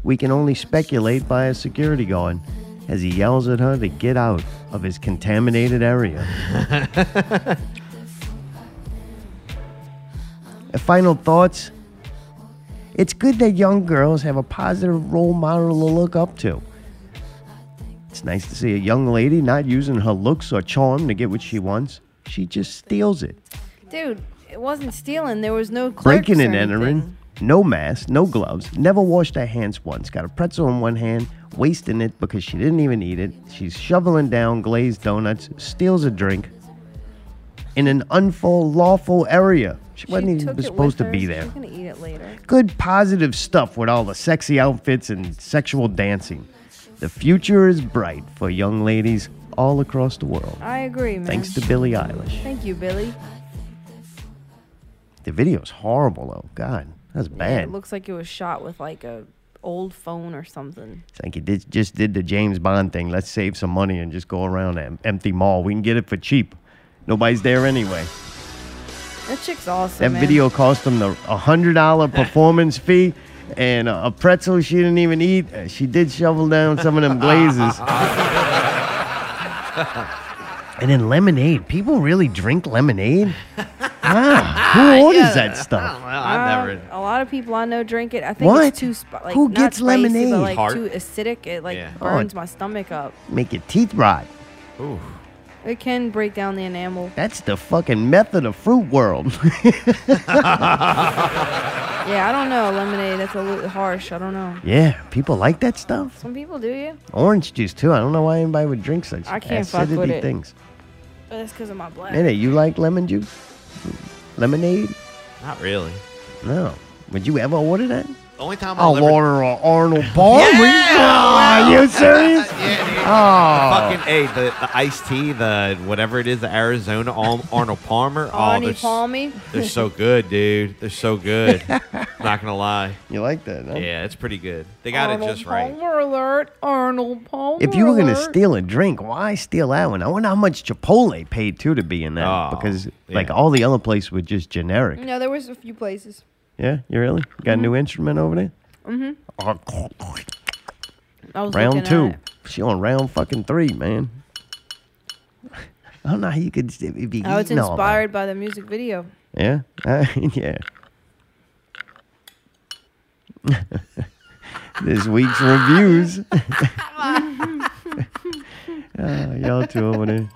Speaker 1: We can only speculate by a security guard as he yells at her to get out of his contaminated area. Uh, Final thoughts? It's good that young girls have a positive role model to look up to. It's nice to see a young lady not using her looks or charm to get what she wants. She just steals it.
Speaker 2: Dude, it wasn't stealing. There was no clerks
Speaker 1: Breaking
Speaker 2: or
Speaker 1: and
Speaker 2: anything.
Speaker 1: entering, no mask, no gloves, never washed her hands once. Got a pretzel in one hand, wasting it because she didn't even eat it. She's shoveling down glazed donuts, steals a drink in an unlawful area. She wasn't
Speaker 10: took
Speaker 1: even
Speaker 10: it
Speaker 1: supposed
Speaker 10: with
Speaker 1: to
Speaker 10: her,
Speaker 1: be
Speaker 10: so
Speaker 1: there.
Speaker 10: She's gonna eat it later.
Speaker 1: good positive stuff with all the sexy outfits and sexual dancing. The future is bright for young ladies all across the world.
Speaker 2: I agree, man.
Speaker 1: Thanks to Billie Eilish.
Speaker 2: Thank you, Billy.
Speaker 1: The video's horrible though. God, that's
Speaker 2: it
Speaker 1: bad.
Speaker 2: looks like it was shot with like a old phone or something.
Speaker 1: It's like it did, just did the James Bond thing. Let's save some money and just go around that empty mall. We can get it for cheap. Nobody's there anyway.
Speaker 2: That chick's awesome.
Speaker 1: That
Speaker 2: man.
Speaker 1: video cost them the $100 performance fee and a a pretzel she didn't even eat. Uh, She did shovel down some of them glazes. and then lemonade. People really drink lemonade? Ah, who orders that stuff?
Speaker 3: Well, I never.
Speaker 2: Uh, A lot of people I know drink it. I think
Speaker 1: What?
Speaker 2: it's too spi- like
Speaker 1: Who
Speaker 2: not
Speaker 1: gets
Speaker 2: spicy,
Speaker 1: lemonade?
Speaker 2: But like
Speaker 3: Heart?
Speaker 2: too acidic. It like
Speaker 3: Yeah.
Speaker 1: Oh,
Speaker 2: burns
Speaker 1: it-
Speaker 2: my stomach up.
Speaker 1: Make your teeth rot.
Speaker 3: Ooh.
Speaker 2: It can break down the enamel.
Speaker 1: That's the fucking method of fruit world.
Speaker 2: Yeah, I don't know lemonade. That's a little harsh. I don't know.
Speaker 1: yeah, people like that stuff.
Speaker 2: Some people do, yeah.
Speaker 1: Orange juice too. I don't know why anybody would drink such
Speaker 2: I can't fuck with
Speaker 1: acidity
Speaker 2: it.
Speaker 1: things.
Speaker 2: But that's because of my black.
Speaker 1: Nene, you like lemon juice? Lemonade?
Speaker 3: Not really.
Speaker 1: No. Would you ever order that?
Speaker 3: The only time
Speaker 1: I'll
Speaker 3: I'll ever
Speaker 1: order an Arnold bar. Are you serious?
Speaker 3: fucking a the, the iced tea, the whatever it is, the Arizona Al- Arnold Palmer. oh,
Speaker 2: Arnie
Speaker 3: they're, s-
Speaker 2: Palmy.
Speaker 3: they're so good, dude. They're so good. Not gonna lie.
Speaker 1: You like that? Huh?
Speaker 3: Yeah, it's pretty good. They got
Speaker 2: Arnold
Speaker 3: it just right.
Speaker 2: Palmer alert. Arnold Palmer.
Speaker 1: If you were gonna
Speaker 2: alert.
Speaker 1: steal a drink, why steal that one? I wonder how much Chipotle paid too to be in that
Speaker 3: Oh,
Speaker 1: because like
Speaker 3: yeah.
Speaker 1: all the other places were just generic.
Speaker 2: No, there was a few places.
Speaker 1: Yeah, you really You got a new instrument over there? Mm-hmm.
Speaker 2: I was looking
Speaker 1: round
Speaker 2: at
Speaker 1: two.
Speaker 2: it.
Speaker 1: She on round fucking three, man. I don't know how you could st- be.
Speaker 2: I was
Speaker 1: eating all that.
Speaker 2: inspired by the music video.
Speaker 1: Yeah, I, yeah. this week's reviews. Ah, y'all two over there. Here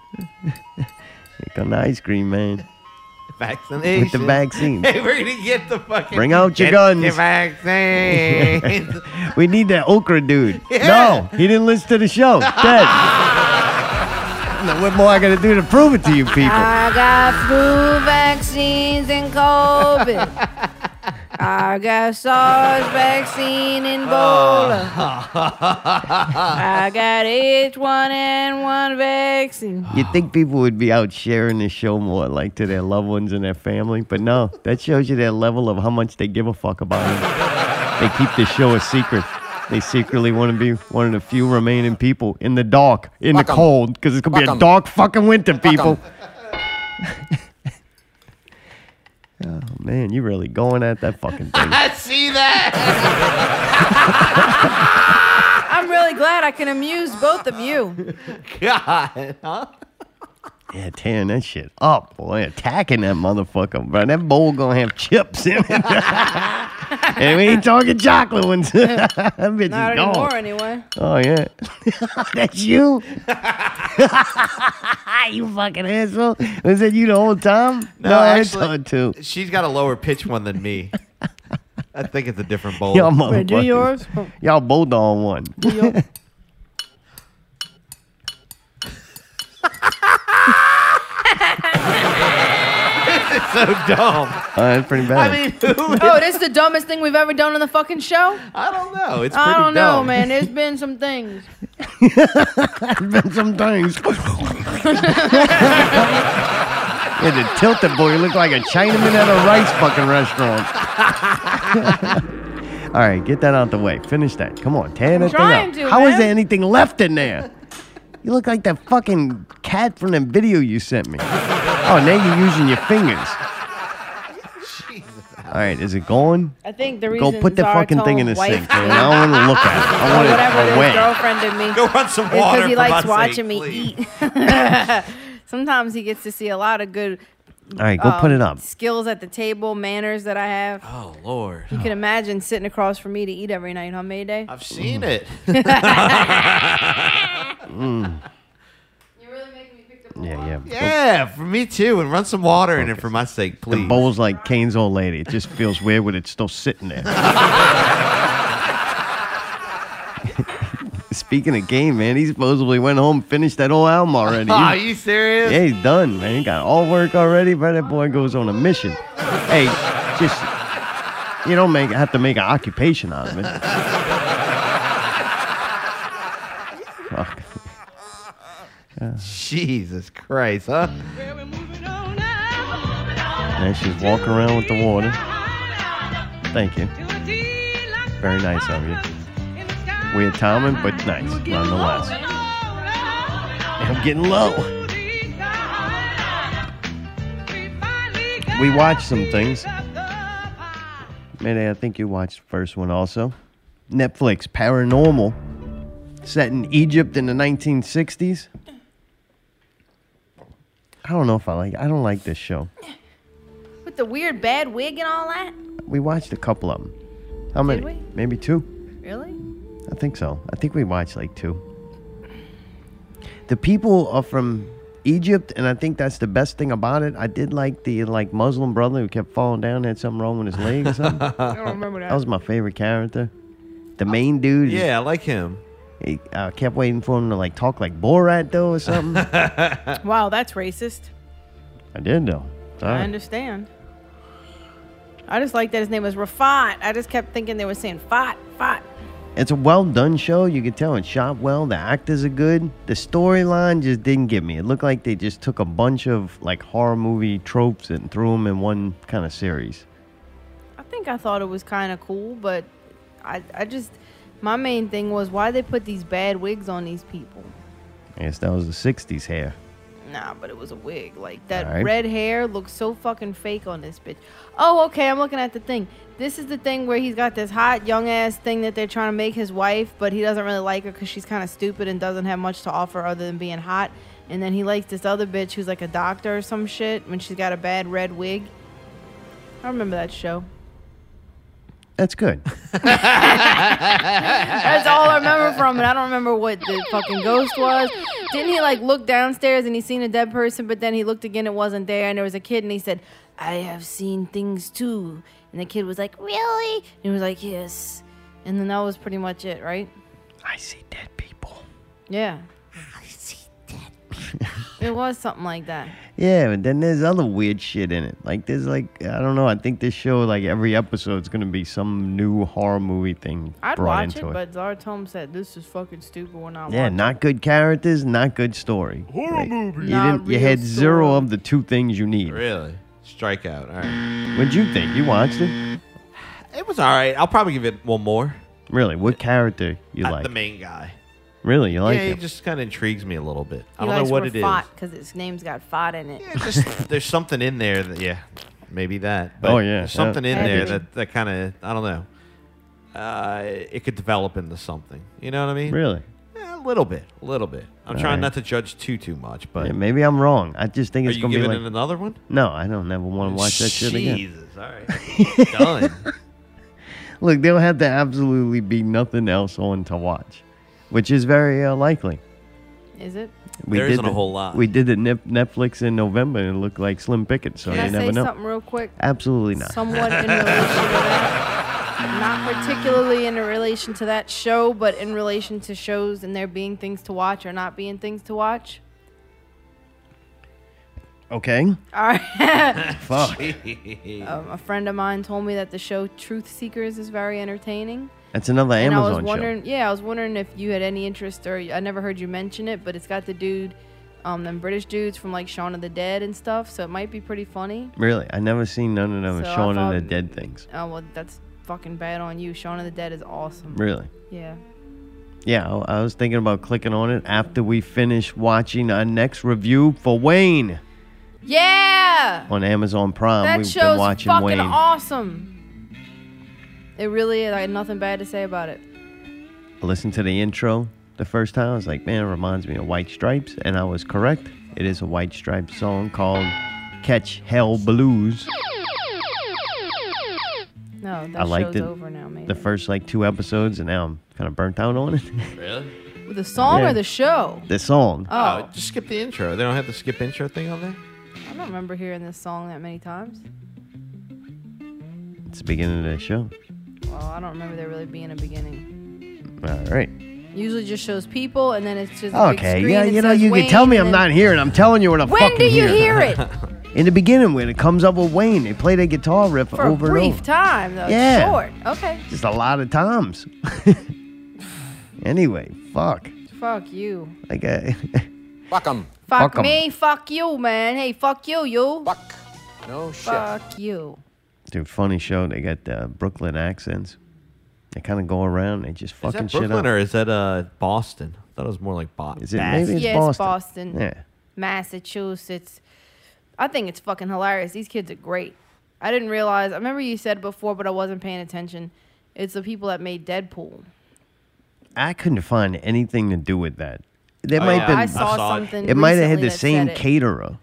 Speaker 1: come the ice cream man
Speaker 3: Vaccination.
Speaker 1: with the vaccine.
Speaker 3: Hey, we're gonna get the fucking.
Speaker 1: Bring out your
Speaker 3: get
Speaker 1: guns.
Speaker 3: The vaccines.
Speaker 1: We need that okra dude. No, he didn't listen to the show. Dead. Now, what more I gotta do to prove it to you people?
Speaker 2: I got flu vaccines and COVID. I got SARS vaccine and Ebola. I got H1N1 vaccine.
Speaker 1: You think people would be out sharing the show more, like to their loved ones and their family, but no. That shows you their level of how much they give a fuck about it. They keep the show a secret. They secretly want to be one of the few remaining people in the dark, in
Speaker 5: Fuck
Speaker 1: the
Speaker 5: 'em.
Speaker 1: cold, because it's gonna be
Speaker 5: Fuck
Speaker 1: a
Speaker 5: 'em.
Speaker 1: dark fucking winter, people.
Speaker 5: 'em.
Speaker 1: oh man, you really going at that fucking thing.
Speaker 3: I see that.
Speaker 2: I'm really glad I can amuse both of you.
Speaker 3: God.
Speaker 1: Yeah, tearing that shit up, boy. Attacking that motherfucker, bro. That bowl gonna have chips in it. and we ain't talking chocolate ones. that bitch
Speaker 2: Not
Speaker 1: is gone.
Speaker 2: anymore, anyway.
Speaker 1: Oh yeah, that's you. you fucking asshole. Was that you the whole time?
Speaker 3: No,
Speaker 1: that's
Speaker 3: actually-
Speaker 1: on too.
Speaker 3: She's got a lower pitch one than me. I think it's a different bowl.
Speaker 1: Y'all
Speaker 2: Wait, do
Speaker 1: motherfuckers.
Speaker 2: yours?
Speaker 1: Y'all both on one. Uh,
Speaker 3: It's so dumb.
Speaker 1: Oh, that's pretty bad.
Speaker 3: I mean, who?
Speaker 2: Oh, this is the dumbest thing we've ever done on the fucking show?
Speaker 3: I don't know. It's pretty
Speaker 2: I don't know,
Speaker 3: dumb.
Speaker 2: man. There's been some things.
Speaker 1: been some things. yeah, the tilted boy looked like a Chinaman at a rice fucking restaurant. All right, get that out the way. Finish that. Come on, tear that
Speaker 2: trying
Speaker 1: thing
Speaker 2: to,
Speaker 1: up. How is
Speaker 2: man.
Speaker 1: there anything left in there? You look like that fucking cat from that video you sent me. Oh, now you're using your fingers. All right, is it going?
Speaker 2: I think the
Speaker 1: Go
Speaker 2: reason
Speaker 1: put that fucking thing in the
Speaker 2: Zaratone's
Speaker 1: sink.
Speaker 2: wife-
Speaker 1: man. I don't want to look at it. I want
Speaker 2: whatever
Speaker 1: it
Speaker 2: this
Speaker 1: away.
Speaker 2: girlfriend and me.
Speaker 3: Go run some water,
Speaker 2: Because he
Speaker 3: for
Speaker 2: likes
Speaker 3: God's sake,
Speaker 2: watching me eat.
Speaker 3: please.
Speaker 2: Sometimes he gets to see a lot of good
Speaker 1: All right, go put
Speaker 2: um,
Speaker 1: it up.
Speaker 2: skills at the table, manners that I have.
Speaker 3: Oh Lord,
Speaker 2: You can imagine sitting across from me to eat every night on May Day.
Speaker 3: I've seen it.
Speaker 2: You're really making me pick the
Speaker 1: Yeah, yeah.
Speaker 3: yeah, for me too. And run some water in it for my sake,
Speaker 1: The
Speaker 3: please.
Speaker 1: bowl's like Kane's old lady. It just feels weird when it's still sitting there. Speaking of game, man, he supposedly went home, finished that whole album already.
Speaker 3: Aw, are
Speaker 1: He's-
Speaker 3: you serious?
Speaker 1: yeah, he's done, man. He got all work already, but that boy goes on a mission. Hey, just you don't make have to make an occupation out of it. Fuck.
Speaker 3: Jesus Christ, huh?
Speaker 1: And she's walking around with the water. Thank you. Very nice of you. Weird timing, but nice nonetheless. I'm getting low. We watched some things. Mayday, I think you watched the first one also. Netflix, Paranormal, set in Egypt in the 1960s. I don't know if I like. I don't like this show.
Speaker 2: With the weird bad wig and all that?
Speaker 1: We watched a couple of them. How many?
Speaker 2: Did we?
Speaker 1: Maybe two.
Speaker 2: Really?
Speaker 1: I think so. I think we watched like two. The people are from Egypt, and I think that's the best thing about it. I did like the like Muslim brother who kept falling down, had something wrong with his leg or something. that
Speaker 2: I don't remember that.
Speaker 1: was my favorite character. The main dude, is-
Speaker 3: Yeah, I like him.
Speaker 1: he- I kept waiting for him to like talk like Borat though or something.
Speaker 2: wow, that's racist.
Speaker 1: I did though.
Speaker 2: I
Speaker 1: Sorry.
Speaker 2: understand. I just like that his name was Rafat. I just kept thinking they were saying Fat, Fat.
Speaker 1: It's a well done show. You could tell it's shot well. The actors are good. The storyline just didn't get me. It looked like they just took a bunch of like horror movie tropes and threw them in one kind of series.
Speaker 2: I think I thought it was kind of cool, but I, I just, my main thing was why they put these bad wigs on these people.
Speaker 1: I guess that was the 60s hair.
Speaker 2: Nah, but it was a wig. Like that
Speaker 1: Alright.
Speaker 2: red hair looks so fucking fake on this bitch. Oh, okay, I'm looking at the thing. This is the thing where he's got this hot young ass thing that they're trying to make his wife, but he doesn't really like her because she's kind of stupid and doesn't have much to offer other than being hot. And then he likes this other bitch who's like a doctor or some shit when she's got a bad red wig. I remember that show.
Speaker 1: That's good.
Speaker 2: That's all I remember from it. I don't remember what the fucking ghost was. Didn't he like look downstairs and he seen a dead person, but then he looked again, it wasn't there, and there was a kid, and he said, "I have seen things too." And the kid was like, "Really?" And he was like, "Yes." And then that was pretty much it, right?
Speaker 1: I see dead people.
Speaker 2: Yeah. It was something like that.
Speaker 1: Yeah, but then there's other weird shit in it. Like there's like I don't know. I think this show like every episode's gonna be some new horror movie thing
Speaker 2: I'd
Speaker 1: brought
Speaker 2: watch it,
Speaker 1: into it.
Speaker 2: but Zartome said this is fucking stupid. We're not.
Speaker 1: yeah, not good characters, not good story. Horror movie. You
Speaker 2: Not
Speaker 1: didn't. You
Speaker 2: real
Speaker 1: had zero
Speaker 2: story.
Speaker 1: of the two things you need.
Speaker 3: Really? Strikeout. All right.
Speaker 1: What'd you think? You watched it?
Speaker 3: It was all right. I'll probably give it one more.
Speaker 1: Really? What character you
Speaker 3: Not
Speaker 1: like?
Speaker 3: the main guy.
Speaker 1: Really? You like
Speaker 3: yeah,
Speaker 1: him?
Speaker 3: he just kind of intrigues me a little bit. I don't know what it is.
Speaker 2: because its name's got "fat" in it.
Speaker 3: Yeah, just there's something in there that yeah, maybe that. But
Speaker 1: Oh, yeah,
Speaker 3: there's something in
Speaker 2: yeah.
Speaker 3: there
Speaker 2: Editing.
Speaker 3: that that kind of I don't know. Uh, it could develop into something. You know what I mean?
Speaker 1: Really?
Speaker 3: Eh, a little bit, a little bit. I'm trying
Speaker 1: right.
Speaker 3: not to judge too too much, but
Speaker 1: Yeah, maybe I'm wrong. I just think
Speaker 3: are
Speaker 1: it's
Speaker 3: you
Speaker 1: gonna be
Speaker 3: giving
Speaker 1: like.
Speaker 3: it Oh, another one?
Speaker 1: no, I don't ever want to watch that shit again.
Speaker 3: Jesus, all right, done. Oh,
Speaker 1: Look, there'll have to absolutely be nothing else on to watch, which is very uh, likely.
Speaker 2: Is it?
Speaker 1: We
Speaker 3: There
Speaker 1: did
Speaker 3: isn't a
Speaker 1: the-
Speaker 3: whole lot.
Speaker 1: We did the Nep- Netflix in November and it looked like Slim Pickett, so
Speaker 2: Can I
Speaker 1: Oh, you
Speaker 2: say
Speaker 1: never know.
Speaker 2: something real quick?
Speaker 1: Absolutely not.
Speaker 2: somewhat in relation to that. Not particularly in relation to that show, but in relation to shows and there being things to watch or not being things to watch.
Speaker 1: okay.
Speaker 2: All right.
Speaker 1: Fuck.
Speaker 2: um, a friend of mine told me that the show Truth Seekers is very entertaining.
Speaker 1: That's another
Speaker 2: and I was
Speaker 1: Amazon
Speaker 2: wondering, yeah, I was wondering if you had any interest or I never heard you mention it, but it's got the dude, um, them British dudes from like Shaun of the Dead and stuff, so it might be pretty funny.
Speaker 1: show. Really, I never seen none of them
Speaker 2: So I
Speaker 1: showing
Speaker 2: thought-
Speaker 1: the dead things.
Speaker 2: Oh well, that's fucking bad on you. Shaun of the Dead is awesome.
Speaker 1: Really.
Speaker 2: Yeah.
Speaker 1: Yeah, I I was thinking about clicking on it after we finish watching our next review for Wayne.
Speaker 2: Yeah.
Speaker 1: on Amazon Prime.
Speaker 2: that
Speaker 1: Um, We've been
Speaker 2: show's
Speaker 1: watching
Speaker 2: fucking
Speaker 1: Wayne.
Speaker 2: awesome. It really is. I had nothing bad to say about it.
Speaker 1: I listened to the intro the first time. I was like, man, it reminds me of White Stripes. And I was correct. It is a White Stripes song called Catch Hell Blues.
Speaker 2: No, that
Speaker 1: I liked
Speaker 2: show's
Speaker 1: it.
Speaker 2: over now, man.
Speaker 1: The first like two episodes, and now I'm kind of burnt out on it.
Speaker 3: Really?
Speaker 2: the song
Speaker 1: Yeah.
Speaker 2: or the show?
Speaker 1: the song.
Speaker 2: Oh,
Speaker 3: just skip the intro. They don't have the skip intro thing on there.
Speaker 2: I don't remember hearing this song that many times.
Speaker 1: It's the beginning of the show.
Speaker 2: Well, I don't remember there really being a beginning.
Speaker 1: All right.
Speaker 2: Usually just shows people, and then it's just a big
Speaker 1: Okay.
Speaker 2: screen
Speaker 1: Yeah,
Speaker 2: that
Speaker 1: you know,
Speaker 2: says
Speaker 1: you
Speaker 2: Wayne,
Speaker 1: can tell me
Speaker 2: and
Speaker 1: I'm
Speaker 2: then-
Speaker 1: not here, and I'm telling you when I'm
Speaker 2: When
Speaker 1: fucking
Speaker 2: do you
Speaker 1: here.
Speaker 2: hear it?
Speaker 1: In the beginning, when it comes up with Wayne, they play that guitar riff
Speaker 2: For
Speaker 1: over
Speaker 2: a
Speaker 1: and
Speaker 2: brief
Speaker 1: over.
Speaker 2: time, though. It's
Speaker 1: Yeah.
Speaker 2: Short. Okay.
Speaker 1: Just a lot of times. anyway, fuck.
Speaker 2: Fuck you.
Speaker 1: Like, I,
Speaker 5: Fuck 'em.
Speaker 2: Fuck,
Speaker 1: Fuck 'em.
Speaker 2: me. Fuck you, man. Hey, fuck you, you.
Speaker 5: Fuck. No shit.
Speaker 2: Fuck you.
Speaker 1: dude, funny show. They got uh, Brooklyn accents. They kind of go around. They just
Speaker 3: Is
Speaker 1: fucking
Speaker 3: that Brooklyn
Speaker 1: shit up.
Speaker 3: or is that uh Boston? I thought it was more like Boston.
Speaker 1: Is it maybe it's
Speaker 2: yeah, it's
Speaker 1: Boston?
Speaker 2: Boston.
Speaker 1: Yeah.
Speaker 2: Massachusetts. I think it's fucking hilarious. These kids are great. I didn't realize. I remember you said before, but I wasn't paying attention. It's the people that made Deadpool.
Speaker 1: I couldn't find anything to do with that. That might
Speaker 3: Oh, yeah.
Speaker 2: I
Speaker 1: have been.
Speaker 2: saw,
Speaker 3: saw it.
Speaker 2: something.
Speaker 1: It might have had
Speaker 2: recently
Speaker 1: the
Speaker 2: that
Speaker 1: same
Speaker 2: said it.
Speaker 1: caterer.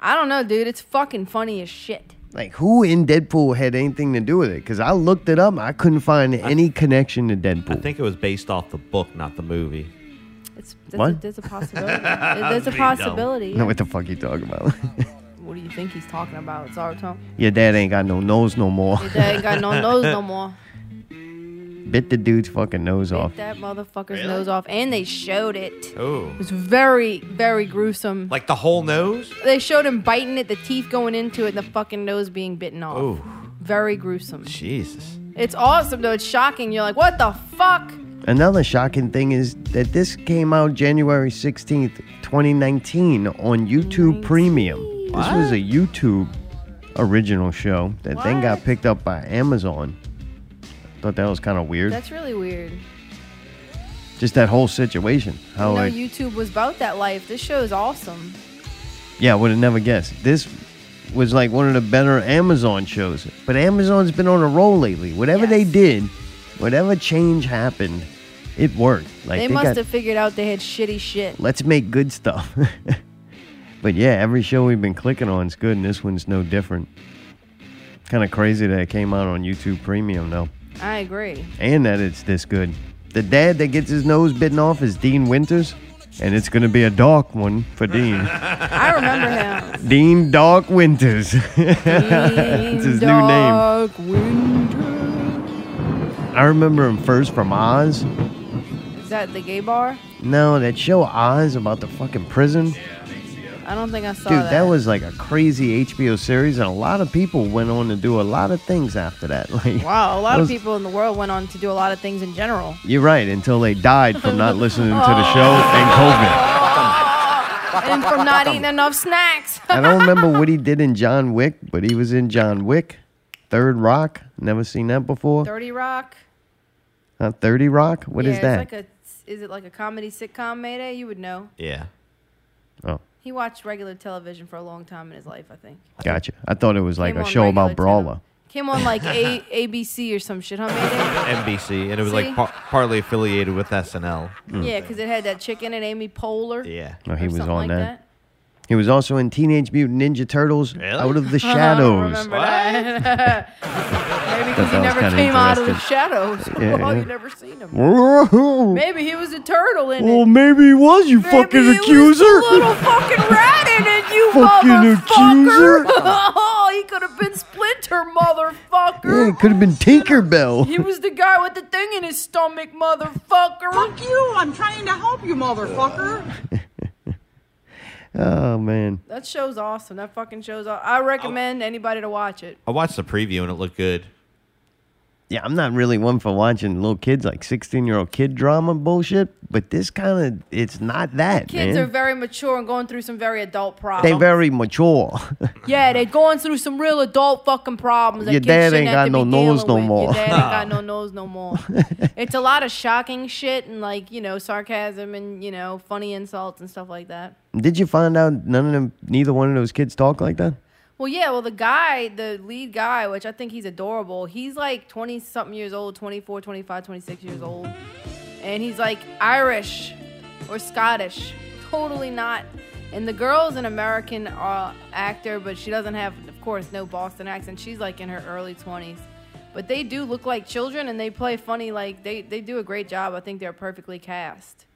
Speaker 2: I don't know, dude. It's fucking funny as shit.
Speaker 1: Like, who in Deadpool had anything to do with it? Because I looked it up. I couldn't find any connection to Deadpool.
Speaker 3: I think it was based off the book, not the movie.
Speaker 2: It's that's A,
Speaker 1: What?
Speaker 2: there's a possibility. there's a possibility.
Speaker 1: I know what the fuck you talking about.
Speaker 2: What do you think he's talking about? It's our tongue.
Speaker 1: Your dad ain't got no nose no more.
Speaker 2: Your dad ain't got no nose no more.
Speaker 1: Bit the dude's fucking nose off.
Speaker 2: Take that motherfucker's nose off, and they showed it. It
Speaker 3: Oh,
Speaker 2: was very, very gruesome.
Speaker 3: like the whole nose?
Speaker 2: They showed him biting it, the teeth going into it, and the fucking nose being bitten off.
Speaker 3: Oh,
Speaker 2: Very gruesome.
Speaker 3: Jesus.
Speaker 2: It's awesome though. It's shocking. You're like, what the fuck?
Speaker 1: Another shocking thing is that this came out January 16th, 2019 on YouTube Premium. This was a YouTube original show that then got
Speaker 2: What?
Speaker 1: picked up by Amazon. Thought that was kind of weird.
Speaker 2: That's really weird.
Speaker 1: Just that whole situation. How
Speaker 2: I know
Speaker 1: it,
Speaker 2: YouTube was about that life. This show is awesome.
Speaker 1: Yeah, I would have never guessed. This was like one of the better Amazon shows. But Amazon's been on a roll lately. Whatever they
Speaker 2: Yes.
Speaker 1: did, whatever change happened, it worked. Like
Speaker 2: they
Speaker 1: they,
Speaker 2: must
Speaker 1: got,
Speaker 2: have figured out they had shitty shit.
Speaker 1: let's make good stuff. but yeah, every show we've been clicking on is good, and this one's no different. Kind of crazy that it came out on YouTube Premium though,
Speaker 2: I agree.
Speaker 1: and that it's this good. The dad that gets his nose bitten off is Dean Winters, and it's gonna be a dark one for Dean.
Speaker 2: I remember him.
Speaker 1: Dean Dark Winters. It's his new name.
Speaker 2: Dark Winter.
Speaker 1: I remember him first from Oz.
Speaker 2: Is that the gay bar?
Speaker 1: No, that show Oz about the fucking prison.
Speaker 2: I don't think I saw
Speaker 1: Dude,
Speaker 2: that.
Speaker 1: that was like a crazy HBO series, and a lot of people went on to do a lot of things after that. Like,
Speaker 2: wow. A lot
Speaker 1: that
Speaker 2: of
Speaker 1: was-
Speaker 2: people in the world went on to do a lot of things in general.
Speaker 1: You're right, until they died from not listening to the show and
Speaker 2: Oh.
Speaker 1: COVID.
Speaker 2: and from not eating enough snacks.
Speaker 1: I don't remember what he did in John Wick, but he was in John Wick, Third Rock. Never seen that before.
Speaker 2: Dirty Rock.
Speaker 1: Not 30 Rock? What
Speaker 2: yeah,
Speaker 1: is that?
Speaker 2: It's like a, is it like a comedy sitcom, Mayday? You would know.
Speaker 3: Yeah.
Speaker 1: oh,
Speaker 2: He watched regular television for a long time in his life, I think.
Speaker 1: gotcha. I thought it was like
Speaker 2: Came
Speaker 1: a
Speaker 2: on
Speaker 1: show about
Speaker 2: regular
Speaker 1: Brawler.
Speaker 2: channel. Came on like a- ABC or some shit, huh, Mayday?
Speaker 3: NBC, and it was
Speaker 2: See?
Speaker 3: like par- partly affiliated with SNL.
Speaker 2: Yeah, because it had that chicken and Amy Poehler.
Speaker 3: Yeah.
Speaker 1: No, Mm. he
Speaker 2: or
Speaker 1: was
Speaker 2: something
Speaker 1: on
Speaker 2: like
Speaker 1: that. He was also in Teenage Mutant Ninja Turtles Out of the Shadows.
Speaker 2: Remember that? Maybe
Speaker 1: that
Speaker 2: because he
Speaker 1: was
Speaker 2: never
Speaker 1: kinda
Speaker 2: came out of the
Speaker 1: interesting.
Speaker 2: shadows.
Speaker 1: Yeah,
Speaker 2: oh,
Speaker 1: yeah.
Speaker 2: you never seen him.
Speaker 1: Whoa.
Speaker 2: Maybe he was a turtle in
Speaker 1: Well,
Speaker 2: it.
Speaker 1: maybe he was, you
Speaker 2: Maybe
Speaker 1: fucking
Speaker 2: he was
Speaker 1: accuser.
Speaker 2: the little fucking rat in it, you
Speaker 1: Fucking
Speaker 2: motherfucker.
Speaker 1: accuser.
Speaker 2: oh, he could have been Splinter,
Speaker 1: yeah,
Speaker 2: motherfucker.
Speaker 1: it could have been Tinkerbell.
Speaker 2: He was the guy with the thing in his stomach, motherfucker.
Speaker 4: you! I'm trying to help you, motherfucker!
Speaker 1: oh, man.
Speaker 2: That show's awesome. That fucking show's awesome. I recommend anybody to watch it.
Speaker 3: I watched the preview and it looked good.
Speaker 1: yeah, I'm not really one for watching little kids like 16 year old kid drama bullshit, but this kind of it's not that.
Speaker 2: Kids
Speaker 1: man.
Speaker 2: are very mature and going through some very adult
Speaker 1: they
Speaker 2: problems.
Speaker 1: very mature.
Speaker 2: yeah, they're going through some real adult fucking problems. that
Speaker 1: Your
Speaker 2: kids
Speaker 1: dad ain't
Speaker 2: shouldn't have
Speaker 1: got
Speaker 2: to be
Speaker 1: no nose
Speaker 2: dealing
Speaker 1: no
Speaker 2: with.
Speaker 1: more.
Speaker 2: Your dad ain't got no nose no more. it's a lot of shocking shit and like you know sarcasm and you know funny insults and stuff like that.
Speaker 1: Did you find out none of them, neither one of those kids talk like that?
Speaker 2: Well, yeah. Well, the guy, the lead guy, which I think he's adorable. He's like 20 something years old, 24, 25, 26 years old. And he's like Irish or Scottish. Totally not. And the girl's an American uh, actor, but she doesn't have, of course, no Boston accent. She's like in her early 20s. But they do look like children and they play funny. Like, they, they do a great job. I think they're perfectly cast.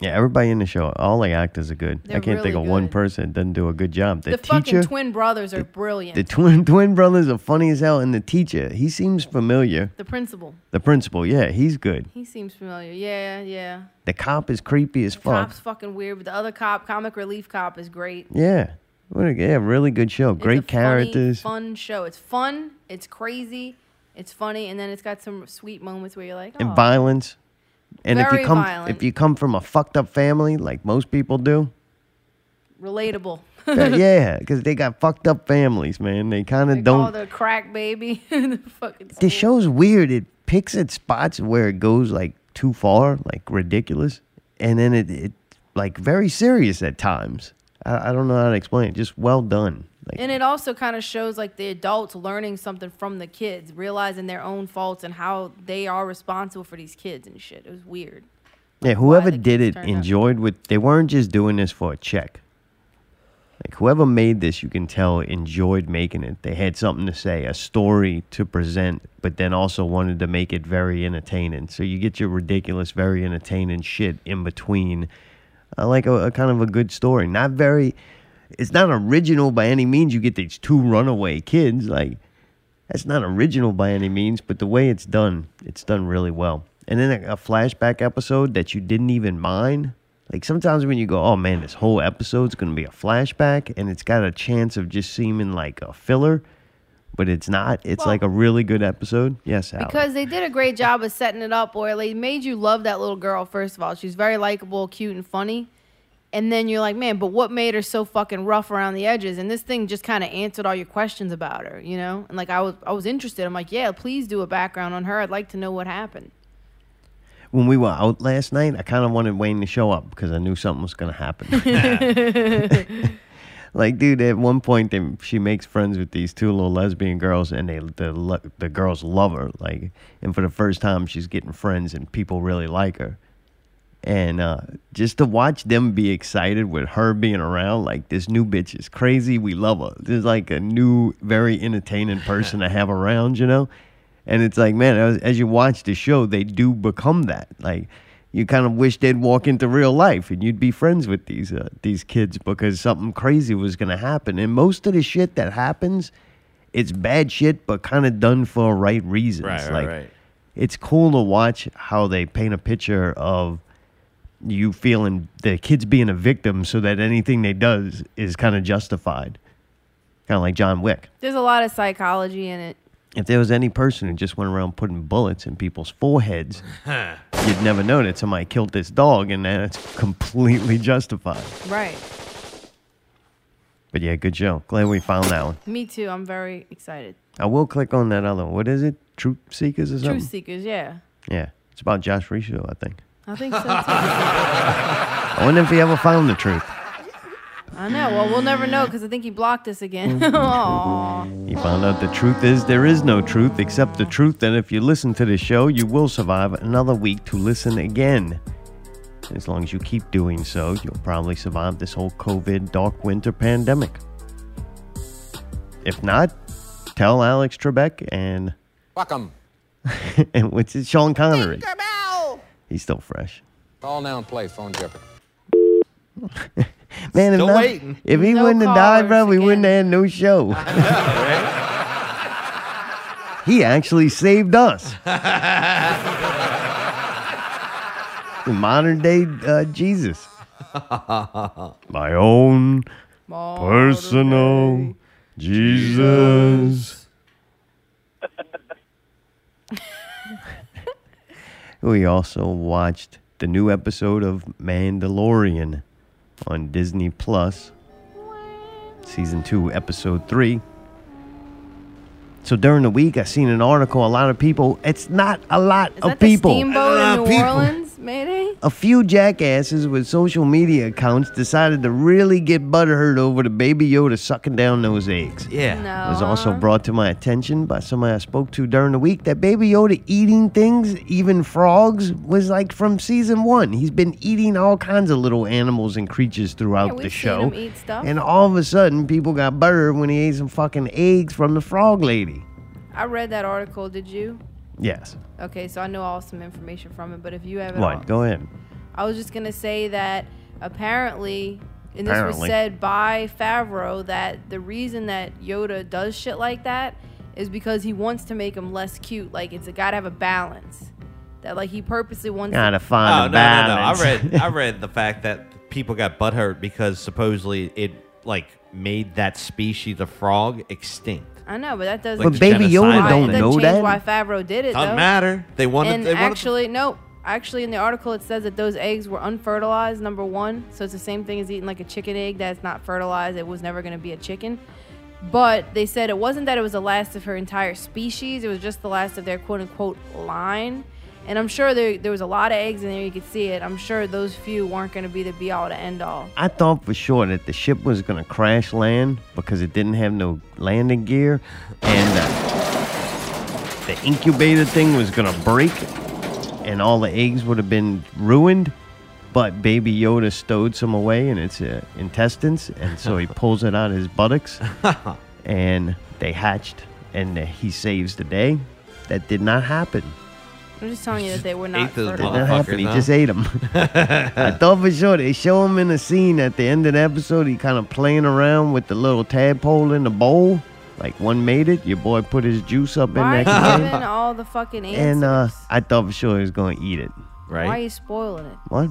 Speaker 1: Yeah, everybody in the show, all the actors are good. I
Speaker 2: They're
Speaker 1: can't think
Speaker 2: really
Speaker 1: of one
Speaker 2: good.
Speaker 1: person that doesn't do a good job. The,
Speaker 2: The,
Speaker 1: teacher,
Speaker 2: fucking twin brothers are brilliant.
Speaker 1: the twin twin brothers are funny as hell, and the teacher, he seems familiar.
Speaker 2: the principal.
Speaker 1: The principal, yeah, he's good.
Speaker 2: He seems familiar. Yeah, yeah.
Speaker 1: The cop is creepy as fuck.
Speaker 2: Cop's fucking weird, but the other cop, comic relief cop, is great.
Speaker 1: Yeah, what a yeah, really good show.
Speaker 2: It's
Speaker 1: Great
Speaker 2: a funny,
Speaker 1: characters.
Speaker 2: fun show. It's fun. It's crazy. It's funny, and then it's got some sweet moments where you're like, oh,
Speaker 1: and
Speaker 2: "Aw."
Speaker 1: violence. And if
Speaker 2: Very
Speaker 1: you come
Speaker 2: violent.
Speaker 1: if you come from a fucked up family like most people do,
Speaker 2: relatable.
Speaker 1: that- yeah, because they got fucked up families, man. They kind
Speaker 2: They
Speaker 1: of
Speaker 2: call
Speaker 1: don't.
Speaker 2: the crack baby. the fucking
Speaker 1: The show's weird. It picks at spots where it goes like too far, like ridiculous, and then it it like very serious at times. I, I don't know how to explain it. Just well done. Like
Speaker 2: And it also kind of shows like the adults learning something from the kids, realizing their own faults and how they are responsible for these kids and shit. It was weird.
Speaker 1: yeah, whoever
Speaker 2: the
Speaker 1: did
Speaker 2: kids
Speaker 1: it
Speaker 2: turned out-
Speaker 1: enjoyed what they weren't just doing this for a check. Like whoever made this, you can tell enjoyed making it. They had something to say, a story to present, but then also wanted to make it very entertaining. So you get your ridiculous, very entertaining shit in between, uh, like a, a kind of a good story. Not very, it's not original by any means. You get these two runaway kids, like that's not original by any means. But the way it's done, it's done really well. And then a, a flashback episode that you didn't even mind. Like sometimes when you go, oh man, this whole episode's gonna be a flashback, and it's got a chance of just seeming like a filler, but it's not. It's
Speaker 2: Well-
Speaker 1: like a really good episode. Yes, Al.
Speaker 2: Because they did a great job of setting it up, or they made you love that little girl. First of all, she's very likable, cute, and funny. And then you're like, man, but what made her so fucking rough around the edges? And this thing just kind of answered all your questions about her, you know. And like, I was, I was interested. I'm like, yeah, please do a background on her. I'd like to know what happened.
Speaker 1: when we were out last night, I kind of wanted Wayne to show up because I knew something was gonna happen. like, dude, at one point, they, she makes friends with these two little lesbian girls, and they the lo- the girls love her. Like, and for the first time, she's getting friends, and people really like her. And uh, just to watch them be excited with her being around, like this new bitch is crazy. We love her. This is like a new, very entertaining person to have around, you know. And it's like, man, as, as you watch the show, they do become that. Like, you kind of wish they'd walk into real life and you'd be friends with these uh, these kids because something crazy was gonna happen. And most of the shit that happens, it's bad shit, but kind of done for right reasons.
Speaker 3: Right, right,
Speaker 1: like,
Speaker 3: right.
Speaker 1: it's cool to watch how they paint a picture of you feeling the kids being a victim so that anything they does is kind of justified kind of like john wick
Speaker 2: There's a lot of psychology in it.
Speaker 1: if there was any person who just went around putting bullets in people's foreheads you'd never know that somebody killed this dog and that's completely justified
Speaker 2: Right.
Speaker 1: but yeah good show glad we found that one
Speaker 2: Me too. I'm very excited.
Speaker 1: i will click on that other one what is it truth seekers or something
Speaker 2: Truth seekers. Yeah,
Speaker 1: yeah it's about josh Risho, i think
Speaker 2: I think so too.
Speaker 1: i wonder if he ever found the truth
Speaker 2: I know. Well, we'll never know because I think he blocked us again. Aw.
Speaker 1: He found out the truth is there is no truth except the truth that if you listen to the show, you will survive another week to listen again. As long as you keep doing so, you'll probably survive this whole COVID dark winter pandemic. If not, tell Alex Trebek and
Speaker 5: Fuck 'em.
Speaker 1: and what's it, Sean Connery. He's still fresh.
Speaker 5: Call now and play phone jeopardy.
Speaker 1: Man, if,
Speaker 3: Still
Speaker 1: not-
Speaker 3: waiting.
Speaker 1: if he
Speaker 2: No
Speaker 1: wouldn't have died, bro,
Speaker 2: callers
Speaker 1: we wouldn't have
Speaker 2: again.
Speaker 1: had no show. he actually saved us. the modern day uh, Jesus. My own personal Jesus. We also watched the new episode of Mandalorian on Disney Plus, season two, episode three. So during the week, I seen an article. A lot of people. It's not a lot
Speaker 2: Is
Speaker 1: of
Speaker 2: that
Speaker 1: Oh, people.
Speaker 2: the
Speaker 1: A
Speaker 2: steamboat
Speaker 1: lot
Speaker 3: Ah,
Speaker 2: in
Speaker 1: of
Speaker 2: New
Speaker 1: people.
Speaker 2: Orleans? Mayday?
Speaker 1: A few jackasses with social media accounts decided to really get butthurt over the Baby Yoda sucking down those eggs.
Speaker 3: Yeah.
Speaker 1: It was also brought to my attention by somebody I spoke to during the week that Baby Yoda eating things, even frogs, was like from season one. He's been eating all kinds of little animals and creatures throughout
Speaker 2: we've
Speaker 1: the
Speaker 2: seen
Speaker 1: show.
Speaker 2: him eat stuff.
Speaker 1: And all of a sudden, people got buttered when he ate some fucking eggs from the frog lady.
Speaker 2: I read that article. Did you?
Speaker 1: Yes.
Speaker 2: Okay, so I know all some information from it, but if you have it all-
Speaker 1: What? Go ahead.
Speaker 2: I was just gonna say that apparently, and this was
Speaker 1: Apparently.
Speaker 2: said by Favreau, that the reason that Yoda does shit like that is because he wants to make him less cute. Like it's gotta have a balance. That like he purposely wants.
Speaker 1: Gotta
Speaker 2: to,
Speaker 1: find
Speaker 3: Oh
Speaker 1: a
Speaker 3: no, no, no! I
Speaker 1: balance.
Speaker 3: read, I read the fact that people got butthurt because supposedly it like made that species of frog extinct.
Speaker 2: I know, but that doesn't.
Speaker 3: Like
Speaker 1: but
Speaker 3: the
Speaker 1: Baby
Speaker 3: genocide
Speaker 1: Yoda
Speaker 2: why-
Speaker 1: don't
Speaker 2: it doesn't
Speaker 1: know
Speaker 2: change
Speaker 1: that.
Speaker 2: Why Favreau did it?
Speaker 3: Doesn't
Speaker 2: though.
Speaker 3: matter. They wanted.
Speaker 2: And
Speaker 3: they wanted
Speaker 2: actually, no. Actually, in the article, it says that those eggs were unfertilized. Number one, so it's the same thing as eating like a chicken egg that's not fertilized. It was never going to be a chicken. But they said it wasn't that it was the last of her entire species. It was just the last of their quote unquote line. And I'm sure there there was a lot of eggs in there. You could see it. I'm sure those few weren't going to be the be all to end all.
Speaker 1: I thought for sure that the ship was gonna crash land because it didn't have no landing gear, and uh, the incubator thing was gonna break, and all the eggs would have been ruined. But Baby Yoda stowed some away in its uh, intestines, and so he pulls it out of his buttocks, and they hatched, and uh, he saves the day. That did not happen.
Speaker 2: I'm just telling you that they were not
Speaker 3: Ate those
Speaker 1: Did not
Speaker 2: fertilized.
Speaker 3: Motherfuckers,
Speaker 1: happen. He
Speaker 3: huh?
Speaker 1: just ate them. I thought for sure they show him in a scene at the end of the episode. He kind of playing around with the little tadpole in the bowl. Like one made it. Your boy put his juice up in
Speaker 2: Why are
Speaker 1: there.
Speaker 2: you giving all the fucking answers?
Speaker 1: And uh, I thought for sure he was going to eat it.
Speaker 3: right.
Speaker 2: Why are you spoiling it?
Speaker 1: What?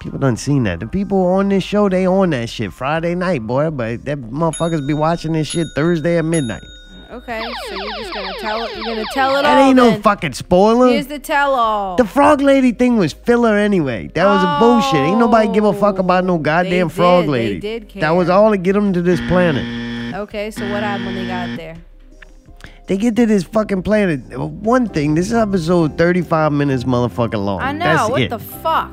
Speaker 1: People done seen that. The people on this show, they on that shit Friday night, boy. But that motherfuckers be watching this shit Thursday at midnight.
Speaker 2: Okay, so you're just gonna tell it. You're gonna tell it
Speaker 1: That
Speaker 2: all.
Speaker 1: ain't no
Speaker 2: then.
Speaker 1: fucking spoiler.
Speaker 2: Oh, Here's the tell all.
Speaker 1: The frog lady thing was filler anyway. That was a bullshit. Ain't nobody give a fuck about no goddamn
Speaker 2: Oh, They
Speaker 1: frog
Speaker 2: did- they
Speaker 1: lady.
Speaker 2: did care.
Speaker 1: That was all to get them to this planet.
Speaker 2: okay, so what happened when they got there?
Speaker 1: They get to this fucking planet. One thing, this episode 35 minutes motherfucking long.
Speaker 2: I know.
Speaker 1: That's
Speaker 2: what
Speaker 1: it.
Speaker 2: the fuck?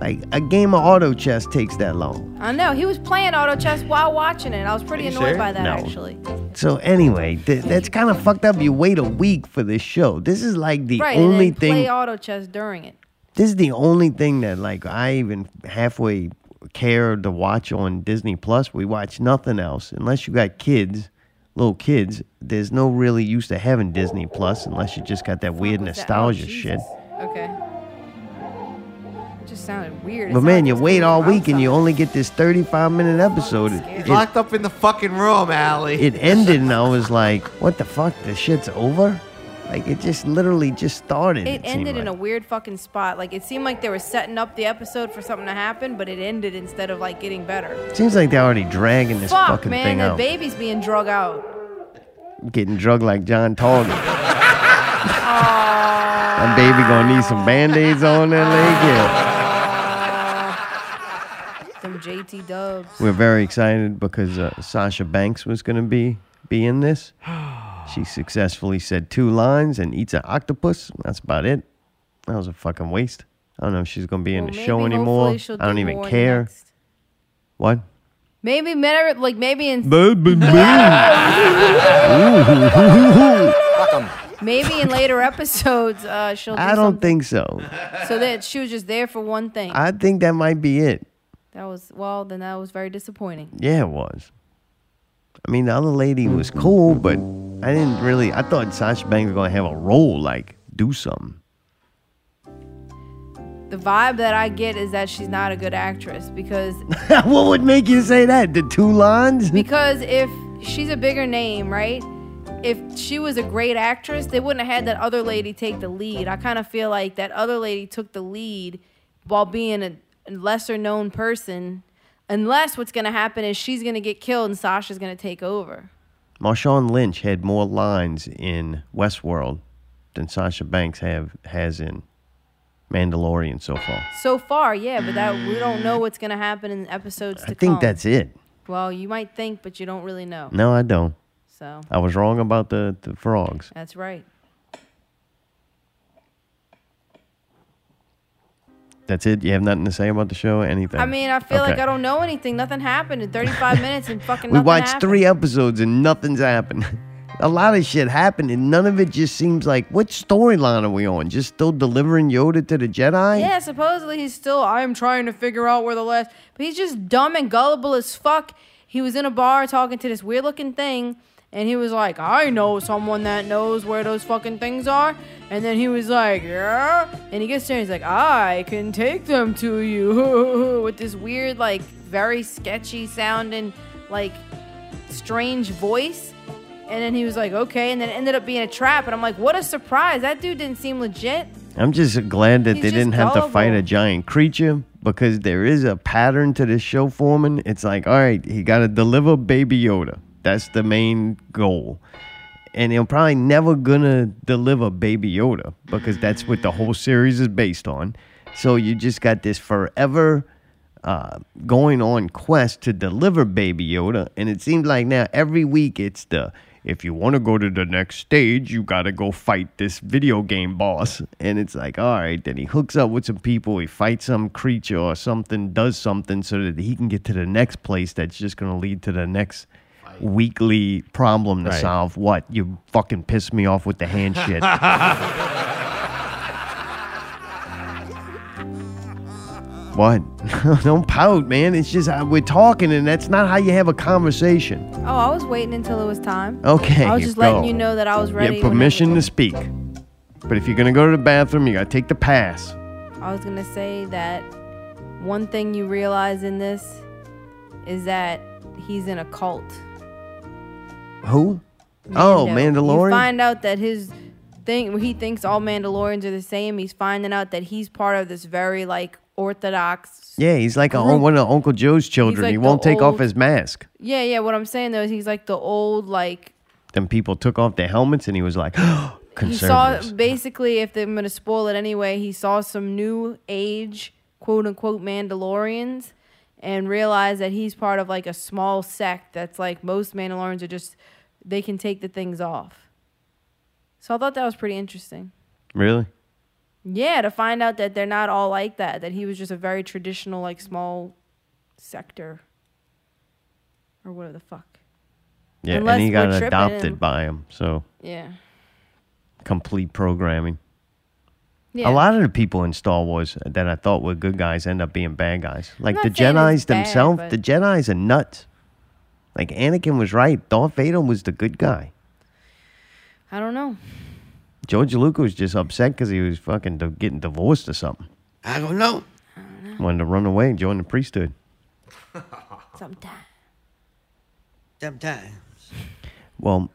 Speaker 1: like, a game of auto chess takes that long.
Speaker 2: I know. He was playing auto chess while watching it. I was pretty
Speaker 3: Are you
Speaker 2: annoyed
Speaker 3: sure?
Speaker 2: by that
Speaker 1: No.
Speaker 2: actually.
Speaker 1: So, anyway, th- that's kind of fucked up. You wait a week for this show. This is like the
Speaker 2: Right.
Speaker 1: only
Speaker 2: and then
Speaker 1: thing.
Speaker 2: play auto chess during it.
Speaker 1: this is the only thing that like I even halfway care to watch on Disney Plus. We watch nothing else unless you got kids, little kids. There's no really use to having Disney Plus unless you just got that weird
Speaker 2: What's that?
Speaker 1: nostalgia
Speaker 2: Oh,
Speaker 1: shit.
Speaker 2: Jesus. Okay. It just sounded weird. It
Speaker 1: But
Speaker 2: sounded
Speaker 1: man,
Speaker 2: like
Speaker 1: you
Speaker 2: it's
Speaker 1: wait
Speaker 2: coming
Speaker 1: all
Speaker 2: from
Speaker 1: week and you
Speaker 2: something.
Speaker 1: only get this 35 minute episode.
Speaker 2: scared.
Speaker 1: It, it,
Speaker 3: Locked up in the fucking room, Allie.
Speaker 1: it ended and I was like, what the fuck? This shit's over. Like it just literally just started.
Speaker 2: It
Speaker 1: seemed
Speaker 2: ended in a
Speaker 1: like.
Speaker 2: weird fucking spot. Like it seemed like they were setting up the episode for something to happen, but it ended instead of like getting better.
Speaker 1: Seems like they're already dragging this
Speaker 2: Fuck,
Speaker 1: fucking
Speaker 2: man,
Speaker 1: thing
Speaker 2: the
Speaker 1: out.
Speaker 2: baby's being drug out.
Speaker 1: getting drugged like John Target. That baby gonna need some band-aids on that leg. Yeah.
Speaker 2: Some JT Dubs.
Speaker 1: We're very excited because uh, Sasha Banks was gonna be be in this. She successfully said two lines and eats an octopus. That's about it. That was a fucking waste. I don't know if she's gonna be in
Speaker 2: Well,
Speaker 1: the
Speaker 2: maybe
Speaker 1: show
Speaker 2: hopefully
Speaker 1: anymore.
Speaker 2: she'll
Speaker 1: I don't
Speaker 2: do
Speaker 1: even
Speaker 2: more
Speaker 1: care.
Speaker 2: next.
Speaker 1: What?
Speaker 2: Maybe matter like maybe in
Speaker 5: Fuck 'em.
Speaker 2: maybe in later episodes uh, she'll. Do
Speaker 1: I don't think so.
Speaker 2: think so. That she was just there for one thing.
Speaker 1: I think that might be it.
Speaker 2: that was well. Then that was very disappointing.
Speaker 1: Yeah, it was. I mean, the other lady was cool, but I didn't really. I thought Sasha Banks was gonna have a role, like do something.
Speaker 2: The vibe that I get is that she's not a good actress because
Speaker 1: what would make you say that? The two lines?
Speaker 2: because if she's a bigger name, right? If she was a great actress, they wouldn't have had that other lady take the lead. I kind of feel like that other lady took the lead while being a lesser known person. Unless what's going to happen is she's going to get killed and Sasha's going to take over.
Speaker 1: Marshawn Lynch had more lines in Westworld than Sasha Banks have has in Mandalorian so far.
Speaker 2: So far, yeah, but that we don't know what's gonna happen in episodes to
Speaker 1: I think
Speaker 2: come.
Speaker 1: that's it. Mm.
Speaker 2: Well, you might think, but you don't really know.
Speaker 1: No, I don't.
Speaker 2: So
Speaker 1: I was wrong about the, the frogs.
Speaker 2: that's right.
Speaker 1: That's it. You have nothing to say about the show? Anything?
Speaker 2: I mean, I feel like
Speaker 1: Okay.
Speaker 2: I don't know anything. Nothing happened in 35 minutes, and fucking
Speaker 1: We
Speaker 2: nothing
Speaker 1: watched
Speaker 2: happened.
Speaker 1: three episodes and nothing's happened. A lot of shit happened and none of it just seems like what storyline are we on? Just still delivering Yoda to the Jedi?
Speaker 2: Yeah, supposedly he's still. I'm trying to figure out where the last. But he's just dumb and gullible as fuck. He was in a bar talking to this weird looking thing, and he was like, I know someone that knows where those fucking things are. And then he was like, Yeah. And he gets there and he's like, I can take them to you. With this weird, like, very sketchy sounding, like, strange voice. And then he was like, okay. And then it ended up being a trap. And I'm like, what a surprise. That dude didn't seem legit.
Speaker 1: I'm just glad that
Speaker 2: He's
Speaker 1: they
Speaker 2: just
Speaker 1: didn't have to fight a
Speaker 2: gullible.
Speaker 1: giant creature because there is a pattern to this show forming. It's like, all right, he got to deliver Baby Yoda. That's the main goal. And he'll probably never gonna deliver Baby Yoda because that's what the whole series is based on. So you just got this forever uh, going on quest to deliver Baby Yoda, and it seems like now every week it's the if you want to go to the next stage, you got to go fight this video game boss. And it's like, all right, then he hooks up with some people, he fights some creature or something, does something so that he can get to the next place that's just going to lead to the next weekly problem to
Speaker 3: Right.
Speaker 1: solve. What? You fucking pissed me off with the hand shit. What? Don't pout, man. It's just uh, we're talking, and that's not how you have a conversation.
Speaker 2: Oh, I was waiting until it was time.
Speaker 1: Okay.
Speaker 2: I was just
Speaker 1: go.
Speaker 2: letting you know that I was ready.
Speaker 1: You have
Speaker 2: whenever-
Speaker 1: permission to speak, but if you're gonna go to the bathroom, you gotta take the pass.
Speaker 2: I was gonna say that one thing you realize in this is that he's in a cult.
Speaker 1: Who? Oh,
Speaker 2: Mando. You
Speaker 1: Mandalorian.
Speaker 2: find out that his thing, he thinks all Mandalorians are the same. He's finding out that he's part of this very like orthodox.
Speaker 1: yeah, he's like a,
Speaker 2: Group.
Speaker 1: one of Uncle Joe's children.
Speaker 2: like
Speaker 1: he
Speaker 2: the
Speaker 1: won't take off
Speaker 2: old-
Speaker 1: his mask.
Speaker 2: Yeah, yeah. What I'm saying though is he's like the old like
Speaker 1: Then people took off their helmets, and he was like,
Speaker 2: he saw
Speaker 1: conservatives.
Speaker 2: basically if they- I'm gonna spoil it anyway. He saw some new age quote unquote Mandalorians and realized that he's part of like a small sect that's like most Mandalorians are just they can take the things off. So I thought that was pretty interesting.
Speaker 1: really?
Speaker 2: Yeah, to find out that they're not all like that. That he was just a very traditional like small sector or whatever the fuck.
Speaker 1: Yeah,
Speaker 2: Unless
Speaker 1: and he
Speaker 2: we're
Speaker 1: got
Speaker 2: tripping
Speaker 1: adopted
Speaker 2: and-
Speaker 1: by him. So
Speaker 2: Yeah.
Speaker 1: complete programming.
Speaker 2: Yeah.
Speaker 1: A lot of the people in Star Wars that I thought were good guys end up being bad guys. Like
Speaker 2: not
Speaker 1: the
Speaker 2: saying it's
Speaker 1: Jedi's
Speaker 2: bad,
Speaker 1: themselves,
Speaker 2: but-
Speaker 1: the Jedi's are nuts. Like Anakin was right. Darth Vader was the good guy.
Speaker 2: I don't know.
Speaker 1: George Lucas was just upset because he was fucking di- getting divorced or something.
Speaker 5: I don't know.
Speaker 1: Wanted to run away and join the priesthood.
Speaker 2: Sometimes.
Speaker 5: Sometimes.
Speaker 1: Well,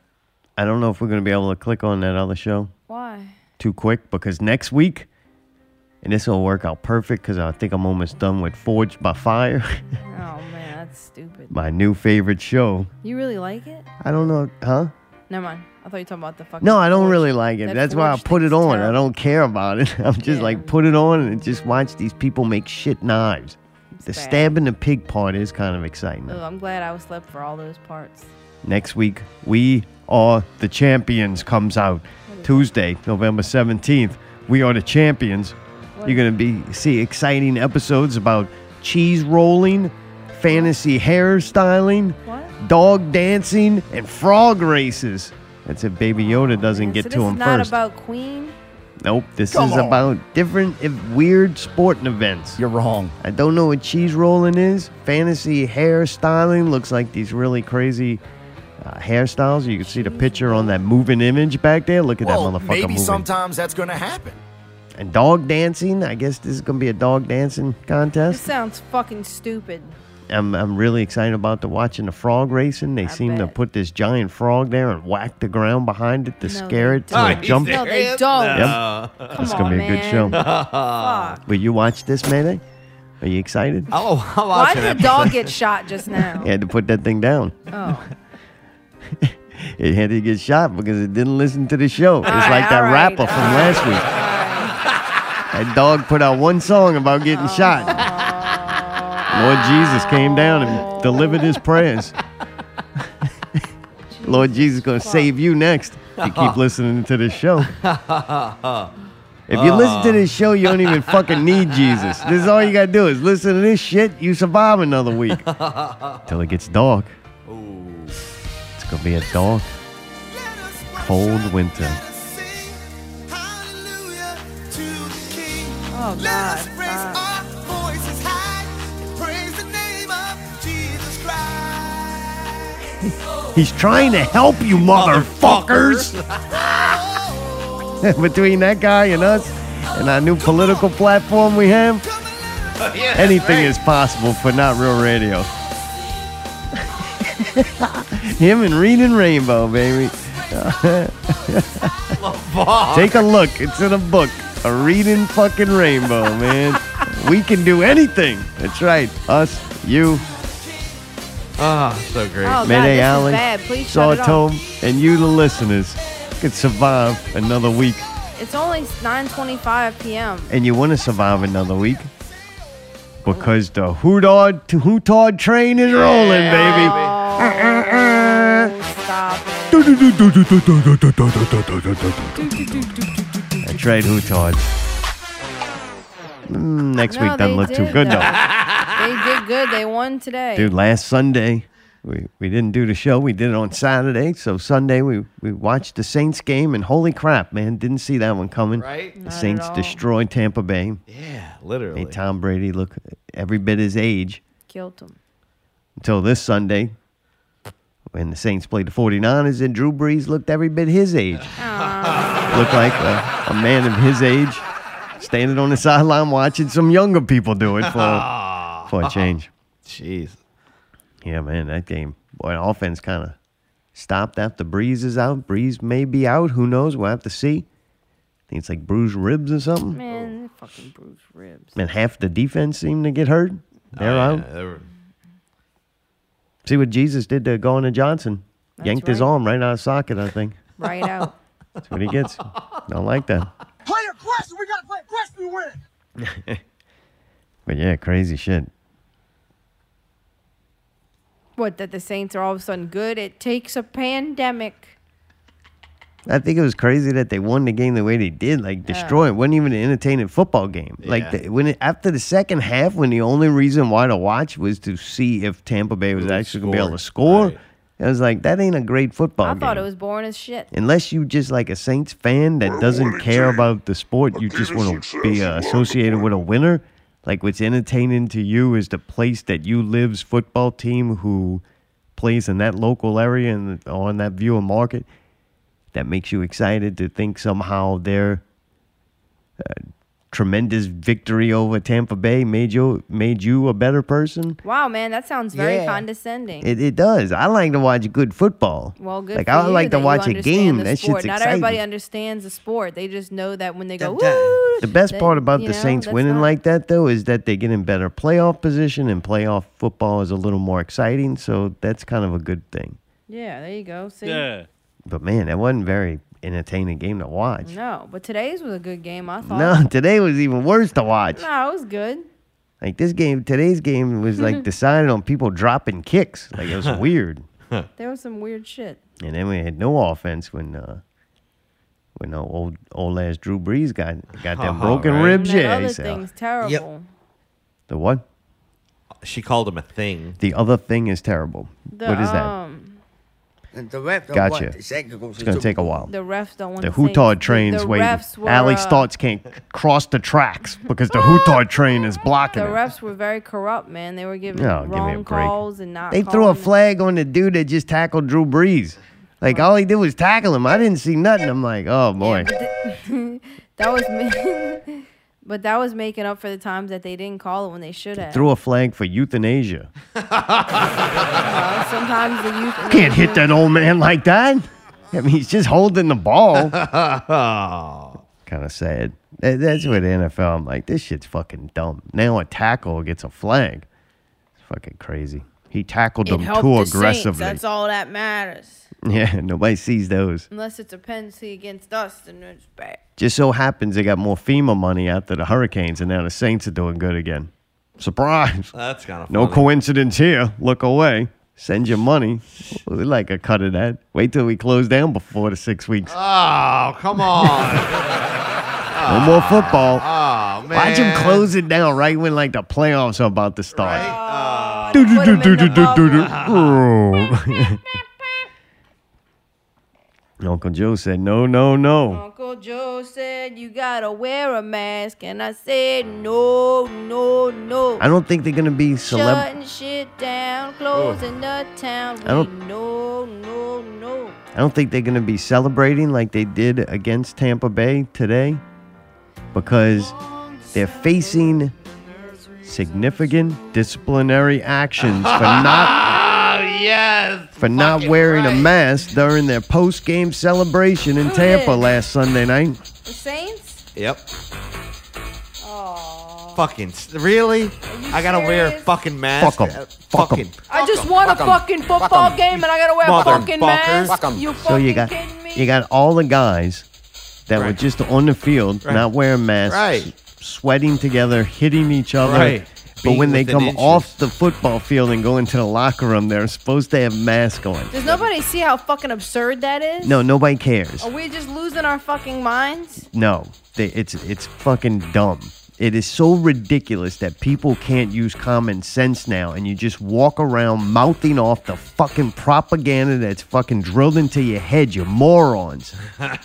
Speaker 1: I don't know if we're going to be able to click on that other show
Speaker 2: Why?
Speaker 1: too quick because next week, and this will work out perfect because I think I'm almost done with Forged by Fire,
Speaker 2: Oh man, that's stupid.
Speaker 1: my new favorite show.
Speaker 2: You really like it?
Speaker 1: I don't know, huh?
Speaker 2: Never mind. I thought you were talking about the fucking.
Speaker 1: No, I don't
Speaker 2: porch.
Speaker 1: really like it.
Speaker 2: That
Speaker 1: That's why I
Speaker 2: porch
Speaker 1: put it
Speaker 2: thing's
Speaker 1: on. I
Speaker 2: terrible.
Speaker 1: don't care about it. I'm just
Speaker 2: Yeah.
Speaker 1: like put it on and just watch these people make shit knives. the
Speaker 2: bad.
Speaker 1: stabbing the pig part is kind of exciting.
Speaker 2: Ugh, I'm glad I was slept for all those parts.
Speaker 1: Next week, we are the champions comes out Tuesday, November 17th. We are the champions. You're going to be see exciting episodes about cheese rolling, fantasy hairstyling,
Speaker 2: What?
Speaker 1: dog dancing and frog races. That's if Baby Yoda doesn't
Speaker 2: Man,
Speaker 1: get
Speaker 2: so
Speaker 1: to
Speaker 2: this
Speaker 1: him
Speaker 2: is not
Speaker 1: first.
Speaker 2: about Queen.
Speaker 1: Nope, this is about different, if weird sporting events.
Speaker 10: You're wrong.
Speaker 1: I don't know what cheese rolling is. Fantasy hairstyling looks like these really crazy uh, hairstyles. You can see the picture on that moving image back there. Look at
Speaker 10: Well,
Speaker 1: that motherfucker
Speaker 10: Oh, maybe
Speaker 1: moving.
Speaker 10: sometimes that's going to happen.
Speaker 1: and dog dancing. I guess this is gonna be a dog dancing
Speaker 2: This
Speaker 1: contest.
Speaker 2: sounds fucking stupid.
Speaker 1: I'm I'm really excited about the watching the frog racing. They
Speaker 2: I
Speaker 1: seem to
Speaker 2: bet.
Speaker 1: put this giant frog there and whack the ground behind it to
Speaker 2: No,
Speaker 1: scare
Speaker 2: they
Speaker 1: it to
Speaker 2: don't.
Speaker 1: it jump.
Speaker 2: No, they don't.
Speaker 1: Yep.
Speaker 2: Come
Speaker 1: It's
Speaker 2: on,
Speaker 1: gonna be a
Speaker 2: man.
Speaker 1: good show.
Speaker 2: Fuck.
Speaker 1: Will you watch this, Mayday? Are you excited?
Speaker 3: Oh, I'm
Speaker 2: Why
Speaker 3: watching
Speaker 2: did
Speaker 3: it.
Speaker 2: the dog get shot just now?
Speaker 1: I had to put that thing down.
Speaker 2: Oh,
Speaker 1: It had to get shot because it didn't listen to the show. it's
Speaker 2: right,
Speaker 1: like that
Speaker 2: all right,
Speaker 1: rapper
Speaker 2: all
Speaker 1: from last week. That dog put out one song about getting shot. Lord Jesus came down and delivered his prayers. Lord Jesus going to save you next if you keep listening to this show. If you listen to this show, you don't even fucking need Jesus. This is all you got to do is listen to this shit. You survive another week till it gets dark. It's going to be a dark, cold winter.
Speaker 2: Oh, God. God.
Speaker 1: He's trying to help you, motherfuckers. Between that guy and us and our new political platform we have, anything is possible for Not Real Radio. Him and Reading Rainbow, baby. Take a look. It's in a book. A Reading fucking Rainbow, man. we can do anything. That's right. Us, you,
Speaker 3: Ah, so great.
Speaker 2: Oh, God,
Speaker 1: Mayday
Speaker 2: this is
Speaker 1: Alley,
Speaker 2: bad. Please shut it off.
Speaker 1: Sawtome, and you, the listeners, could survive another week.
Speaker 2: It's only 9:25 p.m.
Speaker 1: And you want to survive another week because the Hootod to Hootod train is rolling, baby.
Speaker 2: Oh, Stop.
Speaker 1: That's right, Hootod. Mm, next
Speaker 2: No,
Speaker 1: week doesn't
Speaker 2: they
Speaker 1: look too
Speaker 2: did,
Speaker 1: good, though.
Speaker 2: though. they did good. They won today.
Speaker 1: Dude, last Sunday, we, we didn't do the show. We did it on Saturday. So Sunday, we, we watched the Saints game, and holy crap, man, didn't see that one coming.
Speaker 3: Right?
Speaker 1: The Saints
Speaker 2: all.
Speaker 1: destroyed Tampa Bay.
Speaker 3: Yeah,
Speaker 1: Made
Speaker 3: literally.
Speaker 1: Tom Brady look every bit his age
Speaker 2: Killed them.
Speaker 1: until this Sunday when the Saints played the 49ers and Drew Brees looked every bit his age. looked like a, a man of his age standing on the sideline watching some younger people do it for, for a change.
Speaker 3: Jeez.
Speaker 1: Yeah, man, that game. Boy, the offense kind of stopped after Breeze is out. Breeze may be out. Who knows? We'll have to see. I think it's like bruised ribs or something.
Speaker 2: Man, they fucking bruised ribs.
Speaker 1: And half the defense seemed to get hurt. They're out.
Speaker 3: Oh, Yeah, they were-
Speaker 1: See what Jesus did to Garner Johnson. Yanked his
Speaker 2: right.
Speaker 1: arm right out of socket, I think.
Speaker 2: Right out.
Speaker 1: That's what he gets. Don't like that.
Speaker 4: Play a question. We gotta play a question to win.
Speaker 1: But yeah, crazy shit.
Speaker 2: What? That the Saints are all of a sudden good? It takes a pandemic.
Speaker 1: I think it was crazy that they won the game the way they did, like destroy it. wasn't even an entertaining football game. Like
Speaker 3: Yeah.
Speaker 1: the, when it, after the second half, when the only reason why to watch was to see if Tampa Bay was
Speaker 3: Really
Speaker 1: actually going to be able to score,
Speaker 3: score, right.
Speaker 1: I was like, that ain't a great football
Speaker 2: I
Speaker 1: game.
Speaker 2: thought it was boring as shit.
Speaker 1: Unless you just like a Saints fan that doesn't care about the sport, you just want to be uh, associated with a winner. Like what's entertaining to you is the place that you live's football team who plays in that local area and on that viewer market. That makes you excited to think somehow their uh, tremendous victory over Tampa Bay made you made you a better person.
Speaker 2: Wow, man, that sounds very
Speaker 1: Yeah.
Speaker 2: condescending.
Speaker 1: It, it does. I like to watch good football.
Speaker 2: well, good.
Speaker 1: Like
Speaker 2: for
Speaker 1: I
Speaker 2: you
Speaker 1: like
Speaker 2: that
Speaker 1: to
Speaker 2: you
Speaker 1: watch a
Speaker 2: understand
Speaker 1: game.
Speaker 2: The
Speaker 1: That
Speaker 2: sport.
Speaker 1: shit's
Speaker 2: Not
Speaker 1: exciting.
Speaker 2: everybody understands the sport. They just know that when they go,
Speaker 5: Dun-dun.
Speaker 2: woo.
Speaker 1: The best
Speaker 2: that-
Speaker 1: part about
Speaker 2: you
Speaker 1: the
Speaker 2: know,
Speaker 1: Saints
Speaker 2: that's
Speaker 1: winning
Speaker 2: not-
Speaker 1: like that, though, is that they get in better playoff position, and playoff football is a little more exciting. So that's kind of a good thing.
Speaker 2: Yeah, there you go. See.
Speaker 9: Yeah.
Speaker 1: But man, that wasn't very entertaining game to watch.
Speaker 2: No, but today's was a good game. I thought.
Speaker 1: No, today was even worse to watch.
Speaker 2: No, it was good.
Speaker 1: Like this game, today's game was like decided on people dropping kicks. Like it was weird.
Speaker 2: There was some weird shit.
Speaker 1: And then we had no offense when uh when uh, old old ass Drew Brees got got that broken
Speaker 3: right.
Speaker 1: ribs.
Speaker 2: that
Speaker 1: Yeah, he
Speaker 2: other
Speaker 1: said.
Speaker 2: thing's terrible.
Speaker 1: the what?
Speaker 3: She called him a thing.
Speaker 1: The other thing is terrible.
Speaker 2: The,
Speaker 1: what is that?
Speaker 2: Um,
Speaker 5: The ref don't
Speaker 1: Gotcha.
Speaker 5: want the second goal.
Speaker 1: It's gonna take a while.
Speaker 2: the refs don't want
Speaker 1: The
Speaker 2: to sing.
Speaker 1: Hootod
Speaker 2: The-
Speaker 1: train's
Speaker 2: the
Speaker 1: waiting.
Speaker 2: refs were,
Speaker 1: Alley
Speaker 2: uh,
Speaker 1: Stotts can't cross the tracks because the Hootod train is blocking
Speaker 2: The
Speaker 1: it.
Speaker 2: refs were very corrupt, man. They were giving
Speaker 1: Oh, give me a
Speaker 2: wrong
Speaker 1: break.
Speaker 2: calls and not.
Speaker 1: they threw a
Speaker 2: calling-
Speaker 1: flag on the dude that just tackled Drew Brees. Like all he did was tackle him. I didn't see nothing. I'm like, oh boy.
Speaker 2: That was me. but that was making up for the times that they didn't call it when they should have.
Speaker 1: Threw a flag for euthanasia.
Speaker 2: Sometimes the youth
Speaker 1: Can't hit that old man like that. I mean, he's just holding the ball. kind of sad. That- That's what the NFL. I'm like, this shit's fucking dumb. Now a tackle gets a flag. It's fucking crazy. He tackled
Speaker 2: It
Speaker 1: them
Speaker 2: helped
Speaker 1: too
Speaker 2: the Saints.
Speaker 1: aggressively.
Speaker 2: That's all that matters.
Speaker 1: Yeah, nobody sees those.
Speaker 2: Unless it's a penalty against us, then it's bad.
Speaker 1: Just so happens they got more FEMA money after the hurricanes, and now the Saints are doing good again. Surprise!
Speaker 3: That's kind of
Speaker 1: No coincidence here. Look away. Send your money. We like a cut of that. Wait till we close down before the six weeks.
Speaker 3: Oh, come on.
Speaker 1: No more football.
Speaker 3: oh, Ah. man.
Speaker 1: Watch him close it down right when like the playoffs are about to start.
Speaker 3: Right?
Speaker 1: Do, do,
Speaker 2: Uh, Oh, Put him
Speaker 1: do,
Speaker 2: in
Speaker 1: do,
Speaker 2: the
Speaker 1: do, do, do.
Speaker 2: bubble.
Speaker 1: Uncle Joe said, "No, no, no."
Speaker 2: Uncle Joe said you gotta wear a mask, and I said no, no, no.
Speaker 1: I don't think they're gonna be celeb.
Speaker 2: Shutting shit down, closing the town. We
Speaker 1: I don't-
Speaker 2: no, no, no.
Speaker 1: I don't think they're gonna be celebrating like they did against Tampa Bay today, because they're facing significant disciplinary actions for not
Speaker 3: Oh, yes.
Speaker 1: for not wearing a mask during their post-game celebration in
Speaker 2: Who
Speaker 1: Tampa
Speaker 2: did?
Speaker 1: last Sunday night.
Speaker 2: The Saints?
Speaker 3: Yep.
Speaker 2: Oh.
Speaker 3: Fucking. s- Really? I gotta wear a
Speaker 2: serious?
Speaker 3: fucking mask.
Speaker 1: Fuck 'em.
Speaker 3: Uh,
Speaker 1: Fuck 'em.
Speaker 3: fucking.
Speaker 2: I just won a
Speaker 5: fuck 'em,
Speaker 2: fucking
Speaker 5: fuck 'em,
Speaker 2: football
Speaker 5: you
Speaker 2: game, and I gotta wear a
Speaker 3: motherfucker.
Speaker 2: fucking mask.
Speaker 5: Fuck 'em.
Speaker 2: You fucking
Speaker 1: So you got
Speaker 2: kidding me?
Speaker 1: you got all the guys that were
Speaker 3: Right.
Speaker 1: just on the field,
Speaker 3: Right.
Speaker 1: not wearing masks,
Speaker 3: Right.
Speaker 1: sweating together, hitting each other.
Speaker 3: Right.
Speaker 1: But
Speaker 3: Being
Speaker 1: when they
Speaker 3: within
Speaker 1: come
Speaker 3: inches.
Speaker 1: off the football field and go into the locker room, they're supposed to have masks on.
Speaker 2: Does nobody see how fucking absurd that is?
Speaker 1: No, nobody cares.
Speaker 2: Are we just losing our fucking minds?
Speaker 1: No, they, it's it's fucking dumb. It is so ridiculous that people can't use common sense now, and you just walk around mouthing off the fucking propaganda that's fucking drilled into your head, you morons.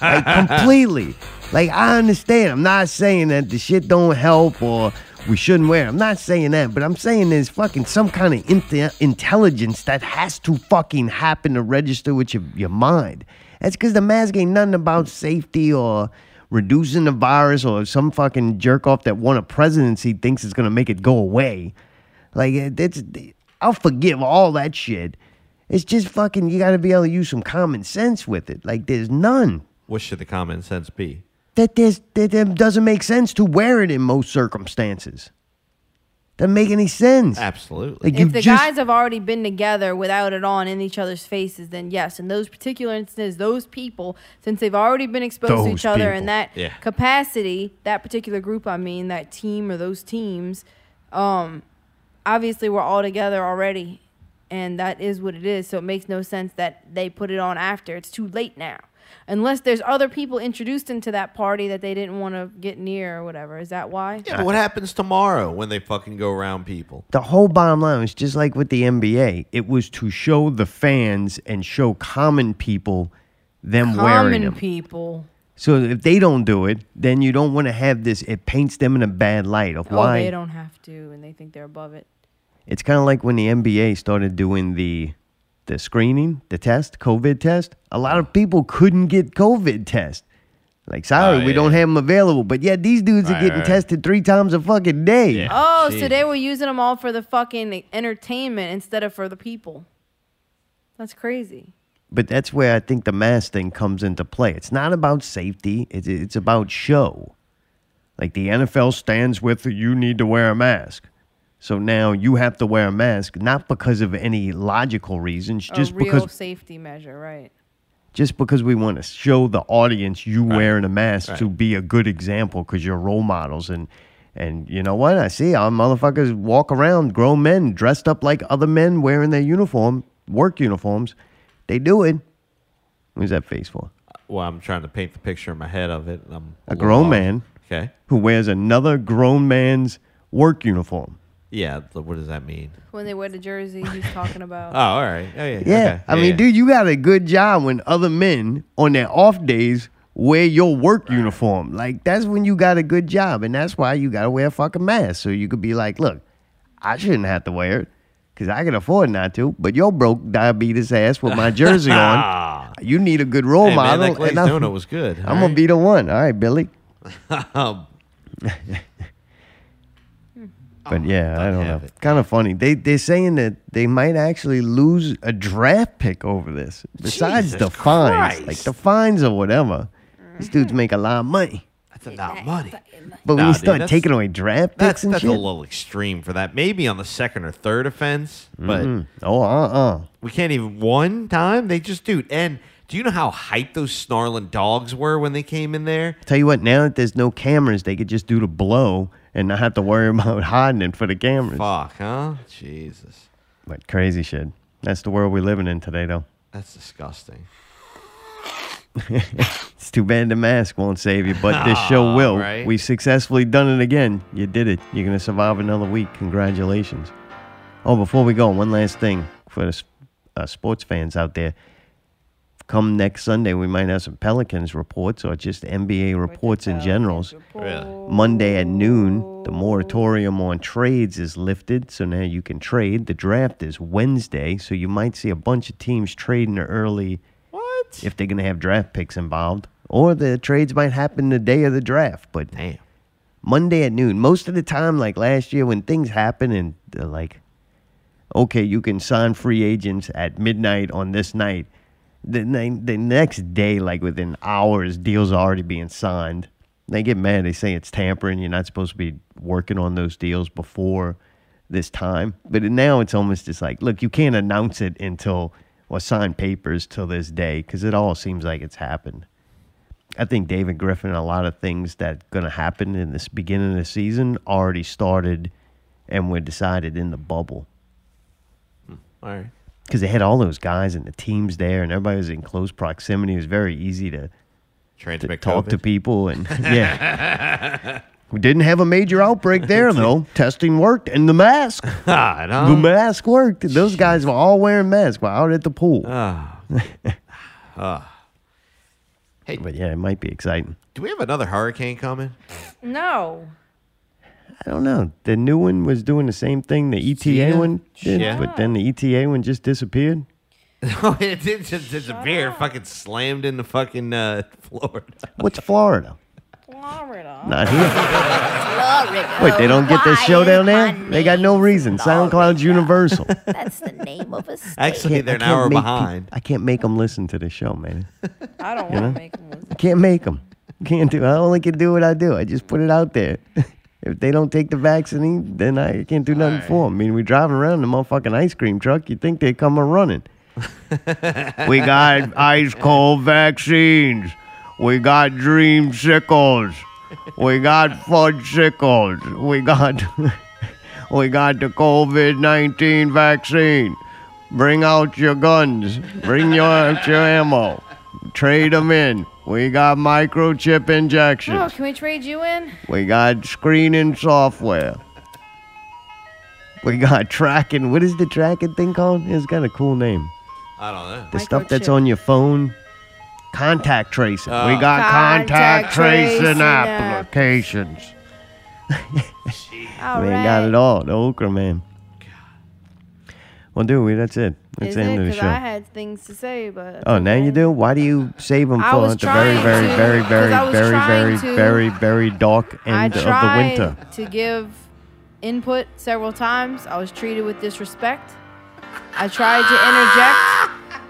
Speaker 1: Like, completely. Like, I understand. I'm not saying that the shit don't help or we shouldn't wear. it. I'm not saying that, but I'm saying there's fucking some kind of inte- intelligence that has to fucking happen to register with your, your mind. That's because the mask ain't nothing about safety or reducing the virus or some fucking jerk off that won a presidency thinks it's gonna make it go away. Like it- it's, I'll forgive all that shit. It's just fucking. You got to be able to use some common sense with it. Like there's none
Speaker 3: What should the common sense be?
Speaker 1: that there's that it doesn't make sense to wear it in most circumstances. Doesn't make any sense.
Speaker 3: Absolutely.
Speaker 1: Like you
Speaker 2: if the
Speaker 1: just
Speaker 2: guys have already been together without it on in each other's faces, then yes. In those particular instances, those people, since they've already been exposed to
Speaker 1: Those
Speaker 2: each other
Speaker 1: people.
Speaker 2: in that
Speaker 3: Yeah.
Speaker 2: capacity, that particular group, I mean, that team or those teams, um, obviously we're all together already, and that is what it is. So it makes no sense that they put it on after. It's too late now. Unless there's other people introduced into that party that they didn't want to get near or whatever. Is that why?
Speaker 3: Yeah, but
Speaker 1: uh,
Speaker 3: what happens tomorrow when they fucking go around people?
Speaker 1: the whole bottom line was just like with the NBA. It was to show the fans and show common people them wearing
Speaker 2: Common
Speaker 1: them.
Speaker 2: people.
Speaker 1: so if they don't do it, then you don't want to have this. It paints them in a bad light of
Speaker 2: Oh,
Speaker 1: why
Speaker 2: they don't have to, and they think they're above it.
Speaker 1: It's kind of like when the NBA started doing the the screening, the test, COVID test. A lot of people couldn't get COVID test. Like, sorry,
Speaker 3: Oh,
Speaker 1: we
Speaker 3: yeah,
Speaker 1: don't
Speaker 3: yeah.
Speaker 1: have them available. But yeah, these dudes are
Speaker 3: Right,
Speaker 1: getting
Speaker 3: right.
Speaker 1: tested three times a fucking day.
Speaker 3: Yeah.
Speaker 2: Oh,
Speaker 3: Jeez.
Speaker 2: so they were using them all for the fucking entertainment instead of for the people. That's crazy.
Speaker 1: But that's where I think the mask thing comes into play. It's not about safety. It's it's about show. Like the NFL stands with you need to wear a mask. So now you have to wear a mask, not because of any logical reasons, just
Speaker 2: a real
Speaker 1: because
Speaker 2: safety measure, right?
Speaker 1: just because we want to show the audience you wearing a mask
Speaker 3: Right.
Speaker 1: to be a good example because you're role models and and you know what i see our motherfuckers walk around grown men dressed up like other men wearing their uniform work uniforms they do it who's that face for
Speaker 3: Well, I'm trying to paint the picture in my head of it. and I'm
Speaker 1: A
Speaker 3: little
Speaker 1: grown
Speaker 3: off.
Speaker 1: man.
Speaker 3: Okay.
Speaker 1: who wears another grown man's work uniform
Speaker 3: Yeah. th- What does that mean?
Speaker 2: When they wear the jersey, he's talking about.
Speaker 3: Oh,
Speaker 1: Uh,
Speaker 3: all right. Oh, yeah.
Speaker 1: yeah
Speaker 3: okay.
Speaker 1: i mean
Speaker 3: yeah.
Speaker 1: dude you got a good job when other men on their off days wear your work uniform like that's when you got a good job and that's why you got to wear a fucking mask so you could be like look I shouldn't have to wear it because I can afford not to. But your broke diabetes ass with my jersey on, you need a good role
Speaker 3: Ah. Hey, man,
Speaker 1: model.
Speaker 3: that glazed
Speaker 1: and I'm,
Speaker 3: donut was good.
Speaker 1: I'm gonna be the one. All right, Billy.
Speaker 3: Um,
Speaker 1: But yeah, I don't know.
Speaker 3: Oh, have it.
Speaker 1: Kind of funny. They they're saying that they might actually lose a draft pick over this. Besides
Speaker 3: Jesus
Speaker 1: the fines, like
Speaker 3: Christ.
Speaker 1: the fines or whatever, these dudes make a lot of money.
Speaker 3: I That's a lot of money.
Speaker 1: But
Speaker 3: Nah,
Speaker 1: when you
Speaker 3: dude,
Speaker 1: start
Speaker 3: that's-
Speaker 1: taking away draft picks
Speaker 3: That's,
Speaker 1: and
Speaker 3: that's a
Speaker 1: shit.
Speaker 3: little extreme for that. Maybe on the second or third offense, but
Speaker 1: Mm. Oh, uh, uh.
Speaker 3: we can't even one time. They just dude. And do you know how hyped those snarling dogs were when they came in there?
Speaker 1: Tell you what, now that there's no cameras, they could just do the blow and not have to worry about hiding it for the cameras.
Speaker 3: Fuck, huh? Jesus,
Speaker 1: But crazy shit. That's the world we're living in today, though.
Speaker 3: that's disgusting.
Speaker 1: It's too bad the mask won't save you, but this show will.
Speaker 3: right.
Speaker 1: We've successfully done it again. You did it. You're going to survive another week. Congratulations. Oh, before we go, one last thing for the s- uh, sports fans out there. Come next Sunday, we might have some Pelicans reports or just uh, NBA reports in generals. Oh.
Speaker 3: Really?
Speaker 1: Monday at noon, the moratorium on trades is lifted, so now you can trade. The draft is Wednesday, so you might see a bunch of teams trading early
Speaker 3: What?
Speaker 1: if they're going to have draft picks involved, or the trades might happen the day of the draft. But
Speaker 3: Damn.
Speaker 1: Monday at noon, most of the time, like last year, when things happen and they're like, okay, you can sign free agents at midnight on this night. The, ni- the next day, like within hours, deals are already being signed. They get mad. They say it's tampering. You're not supposed to be working on those deals before this time. But now it's almost just like, look, you can't announce it until or sign papers till this day because it all seems like it's happened. I think David Griffin, a lot of things that going to happen in this beginning of the season already started and were decided in the bubble
Speaker 3: All right.
Speaker 1: because they had all those guys and the teams there, and everybody was in close proximity. It was very easy to, to
Speaker 3: Transmit
Speaker 1: talk to
Speaker 3: COVID.
Speaker 1: people, and yeah, we didn't have a major outbreak there though. Testing worked, and the mask,
Speaker 3: God, huh?
Speaker 1: the mask worked. Those guys were all wearing masks while out at the pool.
Speaker 3: Ah. Hey.
Speaker 1: But yeah, it might be exciting.
Speaker 3: Do we have another hurricane coming?
Speaker 2: No.
Speaker 1: I don't know. The new one was doing the same thing the ETA
Speaker 3: Yeah.
Speaker 1: one did,
Speaker 3: Yeah.
Speaker 1: but then the ETA one just disappeared.
Speaker 3: No, it did just disappear. Fucking slammed into fucking uh, Florida.
Speaker 1: What's Florida?
Speaker 2: Florida.
Speaker 1: Not here. Wait, they don't get this
Speaker 7: Oh,
Speaker 1: show down there? They got no reason. SoundCloud's universal.
Speaker 7: That's the name of a state.
Speaker 3: Actually, they're an
Speaker 1: I can't
Speaker 3: hour
Speaker 1: make peop-
Speaker 3: behind.
Speaker 1: I can't make them listen to the show, man.
Speaker 2: I don't want to make them listen.
Speaker 1: I can't make them. Can't do. I only can do what I do. I just put it out there. If they don't take the vaccine, then I can't do nothing for 'em. for them. I mean, we driving around in a motherfucking ice cream truck. You think they'd come a running? we got ice cold vaccines. We got dream sickles. We got fudge sickles. We got we got the COVID nineteen vaccine. Bring out your guns. Bring your out your ammo. Trade them in. We got microchip
Speaker 2: No,
Speaker 1: injections.
Speaker 2: Oh, can we trade you in?
Speaker 1: We got screening software. We got tracking. What is the tracking thing called? It's got a cool name
Speaker 3: I don't know.
Speaker 1: the stuff that's
Speaker 2: Microchip.
Speaker 1: on your phone. Contact tracing. we got
Speaker 2: Oh. Contact
Speaker 1: contact, tracing,
Speaker 2: tracing
Speaker 1: applications.
Speaker 2: All
Speaker 1: we
Speaker 2: right.
Speaker 1: ain't got it all. The okra man. Well, dude, we, that's it. That's
Speaker 2: Is
Speaker 1: the
Speaker 2: it?
Speaker 1: end of the
Speaker 2: Because I
Speaker 1: show.
Speaker 2: had things to say, but.
Speaker 1: Oh, now you do? Why do you save them
Speaker 2: I
Speaker 1: for
Speaker 2: was
Speaker 1: the very,
Speaker 2: trying
Speaker 1: very,
Speaker 2: to,
Speaker 1: very,
Speaker 2: 'cause
Speaker 1: very,
Speaker 2: I was
Speaker 1: very, very,
Speaker 2: trying to.
Speaker 1: very, very dark
Speaker 2: I
Speaker 1: end of the
Speaker 2: tried
Speaker 1: winter?
Speaker 2: to give input several times. I was treated with disrespect. I tried to interject.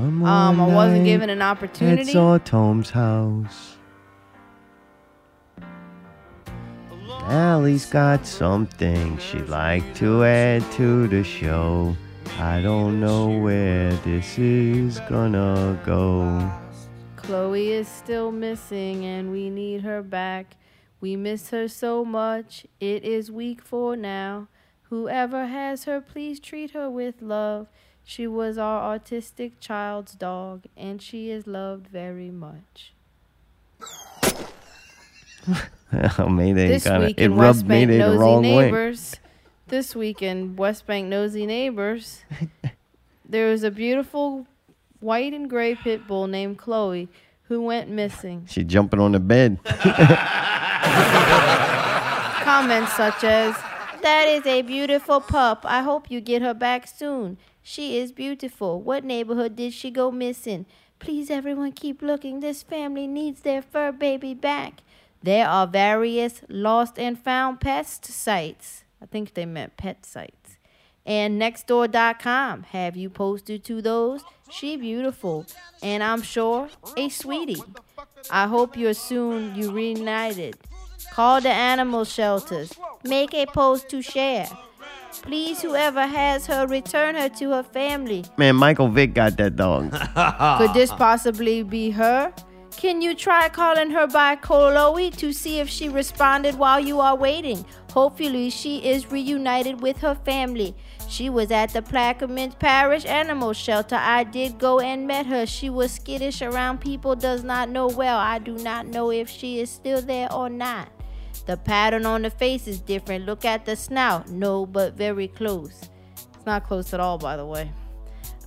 Speaker 1: One more
Speaker 2: Um, I wasn't
Speaker 1: night
Speaker 2: given an
Speaker 1: At
Speaker 2: opportunity.
Speaker 1: Saw Tom's house. Allie's got something she'd like to add to the show. I don't know where this is gonna go.
Speaker 2: Chloe is still missing, and we need her back. We miss her so much. It is week four now. Whoever has her, please treat her with love. She was our autistic child's dog, and she is loved very much.
Speaker 1: Oh, man, they
Speaker 2: this
Speaker 1: kinda,
Speaker 2: week
Speaker 1: it
Speaker 2: in West
Speaker 1: rubbed me
Speaker 2: Bank
Speaker 1: they the
Speaker 2: Nosy
Speaker 1: wrong way.
Speaker 2: Neighbors. This week in West Bank Nosy Neighbors, there was a beautiful white and gray pit bull named Chloe who went missing.
Speaker 1: She jumping on the bed.
Speaker 2: Comments such as, That is a beautiful pup. I hope you get her back soon. She is beautiful. What neighborhood did she go missing? Please, everyone, keep looking. This family needs their fur baby back. There are various lost and found pest sites. I think they meant pet sites. And nextdoor.com. Have you posted to those? She beautiful. And I'm sure a sweetie. I hope you are soon you reunited. Call the animal shelters. Make a post to share. Please, whoever has her, return her to her family.
Speaker 1: Man, Michael Vick got that dog.
Speaker 2: Could this possibly be her? Can you try calling her by Koloi to see if she responded while you are waiting? Hopefully, she is reunited with her family. She was at the Plaquemines Parish Animal Shelter. I did go and met her. She was skittish around people does not know well. I do not know if she is still there or not. The pattern on the face is different. Look at the snout. No, but very close. It's not close at all, by the way.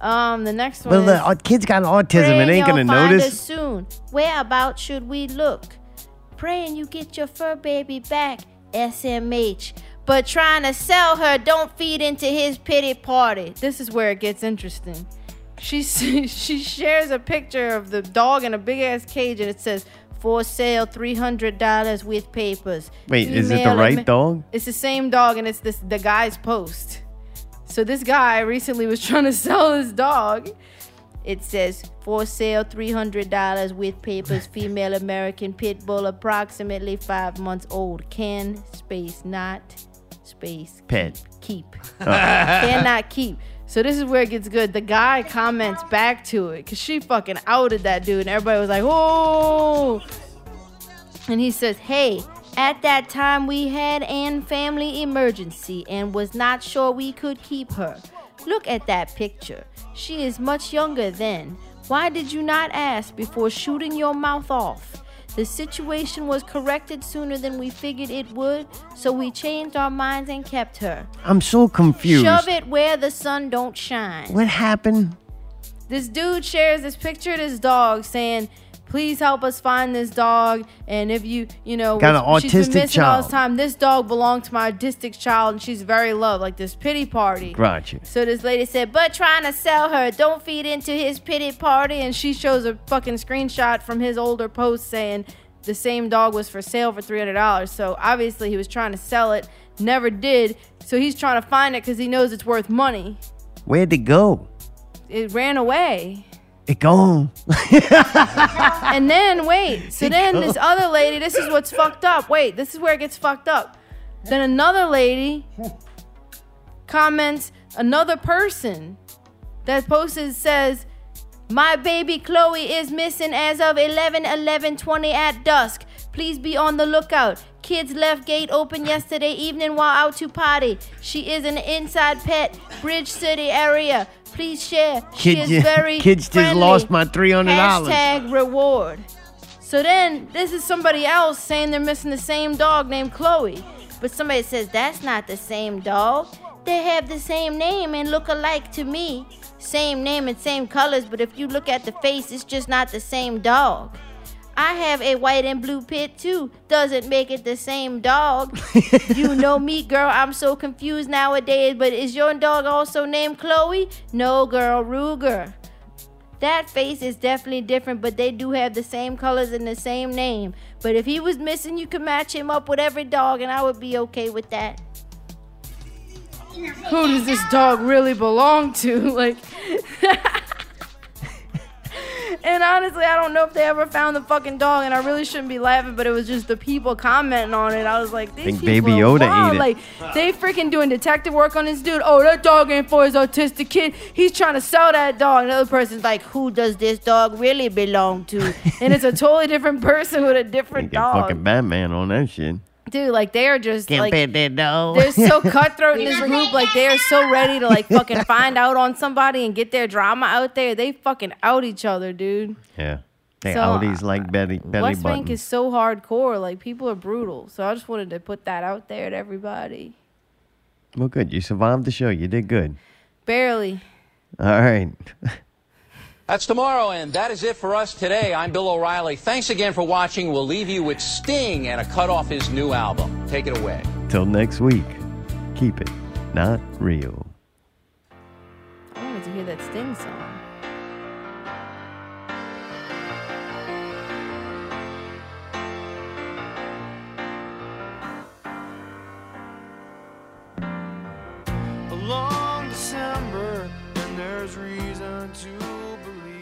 Speaker 2: Um, the next one.
Speaker 1: Well,
Speaker 2: is-
Speaker 1: the uh, kid's got autism and
Speaker 2: Praying
Speaker 1: ain't gonna
Speaker 2: you'll find us
Speaker 1: notice.
Speaker 2: soon. Whereabout should we look? Praying you get your fur baby back, SMH. But trying to sell her, don't feed into his pity party. This is where it gets interesting.
Speaker 11: She
Speaker 2: she shares a picture of the dog in a big ass cage and it says for sale three hundred dollars with papers.
Speaker 1: Wait, is it the
Speaker 2: Email and
Speaker 1: right
Speaker 2: ma-"
Speaker 1: dog?
Speaker 11: It's the same dog, and it's this the guy's post. So this guy recently was trying to sell his dog.
Speaker 2: It says for sale three hundred dollars with papers. Female American pit bull, approximately five months old. Can space not space
Speaker 1: Pet.
Speaker 2: keep
Speaker 1: Oh.
Speaker 2: cannot keep.
Speaker 11: So this is where it gets good. The guy comments back to it because she fucking outed that dude, and everybody was like, "Oh!"
Speaker 2: And he says, Hey, at that time we had an family emergency and was not sure we could keep her. Look at that picture. She is much younger then. Why did you not ask before shooting your mouth off? The situation was corrected sooner than we figured it would, so we changed our minds and kept her.
Speaker 1: I'm so confused.
Speaker 2: Shove it where the sun don't shine.
Speaker 1: What happened?
Speaker 11: This dude shares this picture of this dog, saying, "Please help us find this dog." And if you, you know,
Speaker 1: Got an
Speaker 11: she's been
Speaker 1: autistic
Speaker 11: missing all this
Speaker 1: child.
Speaker 11: time. This dog belonged to my autistic child, and she's very loved. Like this pity party.
Speaker 1: Gotcha.
Speaker 2: So this lady said, but trying to sell her, don't feed into his pity
Speaker 11: party and she shows a fucking screenshot from his older post saying the same dog was for sale for $300. So obviously he was trying to sell it, never did. So he's trying to find it because he knows it's worth money.
Speaker 1: Where'd it go?
Speaker 11: It ran away.
Speaker 1: It gone.
Speaker 11: and then, wait. So then this other lady, this is what's fucked up. Wait, this is where it gets fucked up. Then another lady comments, another person that posted says,
Speaker 2: My baby Chloe is missing as of 11 11 20 at dusk. Please be on the lookout. Kids left gate open yesterday evening while out to potty. She is an inside pet, Bridge City area. Please share. She
Speaker 1: Kids,
Speaker 2: is very
Speaker 1: kids just
Speaker 2: friendly.
Speaker 1: lost my three hundred dollars.
Speaker 2: Hashtag reward.
Speaker 11: So then this is somebody else saying they're missing the same dog named Chloe.
Speaker 2: But somebody says that's not the same dog. They have the same name and look alike to me. Same name and same colors, but if you look at the face, it's just not the same dog. I have a white and blue pit too. Doesn't make it the same dog. you know me, girl. I'm so confused nowadays. But is your dog also named Chloe? No, girl, Ruger. That face is definitely different, but they do have the same colors and the same name. But if he was missing, you could match him up with every dog, and I would be okay with that.
Speaker 11: Who does this dog really belong to? Like And honestly, I don't know if they ever found the fucking dog, and I really shouldn't be laughing, but it was just the people commenting on it. I was like, these
Speaker 1: Think
Speaker 11: people
Speaker 1: Baby
Speaker 11: are
Speaker 1: Yoda
Speaker 11: wild.
Speaker 1: ate it.
Speaker 11: Like, they freaking doing detective work on this dude. Oh, that dog ain't for his autistic kid. He's trying to sell that dog. Another person's like, who does this dog really belong to? and it's a totally different person with a different
Speaker 1: Get
Speaker 11: dog.
Speaker 1: fucking Batman on that shit.
Speaker 11: Dude, like they are just
Speaker 1: Can't
Speaker 11: like
Speaker 1: bet that dog.
Speaker 11: they're so cutthroat in this group. Like they are so ready to like fucking find out on somebody and get their drama out there. They fucking out each other, dude.
Speaker 1: yeah. They
Speaker 11: So, uh,
Speaker 1: Audis like belly belly
Speaker 11: West
Speaker 1: button.
Speaker 11: Bank is so hardcore. Like people are brutal. So I just wanted to put that out there to everybody.
Speaker 1: well, good. You survived the show. You did good.
Speaker 11: Barely.
Speaker 1: All right.
Speaker 5: That's tomorrow, and that is it for us today. I'm Bill O'Reilly. Thanks again for watching. We'll leave you with Sting and a cut off his new album. Take it away.
Speaker 1: Till next week. Keep it not real.
Speaker 11: I wanted to hear that Sting song.
Speaker 12: A long December, and there's reason to believe.